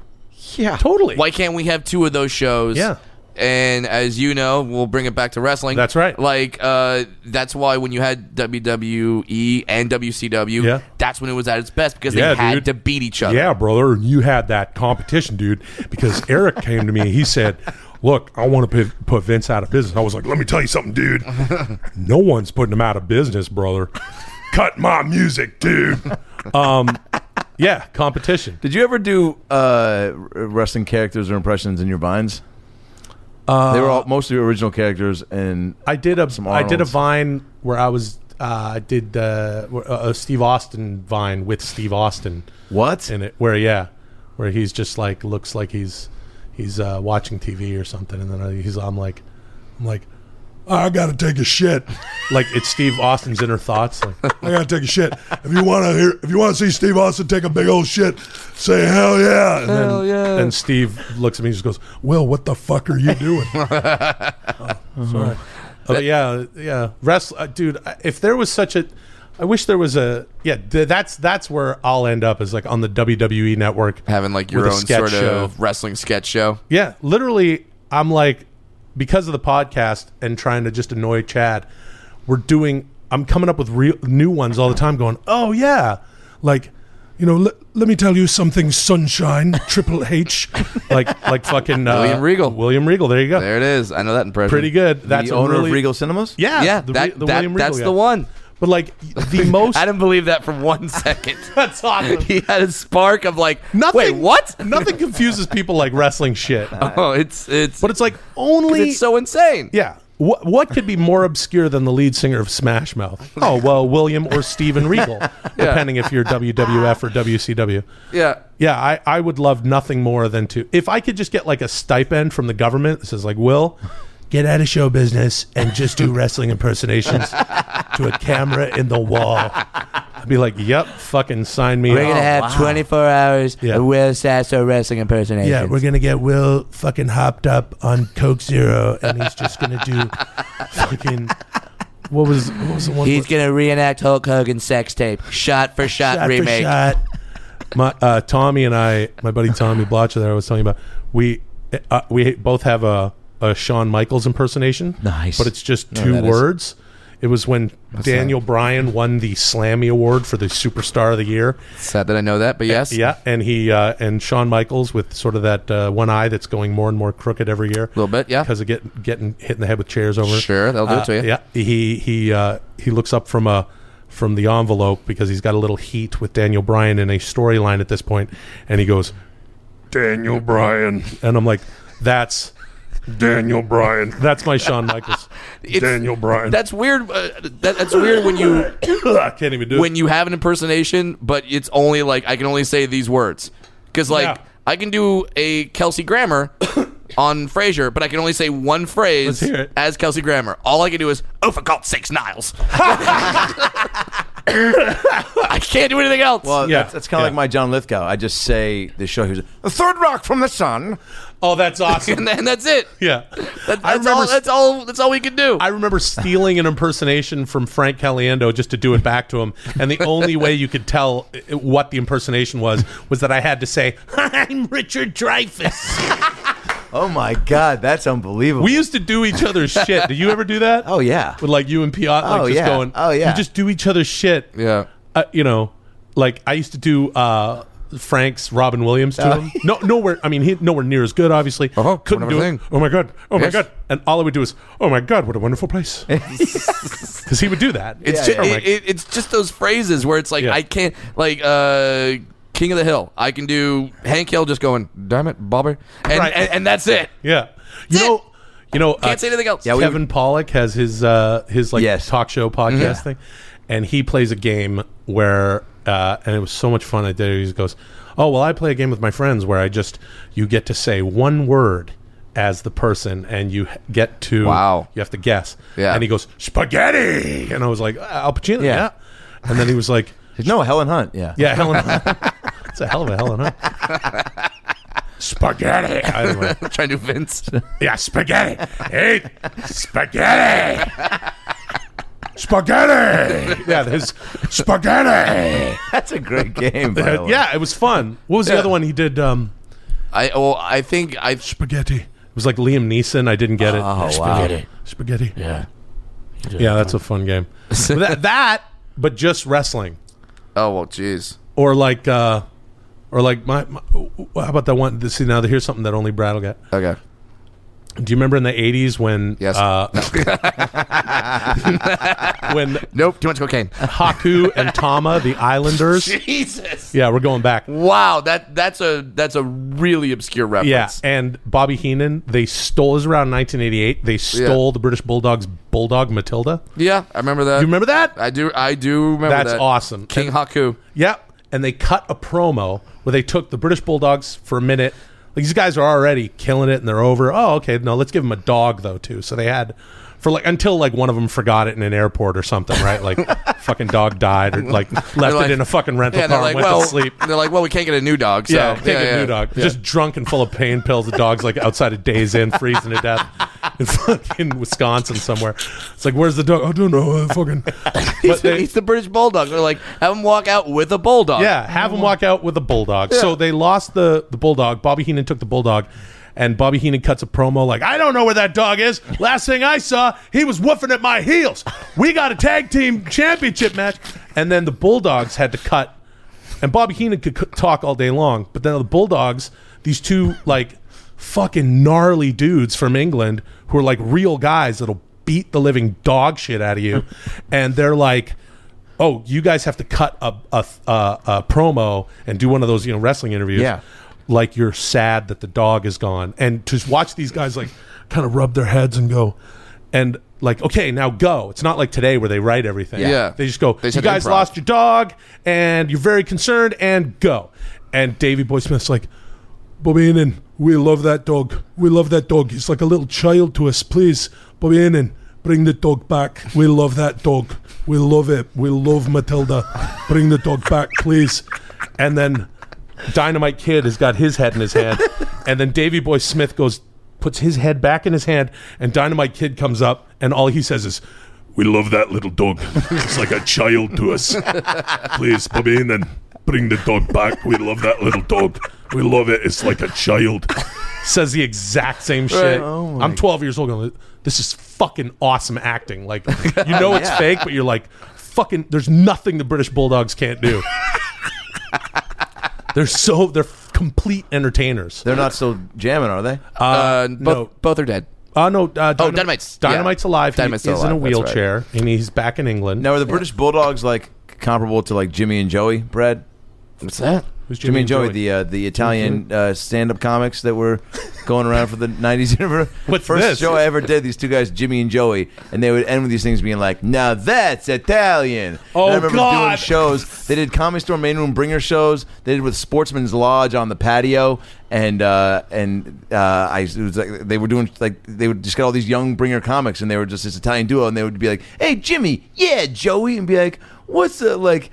Speaker 4: Yeah, totally.
Speaker 6: Why can't we have two of those shows?
Speaker 4: Yeah.
Speaker 6: And as you know, we'll bring it back to wrestling.
Speaker 4: That's right.
Speaker 6: Like uh, that's why when you had WWE and WCW,
Speaker 4: Yeah.
Speaker 6: that's when it was at its best because
Speaker 4: Yeah,
Speaker 6: they had
Speaker 4: dude.
Speaker 6: to beat each other.
Speaker 4: Yeah, brother, you had that competition, dude. Because Eric came to me, he said, "Look, I want to put, put Vince out of business." I was like, "Let me tell you something, dude. No one's putting him out of business, brother. Cut my music, dude." Um, yeah, competition.
Speaker 3: did you ever do uh, r- wrestling characters or impressions in your vines? Uh, they were all mostly original characters, and
Speaker 4: I did a
Speaker 3: Some
Speaker 4: I did a
Speaker 3: Arnolds.
Speaker 4: vine where I was uh, I did uh, where- a a Steve Austin vine with Steve Austin
Speaker 3: what?
Speaker 4: in it. Where yeah, where he's just like looks like he's he's uh, watching TV or something, and then I- he's I'm like I'm like I gotta take a shit. like it's Steve Austin's inner thoughts. Like I gotta take a shit. If you wanna hear, if you wanna see Steve Austin take a big old shit, say hell yeah. And hell then, yeah. And Steve looks at me and just goes, "Will, what the fuck are you doing?" Sorry. Oh yeah, yeah. Wrestle, uh, dude. I- If there was such a, I wish there was a. Yeah, th- that's that's where I'll end up is like on the WWE network
Speaker 6: Having like your
Speaker 4: with a
Speaker 6: own
Speaker 4: sketch
Speaker 6: sort
Speaker 4: show.
Speaker 6: of wrestling sketch show.
Speaker 4: Yeah, literally, I'm like, because of the podcast and trying to just annoy Chad, we're doing. I'm coming up with real new ones all the time. Going, oh yeah, like, you know, let, let me tell you something, Sunshine Triple H, like like fucking uh,
Speaker 6: William Regal.
Speaker 4: William Regal. There you go.
Speaker 6: There it is. I know that impression.
Speaker 4: Pretty good. That's
Speaker 3: the
Speaker 4: a
Speaker 3: owner
Speaker 4: really-
Speaker 3: of Regal Cinemas.
Speaker 4: Yeah,
Speaker 6: Yeah,
Speaker 4: the Re-
Speaker 6: that,
Speaker 4: the
Speaker 6: that-
Speaker 4: William Regal
Speaker 6: that's
Speaker 4: guy.
Speaker 6: the one.
Speaker 4: But like the most.
Speaker 6: I didn't believe that for one second.
Speaker 4: that's awesome.
Speaker 6: he had a spark of like,
Speaker 4: Nothing.
Speaker 6: wait, what?
Speaker 4: nothing confuses people like wrestling shit.
Speaker 6: Oh, it's it's
Speaker 4: But it's like only
Speaker 6: it's so insane.
Speaker 4: Yeah. What what could be more obscure than the lead singer of Smash Mouth? Oh well, William or Steven Regal, depending if you're WWF or WCW.
Speaker 6: yeah.
Speaker 4: Yeah, I, I would love nothing more than to if I could just get like a stipend from the government that says like Will, get out of show business and just do wrestling impersonations to a camera in the wall. I'd be like, Yep, fucking sign me up.
Speaker 6: have 24 hours
Speaker 4: Oh, Yeah. of
Speaker 6: Will Sasso wrestling impersonation.
Speaker 4: Yeah, we're gonna get Will fucking hopped up on Coke Zero, and he's just gonna do fucking what was what was the one? with-
Speaker 6: gonna reenact Hulk Hogan's sex tape, shot for shot,
Speaker 4: for shot. My uh, Tommy and I, my buddy Tommy Blotcher that I was telling you about, we uh, we both have a, a Shawn Michaels impersonation.
Speaker 3: Nice.
Speaker 4: but it's just two words. It was when Daniel Bryan won the Slammy Award for the Superstar of the Year.
Speaker 6: Sad that I know that, but yes,
Speaker 4: Yeah, and he uh, and Shawn Michaels with sort of that uh, one eye that's going more and more crooked every year. A
Speaker 6: Little bit, yeah.
Speaker 4: because of getting getting hit in the head with chairs over.
Speaker 6: Sure, that'll do it to
Speaker 4: Uh,
Speaker 6: you.
Speaker 4: Yeah, he he uh, he looks up from a from the envelope because he's got a little heat with Daniel Bryan in a storyline at this point, and he goes, Daniel Bryan, and I'm like, that's Daniel Bryan. That's my Shawn Michaels.
Speaker 6: It's-
Speaker 4: Daniel Bryan.
Speaker 6: That's weird. Uh, that, that's weird when you
Speaker 4: I can't even do
Speaker 6: when
Speaker 4: it.
Speaker 6: you have an impersonation, but it's only like I can only say these words because like
Speaker 4: Yeah.
Speaker 6: I can do a Kelsey Grammer on Frasier, but I can only say one
Speaker 4: Let's
Speaker 6: phrase
Speaker 4: hear it.
Speaker 6: as Kelsey Grammer. All I can do is oh for God's sakes, Niles. I can't do anything else.
Speaker 3: Well,
Speaker 4: Yeah.
Speaker 3: that's, that's kind of
Speaker 4: Yeah.
Speaker 3: like my John Lithgow. I just say the show. He was a third rock from the sun.
Speaker 4: Oh, that's awesome.
Speaker 6: and, then that's it.
Speaker 4: yeah.
Speaker 6: That,
Speaker 4: I
Speaker 6: that's
Speaker 4: remember
Speaker 6: all.
Speaker 4: s-
Speaker 6: That's all. That's all we can do.
Speaker 4: I remember stealing an impersonation from Frank Caliendo just to do it back to him, and the only way you could tell i- what the impersonation was was that I had to say, "I'm Richard Dreyfuss."
Speaker 3: Oh my God, that's unbelievable.
Speaker 4: We used to do each other's shit. Do you ever do that?
Speaker 3: oh yeah.
Speaker 4: with like you and Piot, like
Speaker 3: Oh,
Speaker 4: just
Speaker 3: yeah.
Speaker 4: going,
Speaker 3: Oh, yeah.
Speaker 4: you just do each other's shit.
Speaker 6: yeah.
Speaker 4: uh, you know, like I used to do uh, Frank's Robin Williams to him. No, nowhere. I mean, he, nowhere near as good. Obviously,
Speaker 6: Uh. Uh-huh,
Speaker 4: couldn't do
Speaker 6: wonderful
Speaker 4: it.
Speaker 6: thing.
Speaker 4: Oh my god! Oh my
Speaker 6: Yes.
Speaker 4: god! And all I would do is, oh my god, what a wonderful place. Because he would do that.
Speaker 6: It's
Speaker 4: Oh
Speaker 6: ju-
Speaker 4: my-
Speaker 6: it, it, it's just those phrases where it's like
Speaker 4: Yeah.
Speaker 6: I can't like uh King of the Hill. I can do Hank Hill just going, "Damn it, Bobby," and
Speaker 4: Right.
Speaker 6: and, and that's it.
Speaker 4: yeah. You
Speaker 6: That's
Speaker 4: know. You know. uh,
Speaker 6: Can't say anything else. Yeah, we Mm-hmm.
Speaker 4: Kevin Pollock has his uh, his like
Speaker 3: Yes.
Speaker 4: talk show podcast thing, and he plays a game where uh, and it was so much fun. I did. it. He just goes, "Oh well, I play a game with my friends where I just you get to say one word." As the person, and you h- get to
Speaker 6: Wow.
Speaker 4: you have to guess.
Speaker 6: Yeah.
Speaker 4: and he goes spaghetti, and I was like "Uh, Al Pacino, yeah.
Speaker 3: Yeah.
Speaker 4: And then he was like,
Speaker 3: No, Helen Hunt. Yeah.
Speaker 4: yeah, Helen, it's a hell of a Helen, huh? spaghetti. I don't know.
Speaker 6: Trying to do Vince.
Speaker 4: Yeah, spaghetti. Eat spaghetti. spaghetti. Yeah, there's spaghetti.
Speaker 3: That's a great game. By the way.
Speaker 4: yeah, it was fun. What was the
Speaker 6: Yeah.
Speaker 4: other one he did? Um,
Speaker 6: I well, I think I
Speaker 4: spaghetti. It was like Liam Neeson. I didn't get it.
Speaker 3: Oh, wow.
Speaker 4: spaghetti. Spaghetti. Yeah. Yeah, that's a fun game. But that, that, but just wrestling,
Speaker 6: oh well, jeez.
Speaker 4: or like, uh, or like my, my how about that one? See now, here's something that only Brad will get.
Speaker 6: Okay.
Speaker 4: Do you remember in the '80s when?
Speaker 6: Yes.
Speaker 4: Uh, when
Speaker 6: Nope. Too much cocaine.
Speaker 4: Haku and Tama, the Islanders.
Speaker 6: Jesus.
Speaker 4: Yeah, we're going back.
Speaker 6: Wow. That that's a that's a really obscure
Speaker 4: Yeah,
Speaker 6: reference.
Speaker 4: and Bobby Heenan, they stole. This is around 1988. They stole the British Bulldog's bulldog Matilda.
Speaker 6: Yeah. I remember that.
Speaker 4: You remember that?
Speaker 6: I do. I do remember
Speaker 4: That's
Speaker 6: that.
Speaker 4: awesome.
Speaker 6: King Haku.
Speaker 4: Yep. And they cut a promo where they took the British Bulldogs for a minute. Like these guys are already killing it and they're over. Oh, okay. No, let's give them a dog though too. So they had for like until like one of them forgot it in an airport or something, right? Like fucking dog died or like left
Speaker 6: like-
Speaker 4: it in a fucking rental
Speaker 6: Yeah.
Speaker 4: car
Speaker 6: They're like,
Speaker 4: and went
Speaker 6: well,
Speaker 4: to sleep.
Speaker 6: they're like, well, we can't get a new dog. So
Speaker 4: yeah, take a
Speaker 6: yeah.
Speaker 4: new dog. Just drunk and full of pain pills. The dog's like outside of Days Inn, freezing to death in fucking Wisconsin somewhere. It's like, where's the dog? I don't know. uh, fucking. But they-
Speaker 6: He's the British Bulldog. They're like, have him walk out with a bulldog.
Speaker 4: yeah, have him walk out with a bulldog. So they lost the the bulldog. Bobby Heenan took the bulldog. And Bobby Heenan cuts a promo like, I don't know where that dog is. Last thing I saw, he was woofing at my heels. We got a tag team championship match. And then the Bulldogs had to cut. And Bobby Heenan could c- talk all day long. But then the Bulldogs, these two, like, fucking gnarly dudes from England who are like real guys that'll beat the living dog shit out of you. and they're like, oh, you guys have to cut a, a, a, a promo and do one of those you know wrestling interviews.
Speaker 3: Yeah.
Speaker 4: Like you're sad that the dog is gone, and to watch these guys like kind of rub their heads and go, and like okay now go. It's not like today where they write everything.
Speaker 6: Yeah.
Speaker 4: they just go.
Speaker 6: They
Speaker 4: you
Speaker 6: said
Speaker 4: guys
Speaker 6: improv.
Speaker 4: lost your dog, and you're very concerned, and go. And Davy Boy Smith's like, Bobby Innan, we love that dog. We love that dog. He's like a little child to us. Please, Bobby Innan, bring the dog back. We love that dog. We love it. We love Matilda. Bring the dog back, please. And then Dynamite Kid has got his head in his hand. And then Davy Boy Smith goes, puts his head back in his hand, and Dynamite Kid comes up, and all he says is, we love that little dog. It's like a child to us. Please come in and bring the dog back. We love that little dog. We love it. It's like a child. Says the exact same shit.
Speaker 6: Oh
Speaker 4: I'm 12 years old. Going, this is fucking awesome acting. Like you know it's fake, but you're like, fucking. There's nothing the British Bulldogs can't do. they're so they're complete entertainers.
Speaker 3: They're not still jamming, are they?
Speaker 6: Uh, both,
Speaker 4: no.
Speaker 6: both are dead.
Speaker 4: Uh, no, uh, Dynam-
Speaker 6: Dynamite's- yeah.
Speaker 4: Dynamite's alive.
Speaker 6: Dynamite's
Speaker 4: he
Speaker 6: still
Speaker 4: is in a
Speaker 6: alive, that's right.
Speaker 4: wheelchair, and he's back in England.
Speaker 3: Now, are the British Bulldogs like comparable to like Jimmy and Joey bread?
Speaker 6: What's that?
Speaker 4: Who's
Speaker 3: Jimmy, and Joey, the uh, the
Speaker 4: Mm-hmm.
Speaker 3: Italian uh, stand up comics that were going around for the nineties.
Speaker 4: What's
Speaker 3: First
Speaker 4: this?
Speaker 3: show I ever did, these two guys, Jimmy and Joey, and they would end with these things being like, "Now that's Italian."
Speaker 4: Oh,
Speaker 3: and I remember doing
Speaker 4: God.
Speaker 3: shows. They did Comedy Store Main Room Bringer shows. They did with Sportsman's Lodge on the patio, and uh, and uh, I it was like they were doing like they would just get all these young Bringer comics, and they were just this Italian duo, and they would be like, "Hey, Jimmy, yeah, Joey," and be like, "What's the like?"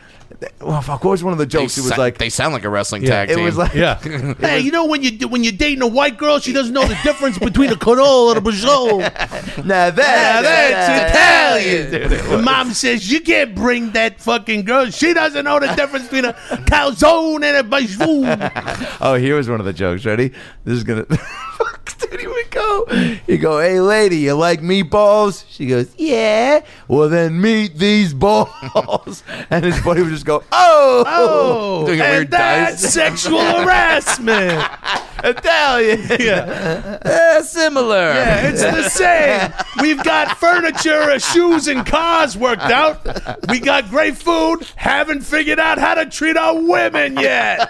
Speaker 3: Well, fuck, what was one of the jokes? it was
Speaker 6: sa-
Speaker 3: like
Speaker 6: they sound like a wrestling
Speaker 4: Yeah,
Speaker 6: tag
Speaker 3: it
Speaker 6: team.
Speaker 3: was like
Speaker 4: yeah. hey, you know when you when you're dating a white girl, she doesn't know the difference between a Corolla and a Peugeot.
Speaker 3: Now that,
Speaker 4: that's Italian. The mom says you can't bring that fucking girl. She doesn't know the difference between a calzone and a bajou.
Speaker 3: Oh, here was one of the jokes. Ready? This is gonna. Fuck, dude, here we go. You go, hey lady, you like meatballs? She goes, yeah. Well, then meet these balls. and his buddy would just go, oh,
Speaker 4: Oh,
Speaker 6: Doing a
Speaker 4: and
Speaker 6: weird
Speaker 4: that's
Speaker 6: dice.
Speaker 4: sexual harassment.
Speaker 3: Italian.
Speaker 4: Yeah,
Speaker 6: Eh, similar.
Speaker 4: yeah, it's the same. We've got furniture, uh, shoes, and cars worked out. We got great food. Haven't figured out how to treat our women yet.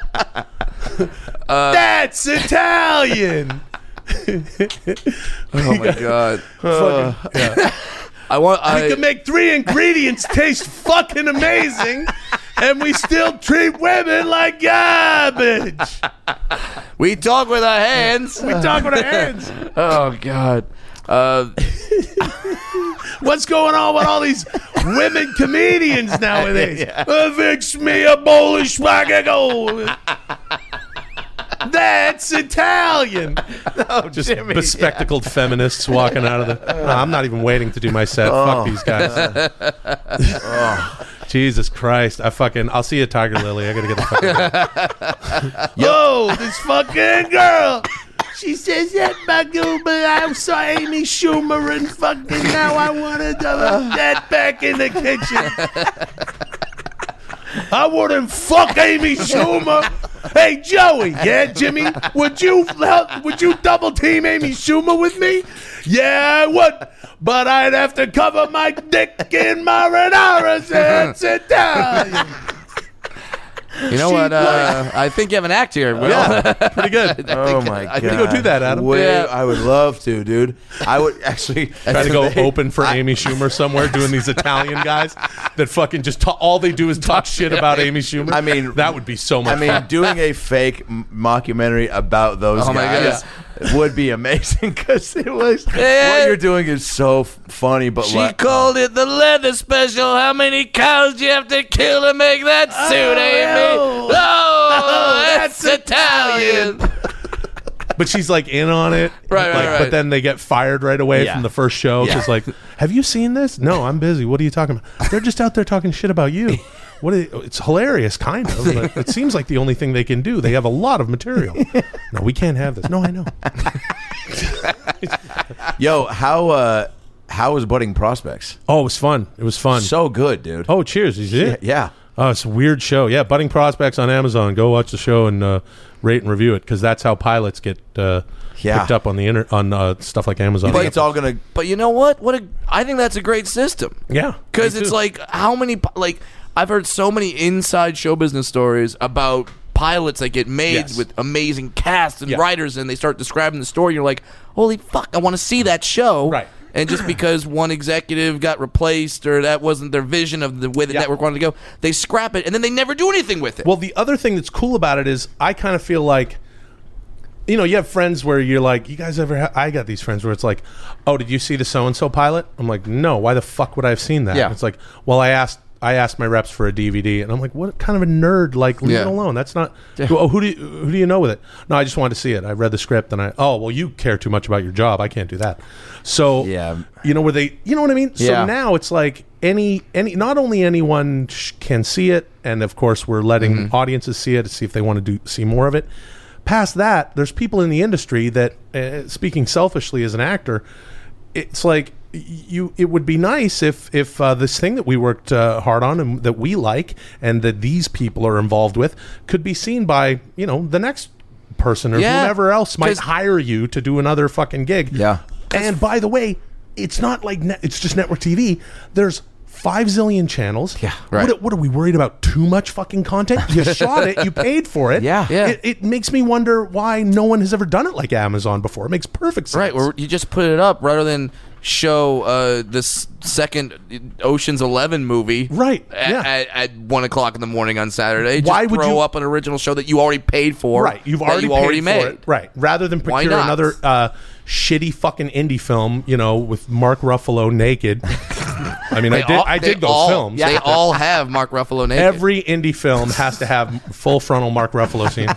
Speaker 4: That's Italian.
Speaker 6: Oh my god.
Speaker 4: Fucking-
Speaker 6: I want.
Speaker 4: We can
Speaker 6: I,
Speaker 4: make three ingredients taste fucking amazing, and we still treat women like garbage.
Speaker 6: we talk with our hands.
Speaker 4: We talk with our hands.
Speaker 6: oh god. Uh,
Speaker 4: What's going on with all these women comedians nowadays? Uh, fix me a bowl of spaghetti. That's Italian. Just bespectacled feminists walking out of the. I'm not even waiting to do my set. Fuck these guys. Jesus Christ! I fucking. I'll see you, Tiger Lily. I gotta get the fuck. Yo, Oh, this fucking girl. She says that bagoo, but I saw Amy Schumer and fucking now I want to dump that back in the kitchen. I wouldn't fuck Amy Schumer. Hey Joey, yeah Jimmy, would you help, would you double team Amy Schumer with me? Yeah, I would, but I'd have to cover my dick in marinara and sit down.
Speaker 6: you know what? Uh, I think you have an act here. Will.
Speaker 4: pretty good.
Speaker 3: Oh my god!
Speaker 4: think I'll do that, Adam.
Speaker 3: Way-
Speaker 6: Yeah.
Speaker 3: I would love to, dude. I would actually
Speaker 4: Trying to go open for Amy Schumer somewhere, doing these Italian guys that fucking just ta- all they do is talk shit about Amy Schumer.
Speaker 3: I mean-
Speaker 4: that would be so much.
Speaker 3: I mean, doing a fake m- mockumentary about those
Speaker 6: Oh my
Speaker 3: guys would be amazing because it was
Speaker 6: Yeah.
Speaker 3: what you're doing is so f- funny, but
Speaker 6: She
Speaker 3: like,
Speaker 6: called it the leather special. How many cows do you have to kill to make that suit,
Speaker 4: no.
Speaker 6: Amy? Oh,
Speaker 4: that's
Speaker 6: that's, Italian.
Speaker 4: but she's like in on it,
Speaker 6: Right, right,
Speaker 4: like,
Speaker 6: right.
Speaker 4: But then they get fired right away
Speaker 3: Yeah.
Speaker 4: from the first show because, like, have you seen this? No, I'm busy. What are you talking about? They're just out there talking shit about you. What? Is, it's hilarious, kind of. But it seems like the only thing they can do. They have a lot of material. No, we can't have this. No, I know.
Speaker 3: yo, how uh, how was budding prospects?
Speaker 4: Oh, it was fun. It was fun.
Speaker 3: So good, dude.
Speaker 4: oh, cheers! Is it?
Speaker 3: yeah.
Speaker 4: Oh, it's a weird show. Yeah, budding prospects on Amazon. Go watch the show and uh, rate and review it because that's how pilots get uh,
Speaker 3: Yeah.
Speaker 4: picked up on the inter- on uh, stuff like Amazon.
Speaker 3: I think it's all gonna.
Speaker 6: But you know what? What a, I think that's a great system.
Speaker 4: yeah,
Speaker 6: Because
Speaker 4: me
Speaker 6: it's
Speaker 4: too.
Speaker 6: like how many pi- like I've heard so many inside show business stories about pilots that get made
Speaker 4: Yes.
Speaker 6: with amazing casts and
Speaker 4: Yeah.
Speaker 6: writers, and they start describing the story. You're like, holy fuck, I want to see that show.
Speaker 4: Right.
Speaker 6: And just because one executive got replaced or that wasn't their vision of the way the network wanted to go, they scrap it and then they never do anything with it.
Speaker 4: Well, the other thing that's cool about it is I kind of feel like, you know, you have friends where you're like, you guys ever? Ha-? I got these friends where it's like, oh, did you see the so and so pilot? I'm like, no. Why the fuck would I have seen that?
Speaker 6: Yeah.
Speaker 4: It's like, well, I asked. I asked my reps for a DVD, and I'm like, "What kind of a nerd? Like, leave it
Speaker 6: Yeah.
Speaker 4: alone. That's not. Oh, who do you, who do you know with it? No, I just wanted to see it. I read the script, and I. Oh, well, you care too much about your job. I can't do that. So
Speaker 3: Yeah.
Speaker 4: you know where they. You know what I mean? So now
Speaker 3: Yeah.
Speaker 4: now it's like any any not only anyone sh- can see it and of course we're letting
Speaker 6: Mm-hmm.
Speaker 4: audiences see it to see if they want to do see more of it past that there's people in the industry that uh, speaking selfishly as an actor it's like y- you it would be nice if if uh, this thing that we worked uh, hard on and that we like and that these people are involved with could be seen by you know the next person or
Speaker 6: Yeah.
Speaker 4: whoever else might
Speaker 6: 'Cause-
Speaker 4: hire you to do another fucking gig
Speaker 3: Yeah.
Speaker 4: And by the way, it's not like net, it's just network TV. There's five zillion channels. Yeah,
Speaker 6: right.
Speaker 4: What, what are we worried about? Too much fucking content. You shot it. You paid for it.
Speaker 1: Yeah.
Speaker 6: Yeah.
Speaker 4: It, it makes me wonder why no one has ever done it like Amazon before. It makes perfect sense.
Speaker 6: Right, where you just put it up rather than show uh, this second Ocean's Eleven movie.
Speaker 4: Right,
Speaker 6: At,
Speaker 4: yeah.
Speaker 6: at, at one o'clock in the morning on Saturday. Just
Speaker 4: Why would
Speaker 6: throw
Speaker 4: you-
Speaker 6: up an original show that you already paid for?
Speaker 4: Right. You've
Speaker 6: that
Speaker 4: already,
Speaker 6: you
Speaker 4: paid
Speaker 6: already
Speaker 4: for
Speaker 6: made.
Speaker 4: it. Right. Rather than
Speaker 6: Why
Speaker 4: procure
Speaker 6: not?
Speaker 4: another uh, shitty fucking indie film, you know, with Mark Ruffalo naked. I mean, I
Speaker 6: They
Speaker 4: did.
Speaker 6: all-
Speaker 4: I
Speaker 6: they
Speaker 4: did those
Speaker 6: all-
Speaker 4: films.
Speaker 6: They all have Mark Ruffalo naked.
Speaker 4: Every indie film has to have full frontal Mark Ruffalo scene.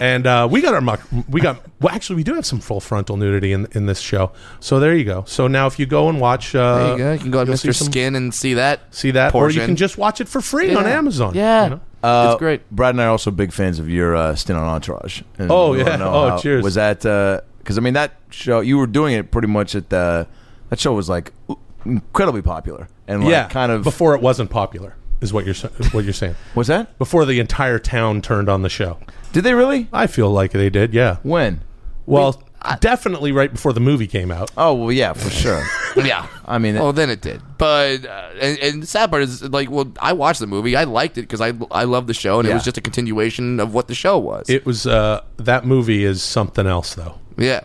Speaker 4: And uh, we got our Mark, we got well actually we do have some full frontal nudity in in this show. So there you go. So now if you go and watch, uh,
Speaker 6: there you go. You can go to
Speaker 4: you'll see
Speaker 6: Mr.
Speaker 4: some-
Speaker 6: Skin and see that.
Speaker 4: see that, or
Speaker 6: portion.
Speaker 4: you can just watch it for free on
Speaker 6: Yeah.
Speaker 4: Amazon.
Speaker 6: Yeah,
Speaker 4: you know?
Speaker 3: Uh,
Speaker 6: it's great.
Speaker 3: Brad and I are also big fans of your uh, stint on Entourage. And
Speaker 4: Oh,
Speaker 3: we wanna
Speaker 4: yeah.
Speaker 3: know
Speaker 4: Oh,
Speaker 3: how-
Speaker 4: cheers.
Speaker 3: Was that because I mean that show you were doing it pretty much at the that show was like incredibly popular and like,
Speaker 4: yeah,
Speaker 3: kind of
Speaker 4: before it wasn't popular is what you're sa- what you're saying.
Speaker 3: was that
Speaker 4: Before the entire town turned on the show,
Speaker 3: did they really
Speaker 4: I feel like they did. Yeah,
Speaker 3: when
Speaker 4: well, definitely right before the movie came out.
Speaker 3: oh well yeah for sure
Speaker 6: Yeah.
Speaker 3: I mean
Speaker 4: Oh,
Speaker 6: Well, then it did, but uh, and, and the sad part is like, well, I watched the movie, I liked it because I I loved the show, and it
Speaker 3: Yeah.
Speaker 6: was just a continuation of what the show was.
Speaker 4: It was uh, that movie is something else though.
Speaker 6: yeah,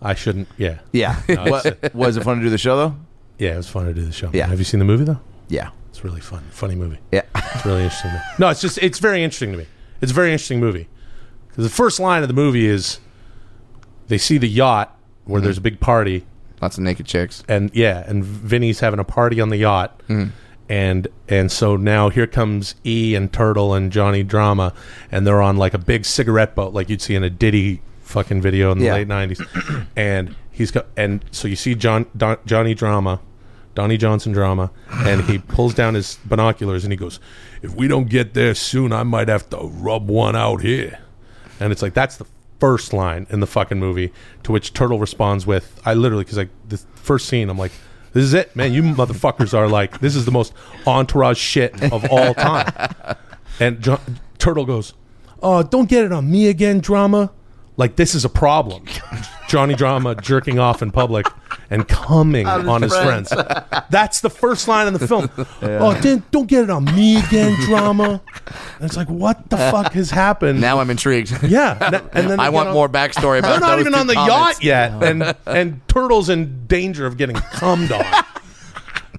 Speaker 4: I shouldn't. Yeah,
Speaker 3: yeah what, was it fun to do the show though
Speaker 4: Yeah, it was fun to do the show.
Speaker 3: Yeah.
Speaker 4: Have you seen the movie though?
Speaker 3: yeah
Speaker 4: It's really fun. Funny movie.
Speaker 3: yeah
Speaker 4: It's really interesting. to me. No, it's just it's very interesting to me. It's a very interesting movie because the first line of the movie is they see the yacht where
Speaker 3: Mm-hmm.
Speaker 4: there's a big party
Speaker 6: lots of naked chicks.
Speaker 4: and yeah, and Vinny's having a party on the yacht.
Speaker 3: Mm-hmm.
Speaker 4: And and so now here comes E and Turtle and Johnny Drama, and they're on like a big cigarette boat, like you'd see in a Diddy fucking video in the
Speaker 3: Yeah.
Speaker 4: late nineties. and he's got and so you see John Don, Johnny Drama, Donnie Johnson Drama, and he pulls down his binoculars and he goes, "If we don't get there soon, I might have to rub one out here." And it's like that's the first line in the fucking movie to which Turtle responds with, "I literally because like the first scene, I'm like, this is it, man. You motherfuckers are like, this is the most entourage shit of all time." and jo- Turtle goes, "Oh, don't get it on me again, drama. Like this is a problem." Johnny Drama jerking off in public and coming on his friends. That's the first line in the film. Oh, didn't, don't get it on me again, drama. And it's like, what the fuck has happened?
Speaker 6: Now I'm intrigued.
Speaker 4: Yeah, and, th- and then
Speaker 6: I
Speaker 4: you
Speaker 6: want
Speaker 4: know,
Speaker 6: more backstory
Speaker 4: They're
Speaker 6: about.
Speaker 4: not
Speaker 6: those
Speaker 4: even
Speaker 6: two
Speaker 4: on the
Speaker 6: comments.
Speaker 4: yacht yet, and and turtles in danger of getting cummed on.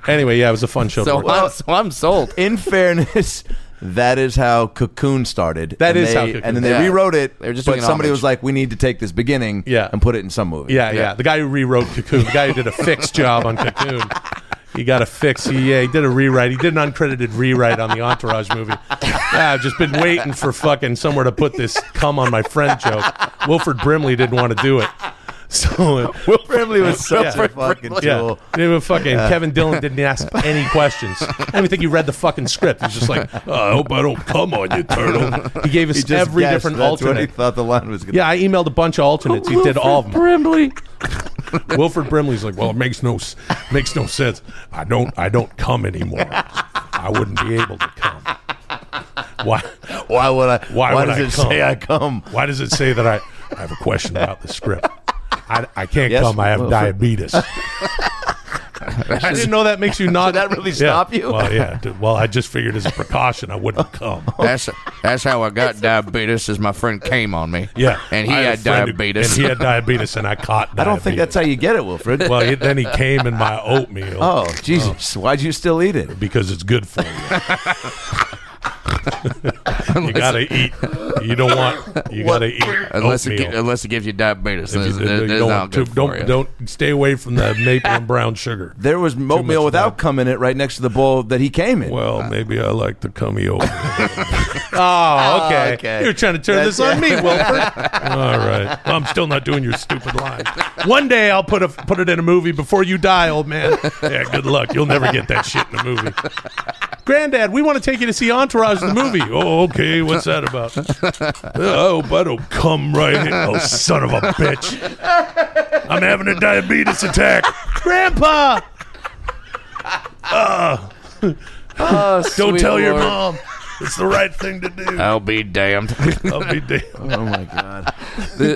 Speaker 4: anyway, yeah, it was a fun show. to
Speaker 6: So,
Speaker 4: work.
Speaker 6: I'm, so I'm sold.
Speaker 3: in fairness, that is how Cocoon started.
Speaker 4: That
Speaker 3: That is
Speaker 4: is how Cocoon-
Speaker 3: and then they
Speaker 6: Yeah.
Speaker 3: rewrote it.
Speaker 6: They were just
Speaker 3: but
Speaker 6: doing an
Speaker 3: somebody
Speaker 6: homage.
Speaker 3: was like, "We need to take this beginning,
Speaker 4: Yeah.
Speaker 3: and put it in some movie."
Speaker 4: yeah, yeah,
Speaker 6: Yeah.
Speaker 4: the guy who rewrote Cocoon, the guy who did a fixed job on Cocoon. He got a fix. He, yeah, he did a rewrite. He did an uncredited rewrite on the Entourage movie. Ah, I've just been waiting for fucking somewhere to put this "come on my friend" joke. Wilfred Brimley didn't want to do it, so
Speaker 3: Brimley was such
Speaker 4: Yeah.
Speaker 3: a fucking
Speaker 4: Yeah.
Speaker 3: tool.
Speaker 4: They were fucking Kevin Dillon didn't ask any questions. I don't even think he read the fucking script. He's just like, oh, I hope I don't come on you, turtle. He gave us
Speaker 3: He just
Speaker 4: every
Speaker 3: guessed
Speaker 4: different
Speaker 3: that's what he
Speaker 4: alternate.
Speaker 3: thought the line was going.
Speaker 4: Yeah, I emailed a bunch of alternates. He did all of them.
Speaker 6: Brimley.
Speaker 4: Wilfred Brimley's like, well, it makes no s- makes no sense. I don't I don't come anymore. I wouldn't be able to come. Why?
Speaker 3: Why would I?
Speaker 4: Why
Speaker 3: Why,
Speaker 4: would
Speaker 3: does
Speaker 4: I
Speaker 3: it
Speaker 4: come?
Speaker 3: say I come?
Speaker 4: Why does it say that I I have a question about the script? I, I can't
Speaker 3: Yes,
Speaker 4: come. I have
Speaker 3: Wilfred.
Speaker 4: diabetes. I didn't know that makes you not.
Speaker 3: that really stop you?
Speaker 4: Well, yeah. d- Well, I just figured as a precaution I wouldn't come.
Speaker 6: That's that's how I got diabetes. Is my friend came on me.
Speaker 4: Yeah,
Speaker 6: and he
Speaker 4: I
Speaker 6: had
Speaker 4: a friend who-
Speaker 6: diabetes.
Speaker 4: and he had diabetes, and I caught. Diabetes.
Speaker 3: I don't think that's how you get it, Wilfred.
Speaker 4: Well, he, then he came in my oatmeal.
Speaker 3: oh Jesus! Why'd you still eat it?
Speaker 4: because it's good for you. you gotta eat. You don't want. You gotta eat
Speaker 6: unless it
Speaker 4: oatmeal.
Speaker 6: gi- unless it gives you diabetes,
Speaker 4: If you-
Speaker 6: it's, it's
Speaker 4: don't,
Speaker 6: not good
Speaker 4: don't,
Speaker 6: for
Speaker 4: don't,
Speaker 6: you.
Speaker 4: don't stay away from the maple and brown sugar.
Speaker 3: There was
Speaker 4: much
Speaker 3: oatmeal
Speaker 4: of
Speaker 3: without
Speaker 4: that.
Speaker 3: cum in it, right next to the bowl that he came in.
Speaker 4: Well, maybe I like the cummy old. oh, okay.
Speaker 3: okay.
Speaker 4: You're trying to turn
Speaker 3: That's-
Speaker 4: this on me, Wilford. All right. Well, I'm still not doing your stupid line. One day I'll put a put it in a movie before you die, old man. Yeah, good luck. You'll never get that shit in a movie. Granddad, we want to take you to see Entourage the movie. Oh, okay. What's that about? Oh, but don't come right in. Oh, son of a bitch. I'm having a diabetes attack. Grandpa!
Speaker 6: Oh,
Speaker 4: Don't
Speaker 6: sweet
Speaker 4: tell your
Speaker 3: Oh,
Speaker 6: Lord.
Speaker 4: mom. It's the right thing to do.
Speaker 6: I'll be damned.
Speaker 4: I'll be damned.
Speaker 3: Oh my god.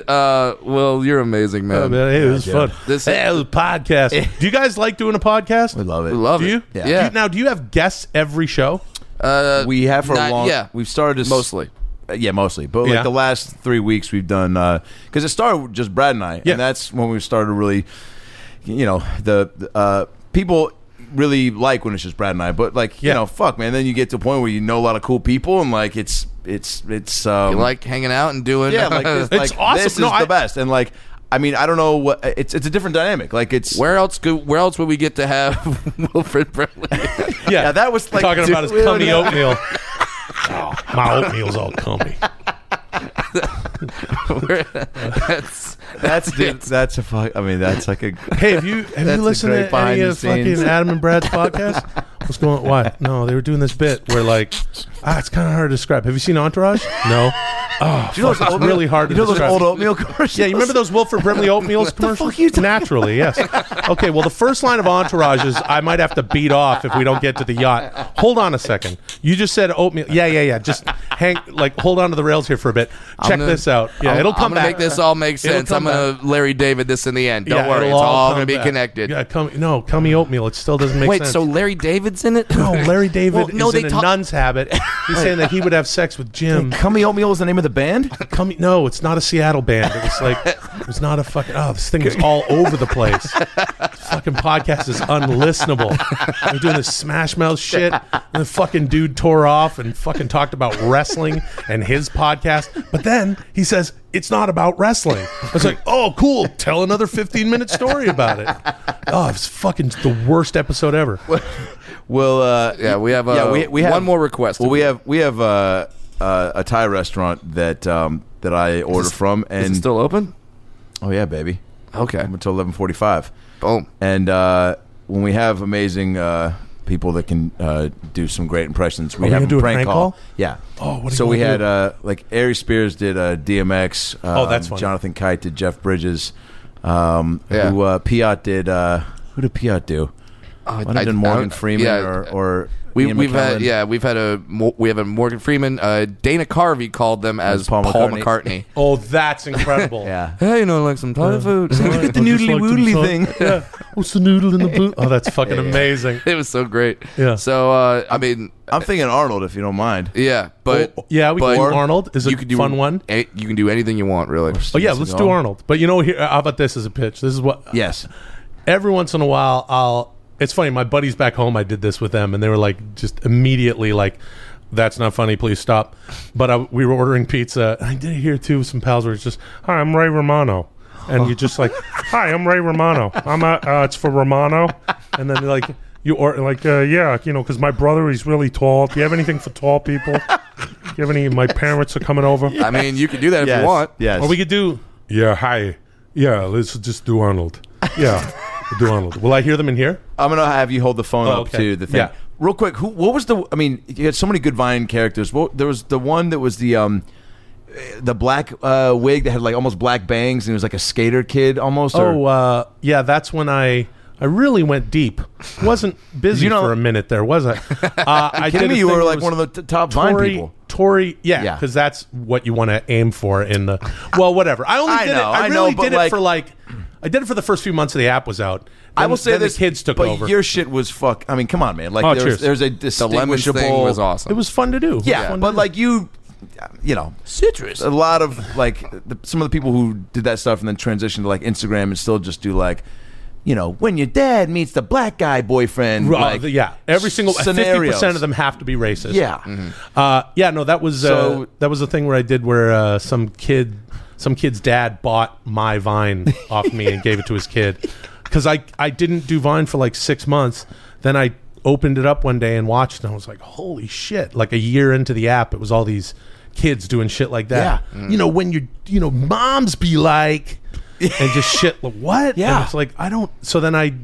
Speaker 6: uh, well, you're amazing, man.
Speaker 4: Oh, man, hey, it was fun.
Speaker 6: This-
Speaker 4: hey, it was a podcast. do you guys like doing a podcast?
Speaker 3: We love it.
Speaker 6: We love
Speaker 4: do you?
Speaker 6: it. Yeah.
Speaker 4: Do you- now, do you have guests every show?
Speaker 6: uh,
Speaker 3: We have for
Speaker 6: Not-
Speaker 3: a long.
Speaker 6: yeah.
Speaker 3: We've started to s-
Speaker 6: mostly.
Speaker 3: Uh, Yeah, mostly. But
Speaker 4: Yeah.
Speaker 3: like the last three weeks, we've done because it started with just Brad and I,
Speaker 4: Yeah.
Speaker 3: and that's when we started really. You know the the, uh, people really like when it's just Brad and I, but like
Speaker 4: Yeah.
Speaker 3: you know, fuck man, then you get to a point where you know a lot of cool people, and like it's it's it's um,
Speaker 6: You like hanging out and doing. uh,
Speaker 3: yeah, like this,
Speaker 4: It's
Speaker 3: like,
Speaker 4: awesome.
Speaker 3: This is
Speaker 4: No,
Speaker 3: the
Speaker 4: I-
Speaker 3: best, and like I mean, I don't know what it's it's a different dynamic. Like it's
Speaker 6: where else? Could, where else would we get to have Wilfred Brimley?
Speaker 4: Yeah,
Speaker 3: Yeah, that was like-
Speaker 4: talking about his
Speaker 3: Dude, we-
Speaker 4: cummy oatmeal. Oh, my oatmeal's all cummy.
Speaker 6: Where- that's
Speaker 3: that's dude, that's a fuck. I mean, that's like a
Speaker 4: Hey, have you have
Speaker 3: That's a
Speaker 4: you listened
Speaker 3: great
Speaker 4: to any
Speaker 3: behind
Speaker 4: of
Speaker 3: the
Speaker 4: fucking
Speaker 3: scenes.
Speaker 4: Adam and Brad's podcast? What's going? Why? No, they were doing this bit where like, ah, it's kind of hard to describe. Have you seen Entourage? No. Oh,
Speaker 3: You know
Speaker 4: fuck,
Speaker 3: those
Speaker 4: it's
Speaker 3: oatmeal-
Speaker 4: really hard
Speaker 3: You
Speaker 4: to
Speaker 3: know those
Speaker 4: describe.
Speaker 3: old oatmeal commercials.
Speaker 4: yeah, you remember those Wilfred Brimley oatmeals commercials? Naturally, yes. Okay, well, the first line of Entourage is I might have to beat off if we don't get to the yacht. Hold on a second. You just said oatmeal. Yeah, yeah, yeah. Just hang, like, hold on to the rails here for a bit. Check
Speaker 6: gonna-
Speaker 4: this out. Yeah,
Speaker 6: I'm-
Speaker 4: it'll
Speaker 6: I'm
Speaker 4: come
Speaker 6: gonna
Speaker 4: back.
Speaker 6: make this all make sense. I'm
Speaker 4: come
Speaker 6: gonna Larry David this in the end. Don't
Speaker 4: Yeah,
Speaker 6: worry,
Speaker 4: it'll
Speaker 6: it's all
Speaker 4: come
Speaker 6: gonna be
Speaker 4: back.
Speaker 6: connected.
Speaker 4: Yeah, come, no, cummy oatmeal. It still doesn't make
Speaker 6: Wait,
Speaker 4: sense.
Speaker 6: so Larry David's in it?
Speaker 4: No, Larry David
Speaker 6: Well, no,
Speaker 4: is
Speaker 6: they
Speaker 4: in
Speaker 6: talk-
Speaker 4: a nun's habit. He's saying that he would have sex with Jim.
Speaker 3: Cummy Oatmeal is the name of the band.
Speaker 4: Come, no, it's not a Seattle band. It was like it was not a fucking. Oh, this thing was all over the place. This fucking podcast is unlistenable. They're doing this Smash Mouth shit. And the fucking dude tore off and fucking talked about wrestling and his podcast. But then he says it's not about wrestling. I was like, oh, cool. Tell another fifteen minute story about it. Oh, it's fucking the worst episode ever. Oh,
Speaker 3: Well, uh,
Speaker 6: Yeah, we have, uh, one more request.
Speaker 3: Well, we have we have uh, uh, a Thai restaurant that um, that I order from, and
Speaker 6: Is it still open?
Speaker 3: oh yeah, baby,
Speaker 6: Okay. Oh.
Speaker 3: I'm until eleven forty five.
Speaker 6: Boom.
Speaker 3: And uh, when we have amazing uh, people that can uh, do some great impressions, we
Speaker 4: we
Speaker 3: have
Speaker 4: gonna do a
Speaker 3: prank,
Speaker 4: prank
Speaker 3: call.
Speaker 4: call?
Speaker 3: Yeah.
Speaker 4: Oh, what do
Speaker 3: so
Speaker 4: you
Speaker 3: we
Speaker 4: wanna
Speaker 3: had
Speaker 4: do?
Speaker 3: uh, like Ari Spears did uh, DMX.
Speaker 4: Oh, that's
Speaker 3: um,
Speaker 4: funny.
Speaker 3: Jonathan Kite did Jeff Bridges. Um,
Speaker 6: Yeah.
Speaker 3: Who uh, Piot did? Uh, who did Piot do?
Speaker 6: Oh,
Speaker 3: Might have
Speaker 6: I-
Speaker 3: been
Speaker 6: I-
Speaker 3: Morgan Freeman
Speaker 6: yeah.
Speaker 3: or, or
Speaker 6: We,
Speaker 3: Ian
Speaker 6: we've had
Speaker 3: McKellen.
Speaker 6: yeah we've had a Mo- we have a Morgan Freeman uh, Dana Carvey called them as Paul
Speaker 3: Paul
Speaker 6: McCartney.
Speaker 3: McCartney.
Speaker 4: Oh, that's incredible.
Speaker 3: yeah.
Speaker 6: Hey, you know, like some Thai food.
Speaker 3: at Oh, the noodly woodly thing.
Speaker 4: Yeah. What's the noodle in the boot? Oh, that's fucking amazing.
Speaker 6: it was so great.
Speaker 4: Yeah.
Speaker 6: So uh, I mean,
Speaker 3: I'm thinking Arnold, if you don't mind.
Speaker 6: yeah, but
Speaker 4: Oh, yeah, we
Speaker 6: but
Speaker 4: can do Arnold is a fun one.
Speaker 6: a- you can do anything you want, really.
Speaker 4: Oh yeah, let's do Arnold. But you know, here, how about this as a pitch? This is what
Speaker 3: Yes.
Speaker 4: every once in a while I'll. It's funny. My buddies back home, I did this with them, and they were like, just immediately like, "That's not funny. Please stop." But I, we were ordering pizza. I did it here too with some pals. Where it's just, "Hi, I'm Ray Romano," and you're just like, "Hi, I'm Ray Romano. I'm a, uh, it's for Romano," and then like. You or like uh, yeah, you know, because my brother he's really tall. Do you have anything for tall people? Do you have any? My parents are coming over.
Speaker 6: I mean, you can do that if
Speaker 3: Yes.
Speaker 6: you want.
Speaker 3: Yes.
Speaker 4: Or we could do. Yeah, hi. Yeah, let's just do Arnold. Yeah, do Arnold. Will I hear them in here?
Speaker 3: I'm gonna have you hold the phone
Speaker 4: Oh,
Speaker 3: up
Speaker 4: okay.
Speaker 3: to the thing.
Speaker 4: Yeah.
Speaker 3: Real quick, who? What was the? I mean, you had so many good Vine characters. What, there was the one that was the um, eh, the black uh, wig that had like almost black bangs and it was like a skater kid almost.
Speaker 4: Oh,
Speaker 3: or,
Speaker 4: uh, yeah. That's when I I really went deep. wasn't busy
Speaker 3: You know-
Speaker 4: for a minute there, was I? Uh, I
Speaker 3: kidding
Speaker 4: did a
Speaker 3: me? You
Speaker 4: thing
Speaker 3: were
Speaker 4: that
Speaker 3: like
Speaker 4: was
Speaker 3: one of the t- top Vine
Speaker 4: Tory,
Speaker 3: people.
Speaker 4: Tory, yeah,
Speaker 3: Yeah.
Speaker 4: because that's what you want to aim for in the. Well, whatever. I only
Speaker 3: I
Speaker 4: did it.
Speaker 3: know,
Speaker 4: I
Speaker 3: I
Speaker 4: really
Speaker 3: know, but
Speaker 4: did it
Speaker 3: like-
Speaker 4: for like. I did it for the first few months of the app was out.
Speaker 3: I
Speaker 4: Then-
Speaker 3: will say
Speaker 4: then
Speaker 3: this:
Speaker 4: the kids took
Speaker 3: but
Speaker 4: over.
Speaker 3: Your shit was fuck. I mean, come on, man. Like
Speaker 4: Oh,
Speaker 3: there's,
Speaker 4: cheers.
Speaker 3: there's
Speaker 6: The
Speaker 3: a
Speaker 6: lemon
Speaker 3: distinguishable.
Speaker 6: thing was awesome.
Speaker 4: it was fun to do. It was
Speaker 3: Yeah,
Speaker 4: fun to
Speaker 3: but
Speaker 4: do.
Speaker 3: like you, you know,
Speaker 6: citrus.
Speaker 3: a lot of like the, some of the people who did that stuff and then transitioned to like Instagram and still just do like, you know, when your dad meets the black guy boyfriend.
Speaker 4: Well,
Speaker 3: like,
Speaker 4: yeah, every single uh, fifty
Speaker 3: scenarios.
Speaker 4: percent of them have to be racist.
Speaker 3: Yeah. Mm-hmm.
Speaker 4: uh, yeah. No, that was uh,
Speaker 3: So-
Speaker 4: that was the thing where I did where uh, some kid, some kid's dad bought my Vine off me and gave it to his kid because I I didn't do Vine for like six months. Then I opened it up one day and watched, and I was like, holy shit! Like a year into the app, it was all these kids doing shit like that. You
Speaker 3: Mm.
Speaker 4: know, when you're you know, moms be like. and just shit. like, What?
Speaker 3: Yeah.
Speaker 4: And it's like I don't. So then I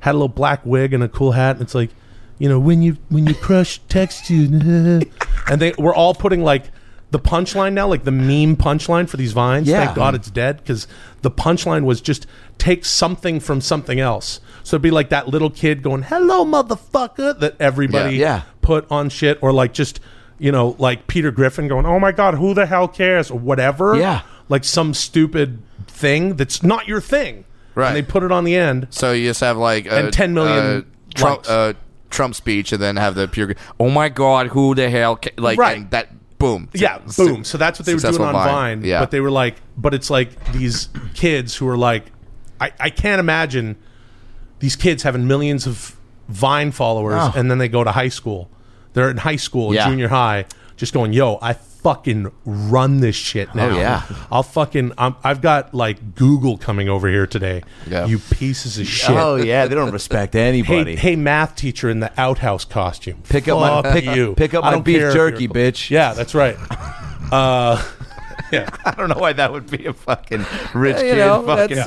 Speaker 4: had a little black wig and a cool hat, and it's like, you know, when you when you crush text you, and they we're all putting like the punchline now, like the meme punchline for these vines.
Speaker 3: Yeah.
Speaker 4: Thank God it's dead because the punchline was just take something from something else. So it'd be like that little kid going, "Hello, motherfucker," that everybody
Speaker 3: Yeah. Yeah.
Speaker 4: put on shit, or like just you know, like Peter Griffin going, "Oh my God, who the hell cares?" or whatever.
Speaker 6: Yeah.
Speaker 4: like some stupid thing that's not your thing.
Speaker 6: Right.
Speaker 4: And they put it on the end.
Speaker 6: So you just have like a,
Speaker 4: And 10 million
Speaker 6: uh, Trump,
Speaker 4: likes.
Speaker 6: uh, Trump speech, and then have the pure. Oh my God, who the hell? Ca-? Like
Speaker 4: Right.
Speaker 6: and that boom.
Speaker 4: Yeah,
Speaker 6: Su-
Speaker 4: boom. So that's what they were doing
Speaker 6: successful
Speaker 4: on Vine.
Speaker 6: Yeah,
Speaker 4: But they were like, but it's like these kids who are like, I, I can't imagine these kids having millions of Vine followers and then they go to high school. They're in high school,
Speaker 6: Oh. Yeah.
Speaker 4: junior high, just going, yo, I fucking run this shit now.
Speaker 6: Oh, yeah.
Speaker 4: I'll fucking, I'm, I've got like Google coming over here today.
Speaker 6: Yeah.
Speaker 4: You pieces of shit.
Speaker 3: Oh yeah, they don't respect
Speaker 4: Hey,
Speaker 3: anybody.
Speaker 4: hey, math teacher in the outhouse costume.
Speaker 3: Pick up my-
Speaker 4: Fuck
Speaker 3: pick-
Speaker 4: you.
Speaker 3: pick up
Speaker 4: I
Speaker 3: my
Speaker 4: don't
Speaker 3: beef
Speaker 4: care if you're-
Speaker 3: jerky, bitch.
Speaker 4: Yeah, that's right. Uh, yeah.
Speaker 3: I don't know why that would be a fucking rich
Speaker 6: you know that's uh,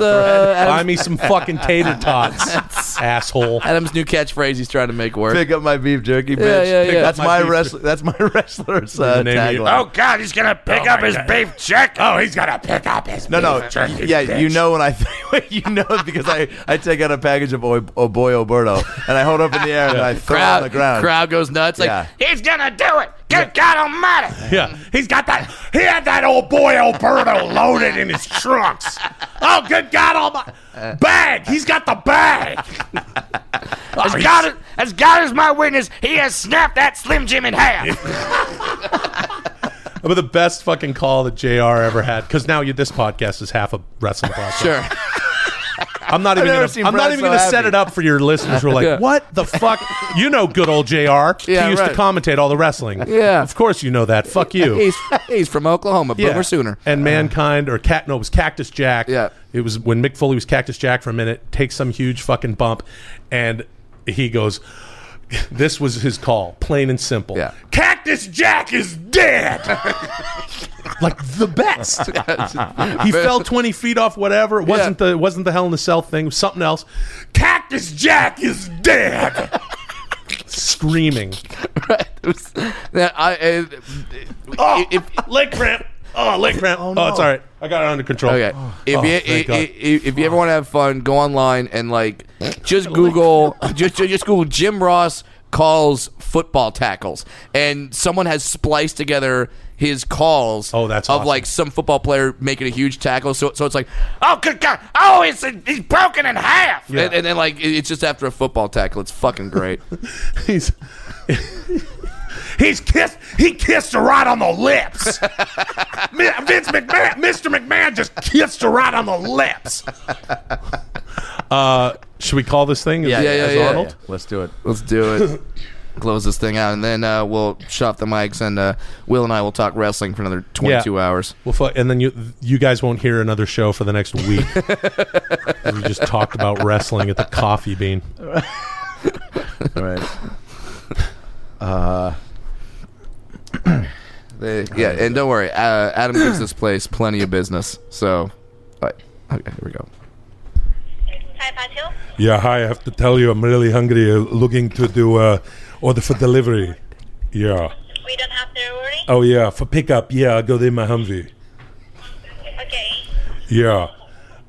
Speaker 4: Buy
Speaker 6: Adam's,
Speaker 4: me some fucking tater tots, asshole.
Speaker 6: Adam's new catchphrase. He's trying to make work.
Speaker 3: Pick up my beef jerky, bitch.
Speaker 6: yeah, yeah.
Speaker 3: That's
Speaker 4: Pick up
Speaker 3: my,
Speaker 4: my beef
Speaker 3: wrestler. That's my wrestler's uh,
Speaker 4: The name of you-
Speaker 3: tagline.
Speaker 7: Oh God, he's gonna pick up his beef jerky. Oh, he's gonna pick up his
Speaker 3: No,
Speaker 7: beef
Speaker 3: no,
Speaker 7: jerky.
Speaker 3: yeah, you
Speaker 7: bitch.
Speaker 3: know when I, you know it because I, I take out a package of Oy, oh boy Alberto and I hold up in the air and I throw it on the
Speaker 6: crowd,
Speaker 3: ground.
Speaker 6: crowd goes nuts. Like
Speaker 3: Yeah.
Speaker 7: He's gonna do it. Good God Almighty!
Speaker 4: Yeah,
Speaker 7: He's got that. He had that old boy Alberto loaded in his trunks. Oh, good God Almighty! Bag. He's got the bag. As God, is- as God is my witness, he has snapped that Slim Jim in half.
Speaker 4: but the best fucking call that Jr. ever had because now you, this podcast is half a wrestling podcast.
Speaker 6: sure.
Speaker 4: I'm not even.
Speaker 3: never
Speaker 4: Gonna,
Speaker 3: seen
Speaker 4: I'm
Speaker 3: Brad
Speaker 4: not even
Speaker 3: so
Speaker 4: going to set
Speaker 3: happy.
Speaker 4: it up for your listeners who are like,
Speaker 6: Yeah.
Speaker 4: "What the fuck?" You know, good old Jr.
Speaker 6: Yeah,
Speaker 4: he used
Speaker 6: right.
Speaker 4: to commentate all the wrestling.
Speaker 6: Yeah.
Speaker 4: of course you know that. Fuck you.
Speaker 6: He's he's from Oklahoma.
Speaker 4: Yeah.
Speaker 6: Boomer Sooner.
Speaker 4: And Mankind or Cat no, it was Cactus Jack.
Speaker 6: Yeah.
Speaker 4: It was when Mick Foley was Cactus Jack for a minute, takes some huge fucking bump, and he goes this was his call, plain and simple.
Speaker 6: Yeah.
Speaker 4: Cactus Jack is dead. like the best. he fell twenty feet off whatever. It wasn't the it wasn't the Hell in the Cell thing, it was something else. Cactus Jack is dead. Screaming.
Speaker 6: Right. It was- that I. Uh,
Speaker 4: Oh,
Speaker 6: if,
Speaker 4: leg cramp. Oh, leg cramp. Oh, it's all right. I got it under control.
Speaker 6: Okay. If
Speaker 4: Oh,
Speaker 6: you
Speaker 4: thank
Speaker 6: if,
Speaker 4: God.
Speaker 6: if, if you ever want to have fun, go online and like just Google just just just Google Jim Ross calls football tackles, and someone has spliced together his calls.
Speaker 4: Oh, that's
Speaker 6: of
Speaker 4: awesome.
Speaker 6: like some football player making a huge tackle. So so it's like,
Speaker 7: Oh, good God! Oh, it's he's broken in half.
Speaker 4: Yeah.
Speaker 6: and, and then like it- it's just after a football tackle. It's fucking great.
Speaker 4: He's
Speaker 7: He's kissed. He kissed her right on the lips. Mi- Vince McMahon, Mr. McMahon, just kissed her right on the lips.
Speaker 4: Uh, should we call this thing?
Speaker 6: Yeah, yeah, yeah, yeah.
Speaker 4: Arnold?
Speaker 3: Let's do it.
Speaker 6: Let's do it. Close this thing out, and then uh, we'll shut off the mics, and uh, Will and I will talk wrestling for another twenty-two hours.
Speaker 4: Well, fu- and then you you guys won't hear another show for the next week. we just talked about wrestling at the Coffee Bean.
Speaker 3: All right.
Speaker 6: They, yeah, and don't worry. Uh, Adam gives this place plenty of business. So, all right. okay, here we go.
Speaker 8: Hi, Patil.
Speaker 9: Yeah, hi. I have to tell you, I'm really hungry. Uh, looking to do uh, order for delivery. Yeah.
Speaker 8: We don't have to worry.
Speaker 9: Oh yeah, for pickup. Yeah, I got in my Humvee.
Speaker 8: Okay.
Speaker 9: Yeah.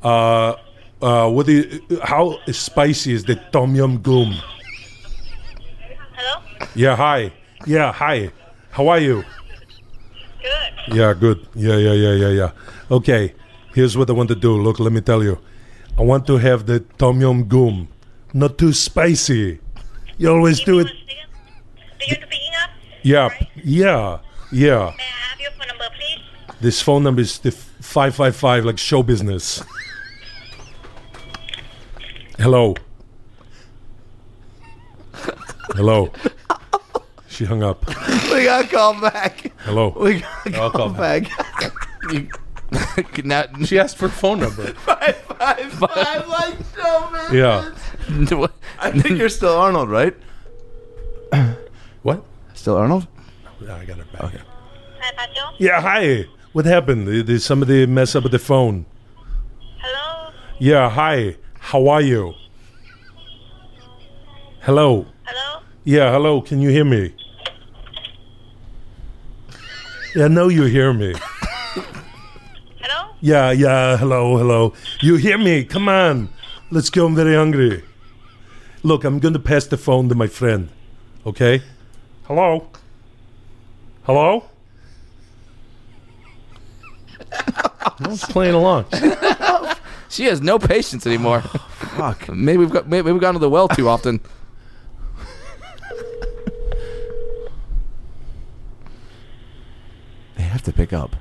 Speaker 9: Uh, uh, what do you, how spicy is the tom yum goom?
Speaker 8: Hello.
Speaker 9: Yeah, hi. Yeah, hi. How are you?
Speaker 8: Good.
Speaker 9: Yeah, good. Yeah, yeah, yeah, yeah, yeah. Okay, here's what I want to do. Look, let me tell you. I want to have the tom yum goom, not too spicy. You always do it.
Speaker 8: Do you to picking up?
Speaker 9: Yeah,
Speaker 8: Right?
Speaker 9: yeah, yeah.
Speaker 8: May I have your phone number, please?
Speaker 9: This phone number is the f- 555, like show business. Hello. Hello. She hung up.
Speaker 3: We got called back.
Speaker 9: Hello.
Speaker 3: We got
Speaker 4: I'll call
Speaker 3: called back.
Speaker 6: now,
Speaker 4: She asked for a phone number.
Speaker 3: Five, five, like so man.
Speaker 9: Yeah.
Speaker 3: I think you're still Arnold, right?
Speaker 4: What?
Speaker 3: Still Arnold?
Speaker 4: No, I got her back.
Speaker 8: Hi, Patil.
Speaker 9: Yeah, hi. What happened? Did did somebody mess up with the phone?
Speaker 8: Hello.
Speaker 9: Yeah, hi. How are you? Hello.
Speaker 8: Hello.
Speaker 9: Yeah, hello. Can you hear me? Yeah, I know you hear me.
Speaker 8: Hello.
Speaker 9: Yeah, yeah, hello, hello. You hear me? Come on. Let's go. I'm very hungry. Look, I'm going to pass the phone to my friend. Okay? Hello? Hello?
Speaker 4: I was playing along.
Speaker 6: She has no patience anymore.
Speaker 3: Fuck.
Speaker 6: maybe we've got maybe we've gone to the well too often.
Speaker 3: They have to pick up.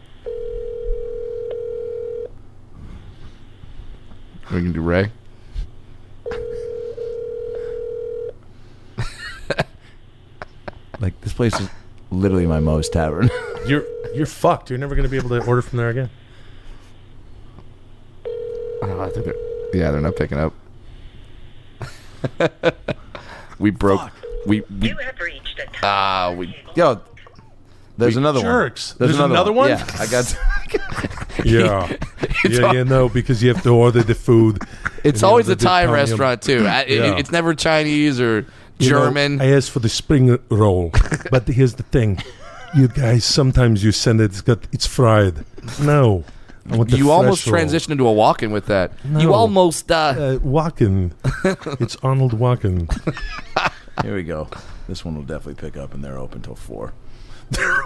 Speaker 6: We can do Ray.
Speaker 3: Like this place is literally my most tavern.
Speaker 4: You're you're fucked. You're never going to be able to order from there again.
Speaker 6: Oh, I think they're yeah, they're not picking up. we broke. We we
Speaker 8: You have reached the top.
Speaker 6: ah we
Speaker 3: Yo, there's another
Speaker 4: jerks.
Speaker 3: one.
Speaker 4: There's another one?
Speaker 3: Yeah, I got.
Speaker 9: Yeah. yeah, you know, because you have to order the food.
Speaker 6: It's
Speaker 9: And, you
Speaker 6: always
Speaker 9: know,
Speaker 6: a
Speaker 9: they did
Speaker 6: Thai
Speaker 9: tell me-
Speaker 6: restaurant too. I, it-
Speaker 9: Yeah.
Speaker 6: it's never Chinese or
Speaker 9: you know,
Speaker 6: German.
Speaker 9: I asked for the spring roll, but here's the thing: you guys sometimes you send it. It's got it's fried. No, I want the
Speaker 6: you almost
Speaker 9: fresh roll.
Speaker 6: transitioned into a walk-in with that. You
Speaker 9: No.
Speaker 6: almost uh,
Speaker 9: Uh, Walken. it's Arnold Walken.
Speaker 3: Here we go. This one will definitely pick up, and they're open till four.
Speaker 4: Four.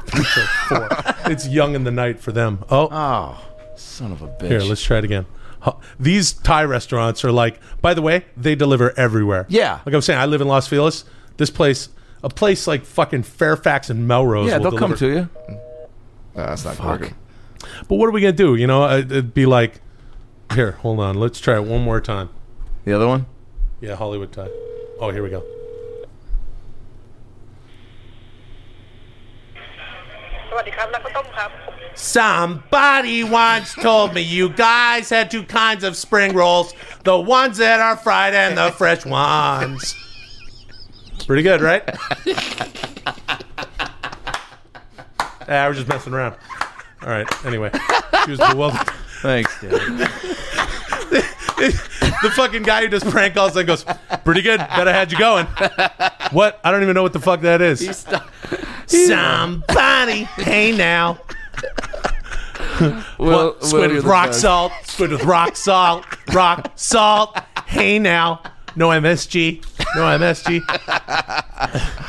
Speaker 4: it's young in the night for them. Oh,
Speaker 3: Oh, son of a bitch.
Speaker 4: Here, let's try it again. Huh. These Thai restaurants are like, by the way, they deliver everywhere.
Speaker 3: Yeah.
Speaker 4: Like I was saying, I live in Los Feliz. This place, a place like fucking Fairfax and Melrose.
Speaker 3: yeah,
Speaker 4: will
Speaker 3: they'll come
Speaker 4: deliver.
Speaker 3: to you.
Speaker 6: Ah, that's not working.
Speaker 4: But what are we going to do? You know, I- it'd be like, here, hold on. Let's try it one more time.
Speaker 3: The other one.
Speaker 4: Yeah, Hollywood Thai. Oh, here we go. Somebody once told me you guys had two kinds of spring rolls the ones that are fried and the fresh ones. Pretty good, right? Yeah, Ah, I was just messing around. All right, anyway. She was bewildered.
Speaker 3: Thanks, dude.
Speaker 4: the fucking guy who does prank calls and goes, "Pretty good. Bet I had you going." What? I don't even know what the fuck that is. Somebody, hey now,
Speaker 6: Well,
Speaker 4: squid
Speaker 6: well,
Speaker 4: with rock
Speaker 6: that's-
Speaker 4: salt, squid with rock salt, rock salt, hey now, no MSG, no MSG.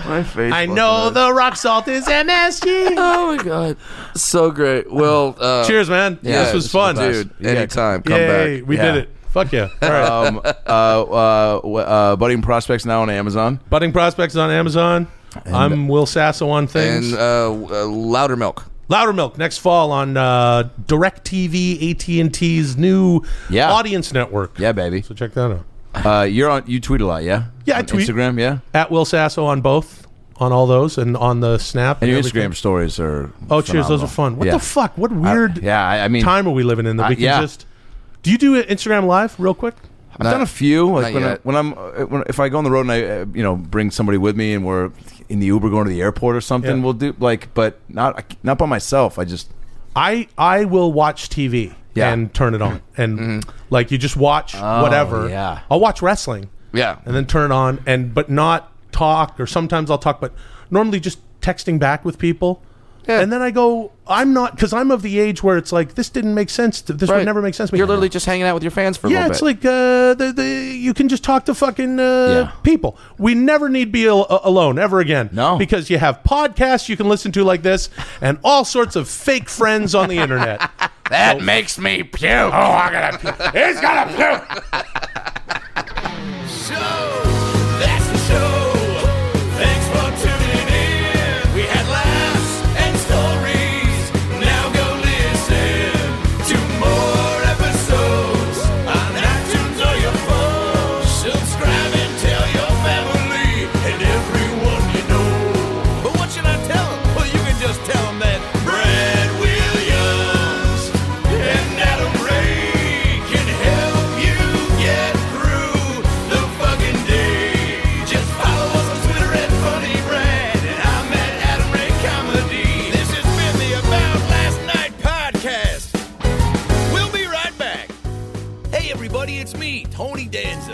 Speaker 3: My face.
Speaker 4: I know the rock salt is MSG.
Speaker 6: Oh my god, so great. Well, uh,
Speaker 4: Cheers, man. this was fun,
Speaker 6: dude. Anytime, come
Speaker 4: Yay,
Speaker 6: back.
Speaker 4: we did
Speaker 3: Yeah.
Speaker 4: it. Fuck yeah! All right.
Speaker 3: Um, uh, uh, w- uh, budding prospects now on Amazon.
Speaker 4: Budding prospects on Amazon. I'm Will Sasso on things.
Speaker 6: And uh, uh, louder milk.
Speaker 4: Louder Milk next fall on uh, DirecTV, AT and T's new
Speaker 3: Yeah.
Speaker 4: audience network.
Speaker 3: Yeah, baby.
Speaker 4: So check that out.
Speaker 3: Uh, you're on. You tweet a lot, yeah.
Speaker 4: Yeah, I
Speaker 3: On
Speaker 4: tweet.
Speaker 3: Instagram, yeah.
Speaker 4: At Will Sasso on both, on all those, and on the Snap.
Speaker 3: And your
Speaker 4: everything.
Speaker 3: Instagram stories are.
Speaker 4: Oh, cheers! Those
Speaker 3: phenomenal.
Speaker 4: are fun. What
Speaker 3: Yeah.
Speaker 4: the fuck? What
Speaker 3: I-
Speaker 4: weird
Speaker 3: yeah, I, I mean,
Speaker 4: time are we living in that
Speaker 3: Uh,
Speaker 4: we can
Speaker 3: yeah.
Speaker 4: just? Do you do it Instagram Live real quick?
Speaker 3: I've done a few.
Speaker 6: not
Speaker 3: Like when, I,
Speaker 6: yet.
Speaker 3: when I'm, uh, when, if I go on the road and I, uh, you know, bring somebody with me, and we're in the Uber going to the airport or something,
Speaker 4: Yeah.
Speaker 3: we'll do like, but not not by myself. I just
Speaker 4: I I will watch TV
Speaker 3: Yeah. Mm-hmm. Oh,
Speaker 4: and turn it on, and like you just watch whatever.
Speaker 3: yeah.
Speaker 4: I'll watch wrestling.
Speaker 6: Yeah.
Speaker 4: and then turn it on and but not talk or sometimes I'll talk but normally just texting back with people. And then I go I'm not cuz I'm of the age where it's like this didn't make sense to, this
Speaker 6: Right.
Speaker 4: would never make sense to me.
Speaker 6: You're literally just hanging out with your fans for a
Speaker 4: yeah,
Speaker 6: little
Speaker 4: it's
Speaker 6: bit.
Speaker 4: like uh, the, the you can just talk to fucking uh,
Speaker 3: Yeah.
Speaker 4: people. We never need be al- uh, alone ever again.
Speaker 3: No.
Speaker 4: because you have podcasts you can listen to like this, and all sorts of fake friends on the internet.
Speaker 6: that makes me puke. Oh, I'm gonna
Speaker 7: He's gonna puke. so that's the show. Thanks for tuning in. We had laughs and stories. Now go listen to more episodes on iTunes or your phone. Subscribe and tell your family and everyone you know. But what should I tell 'em? Well, you can just tell 'em that Brad Williams and Adam Ray can help you get.
Speaker 3: everybody, it's me, Tony Danza.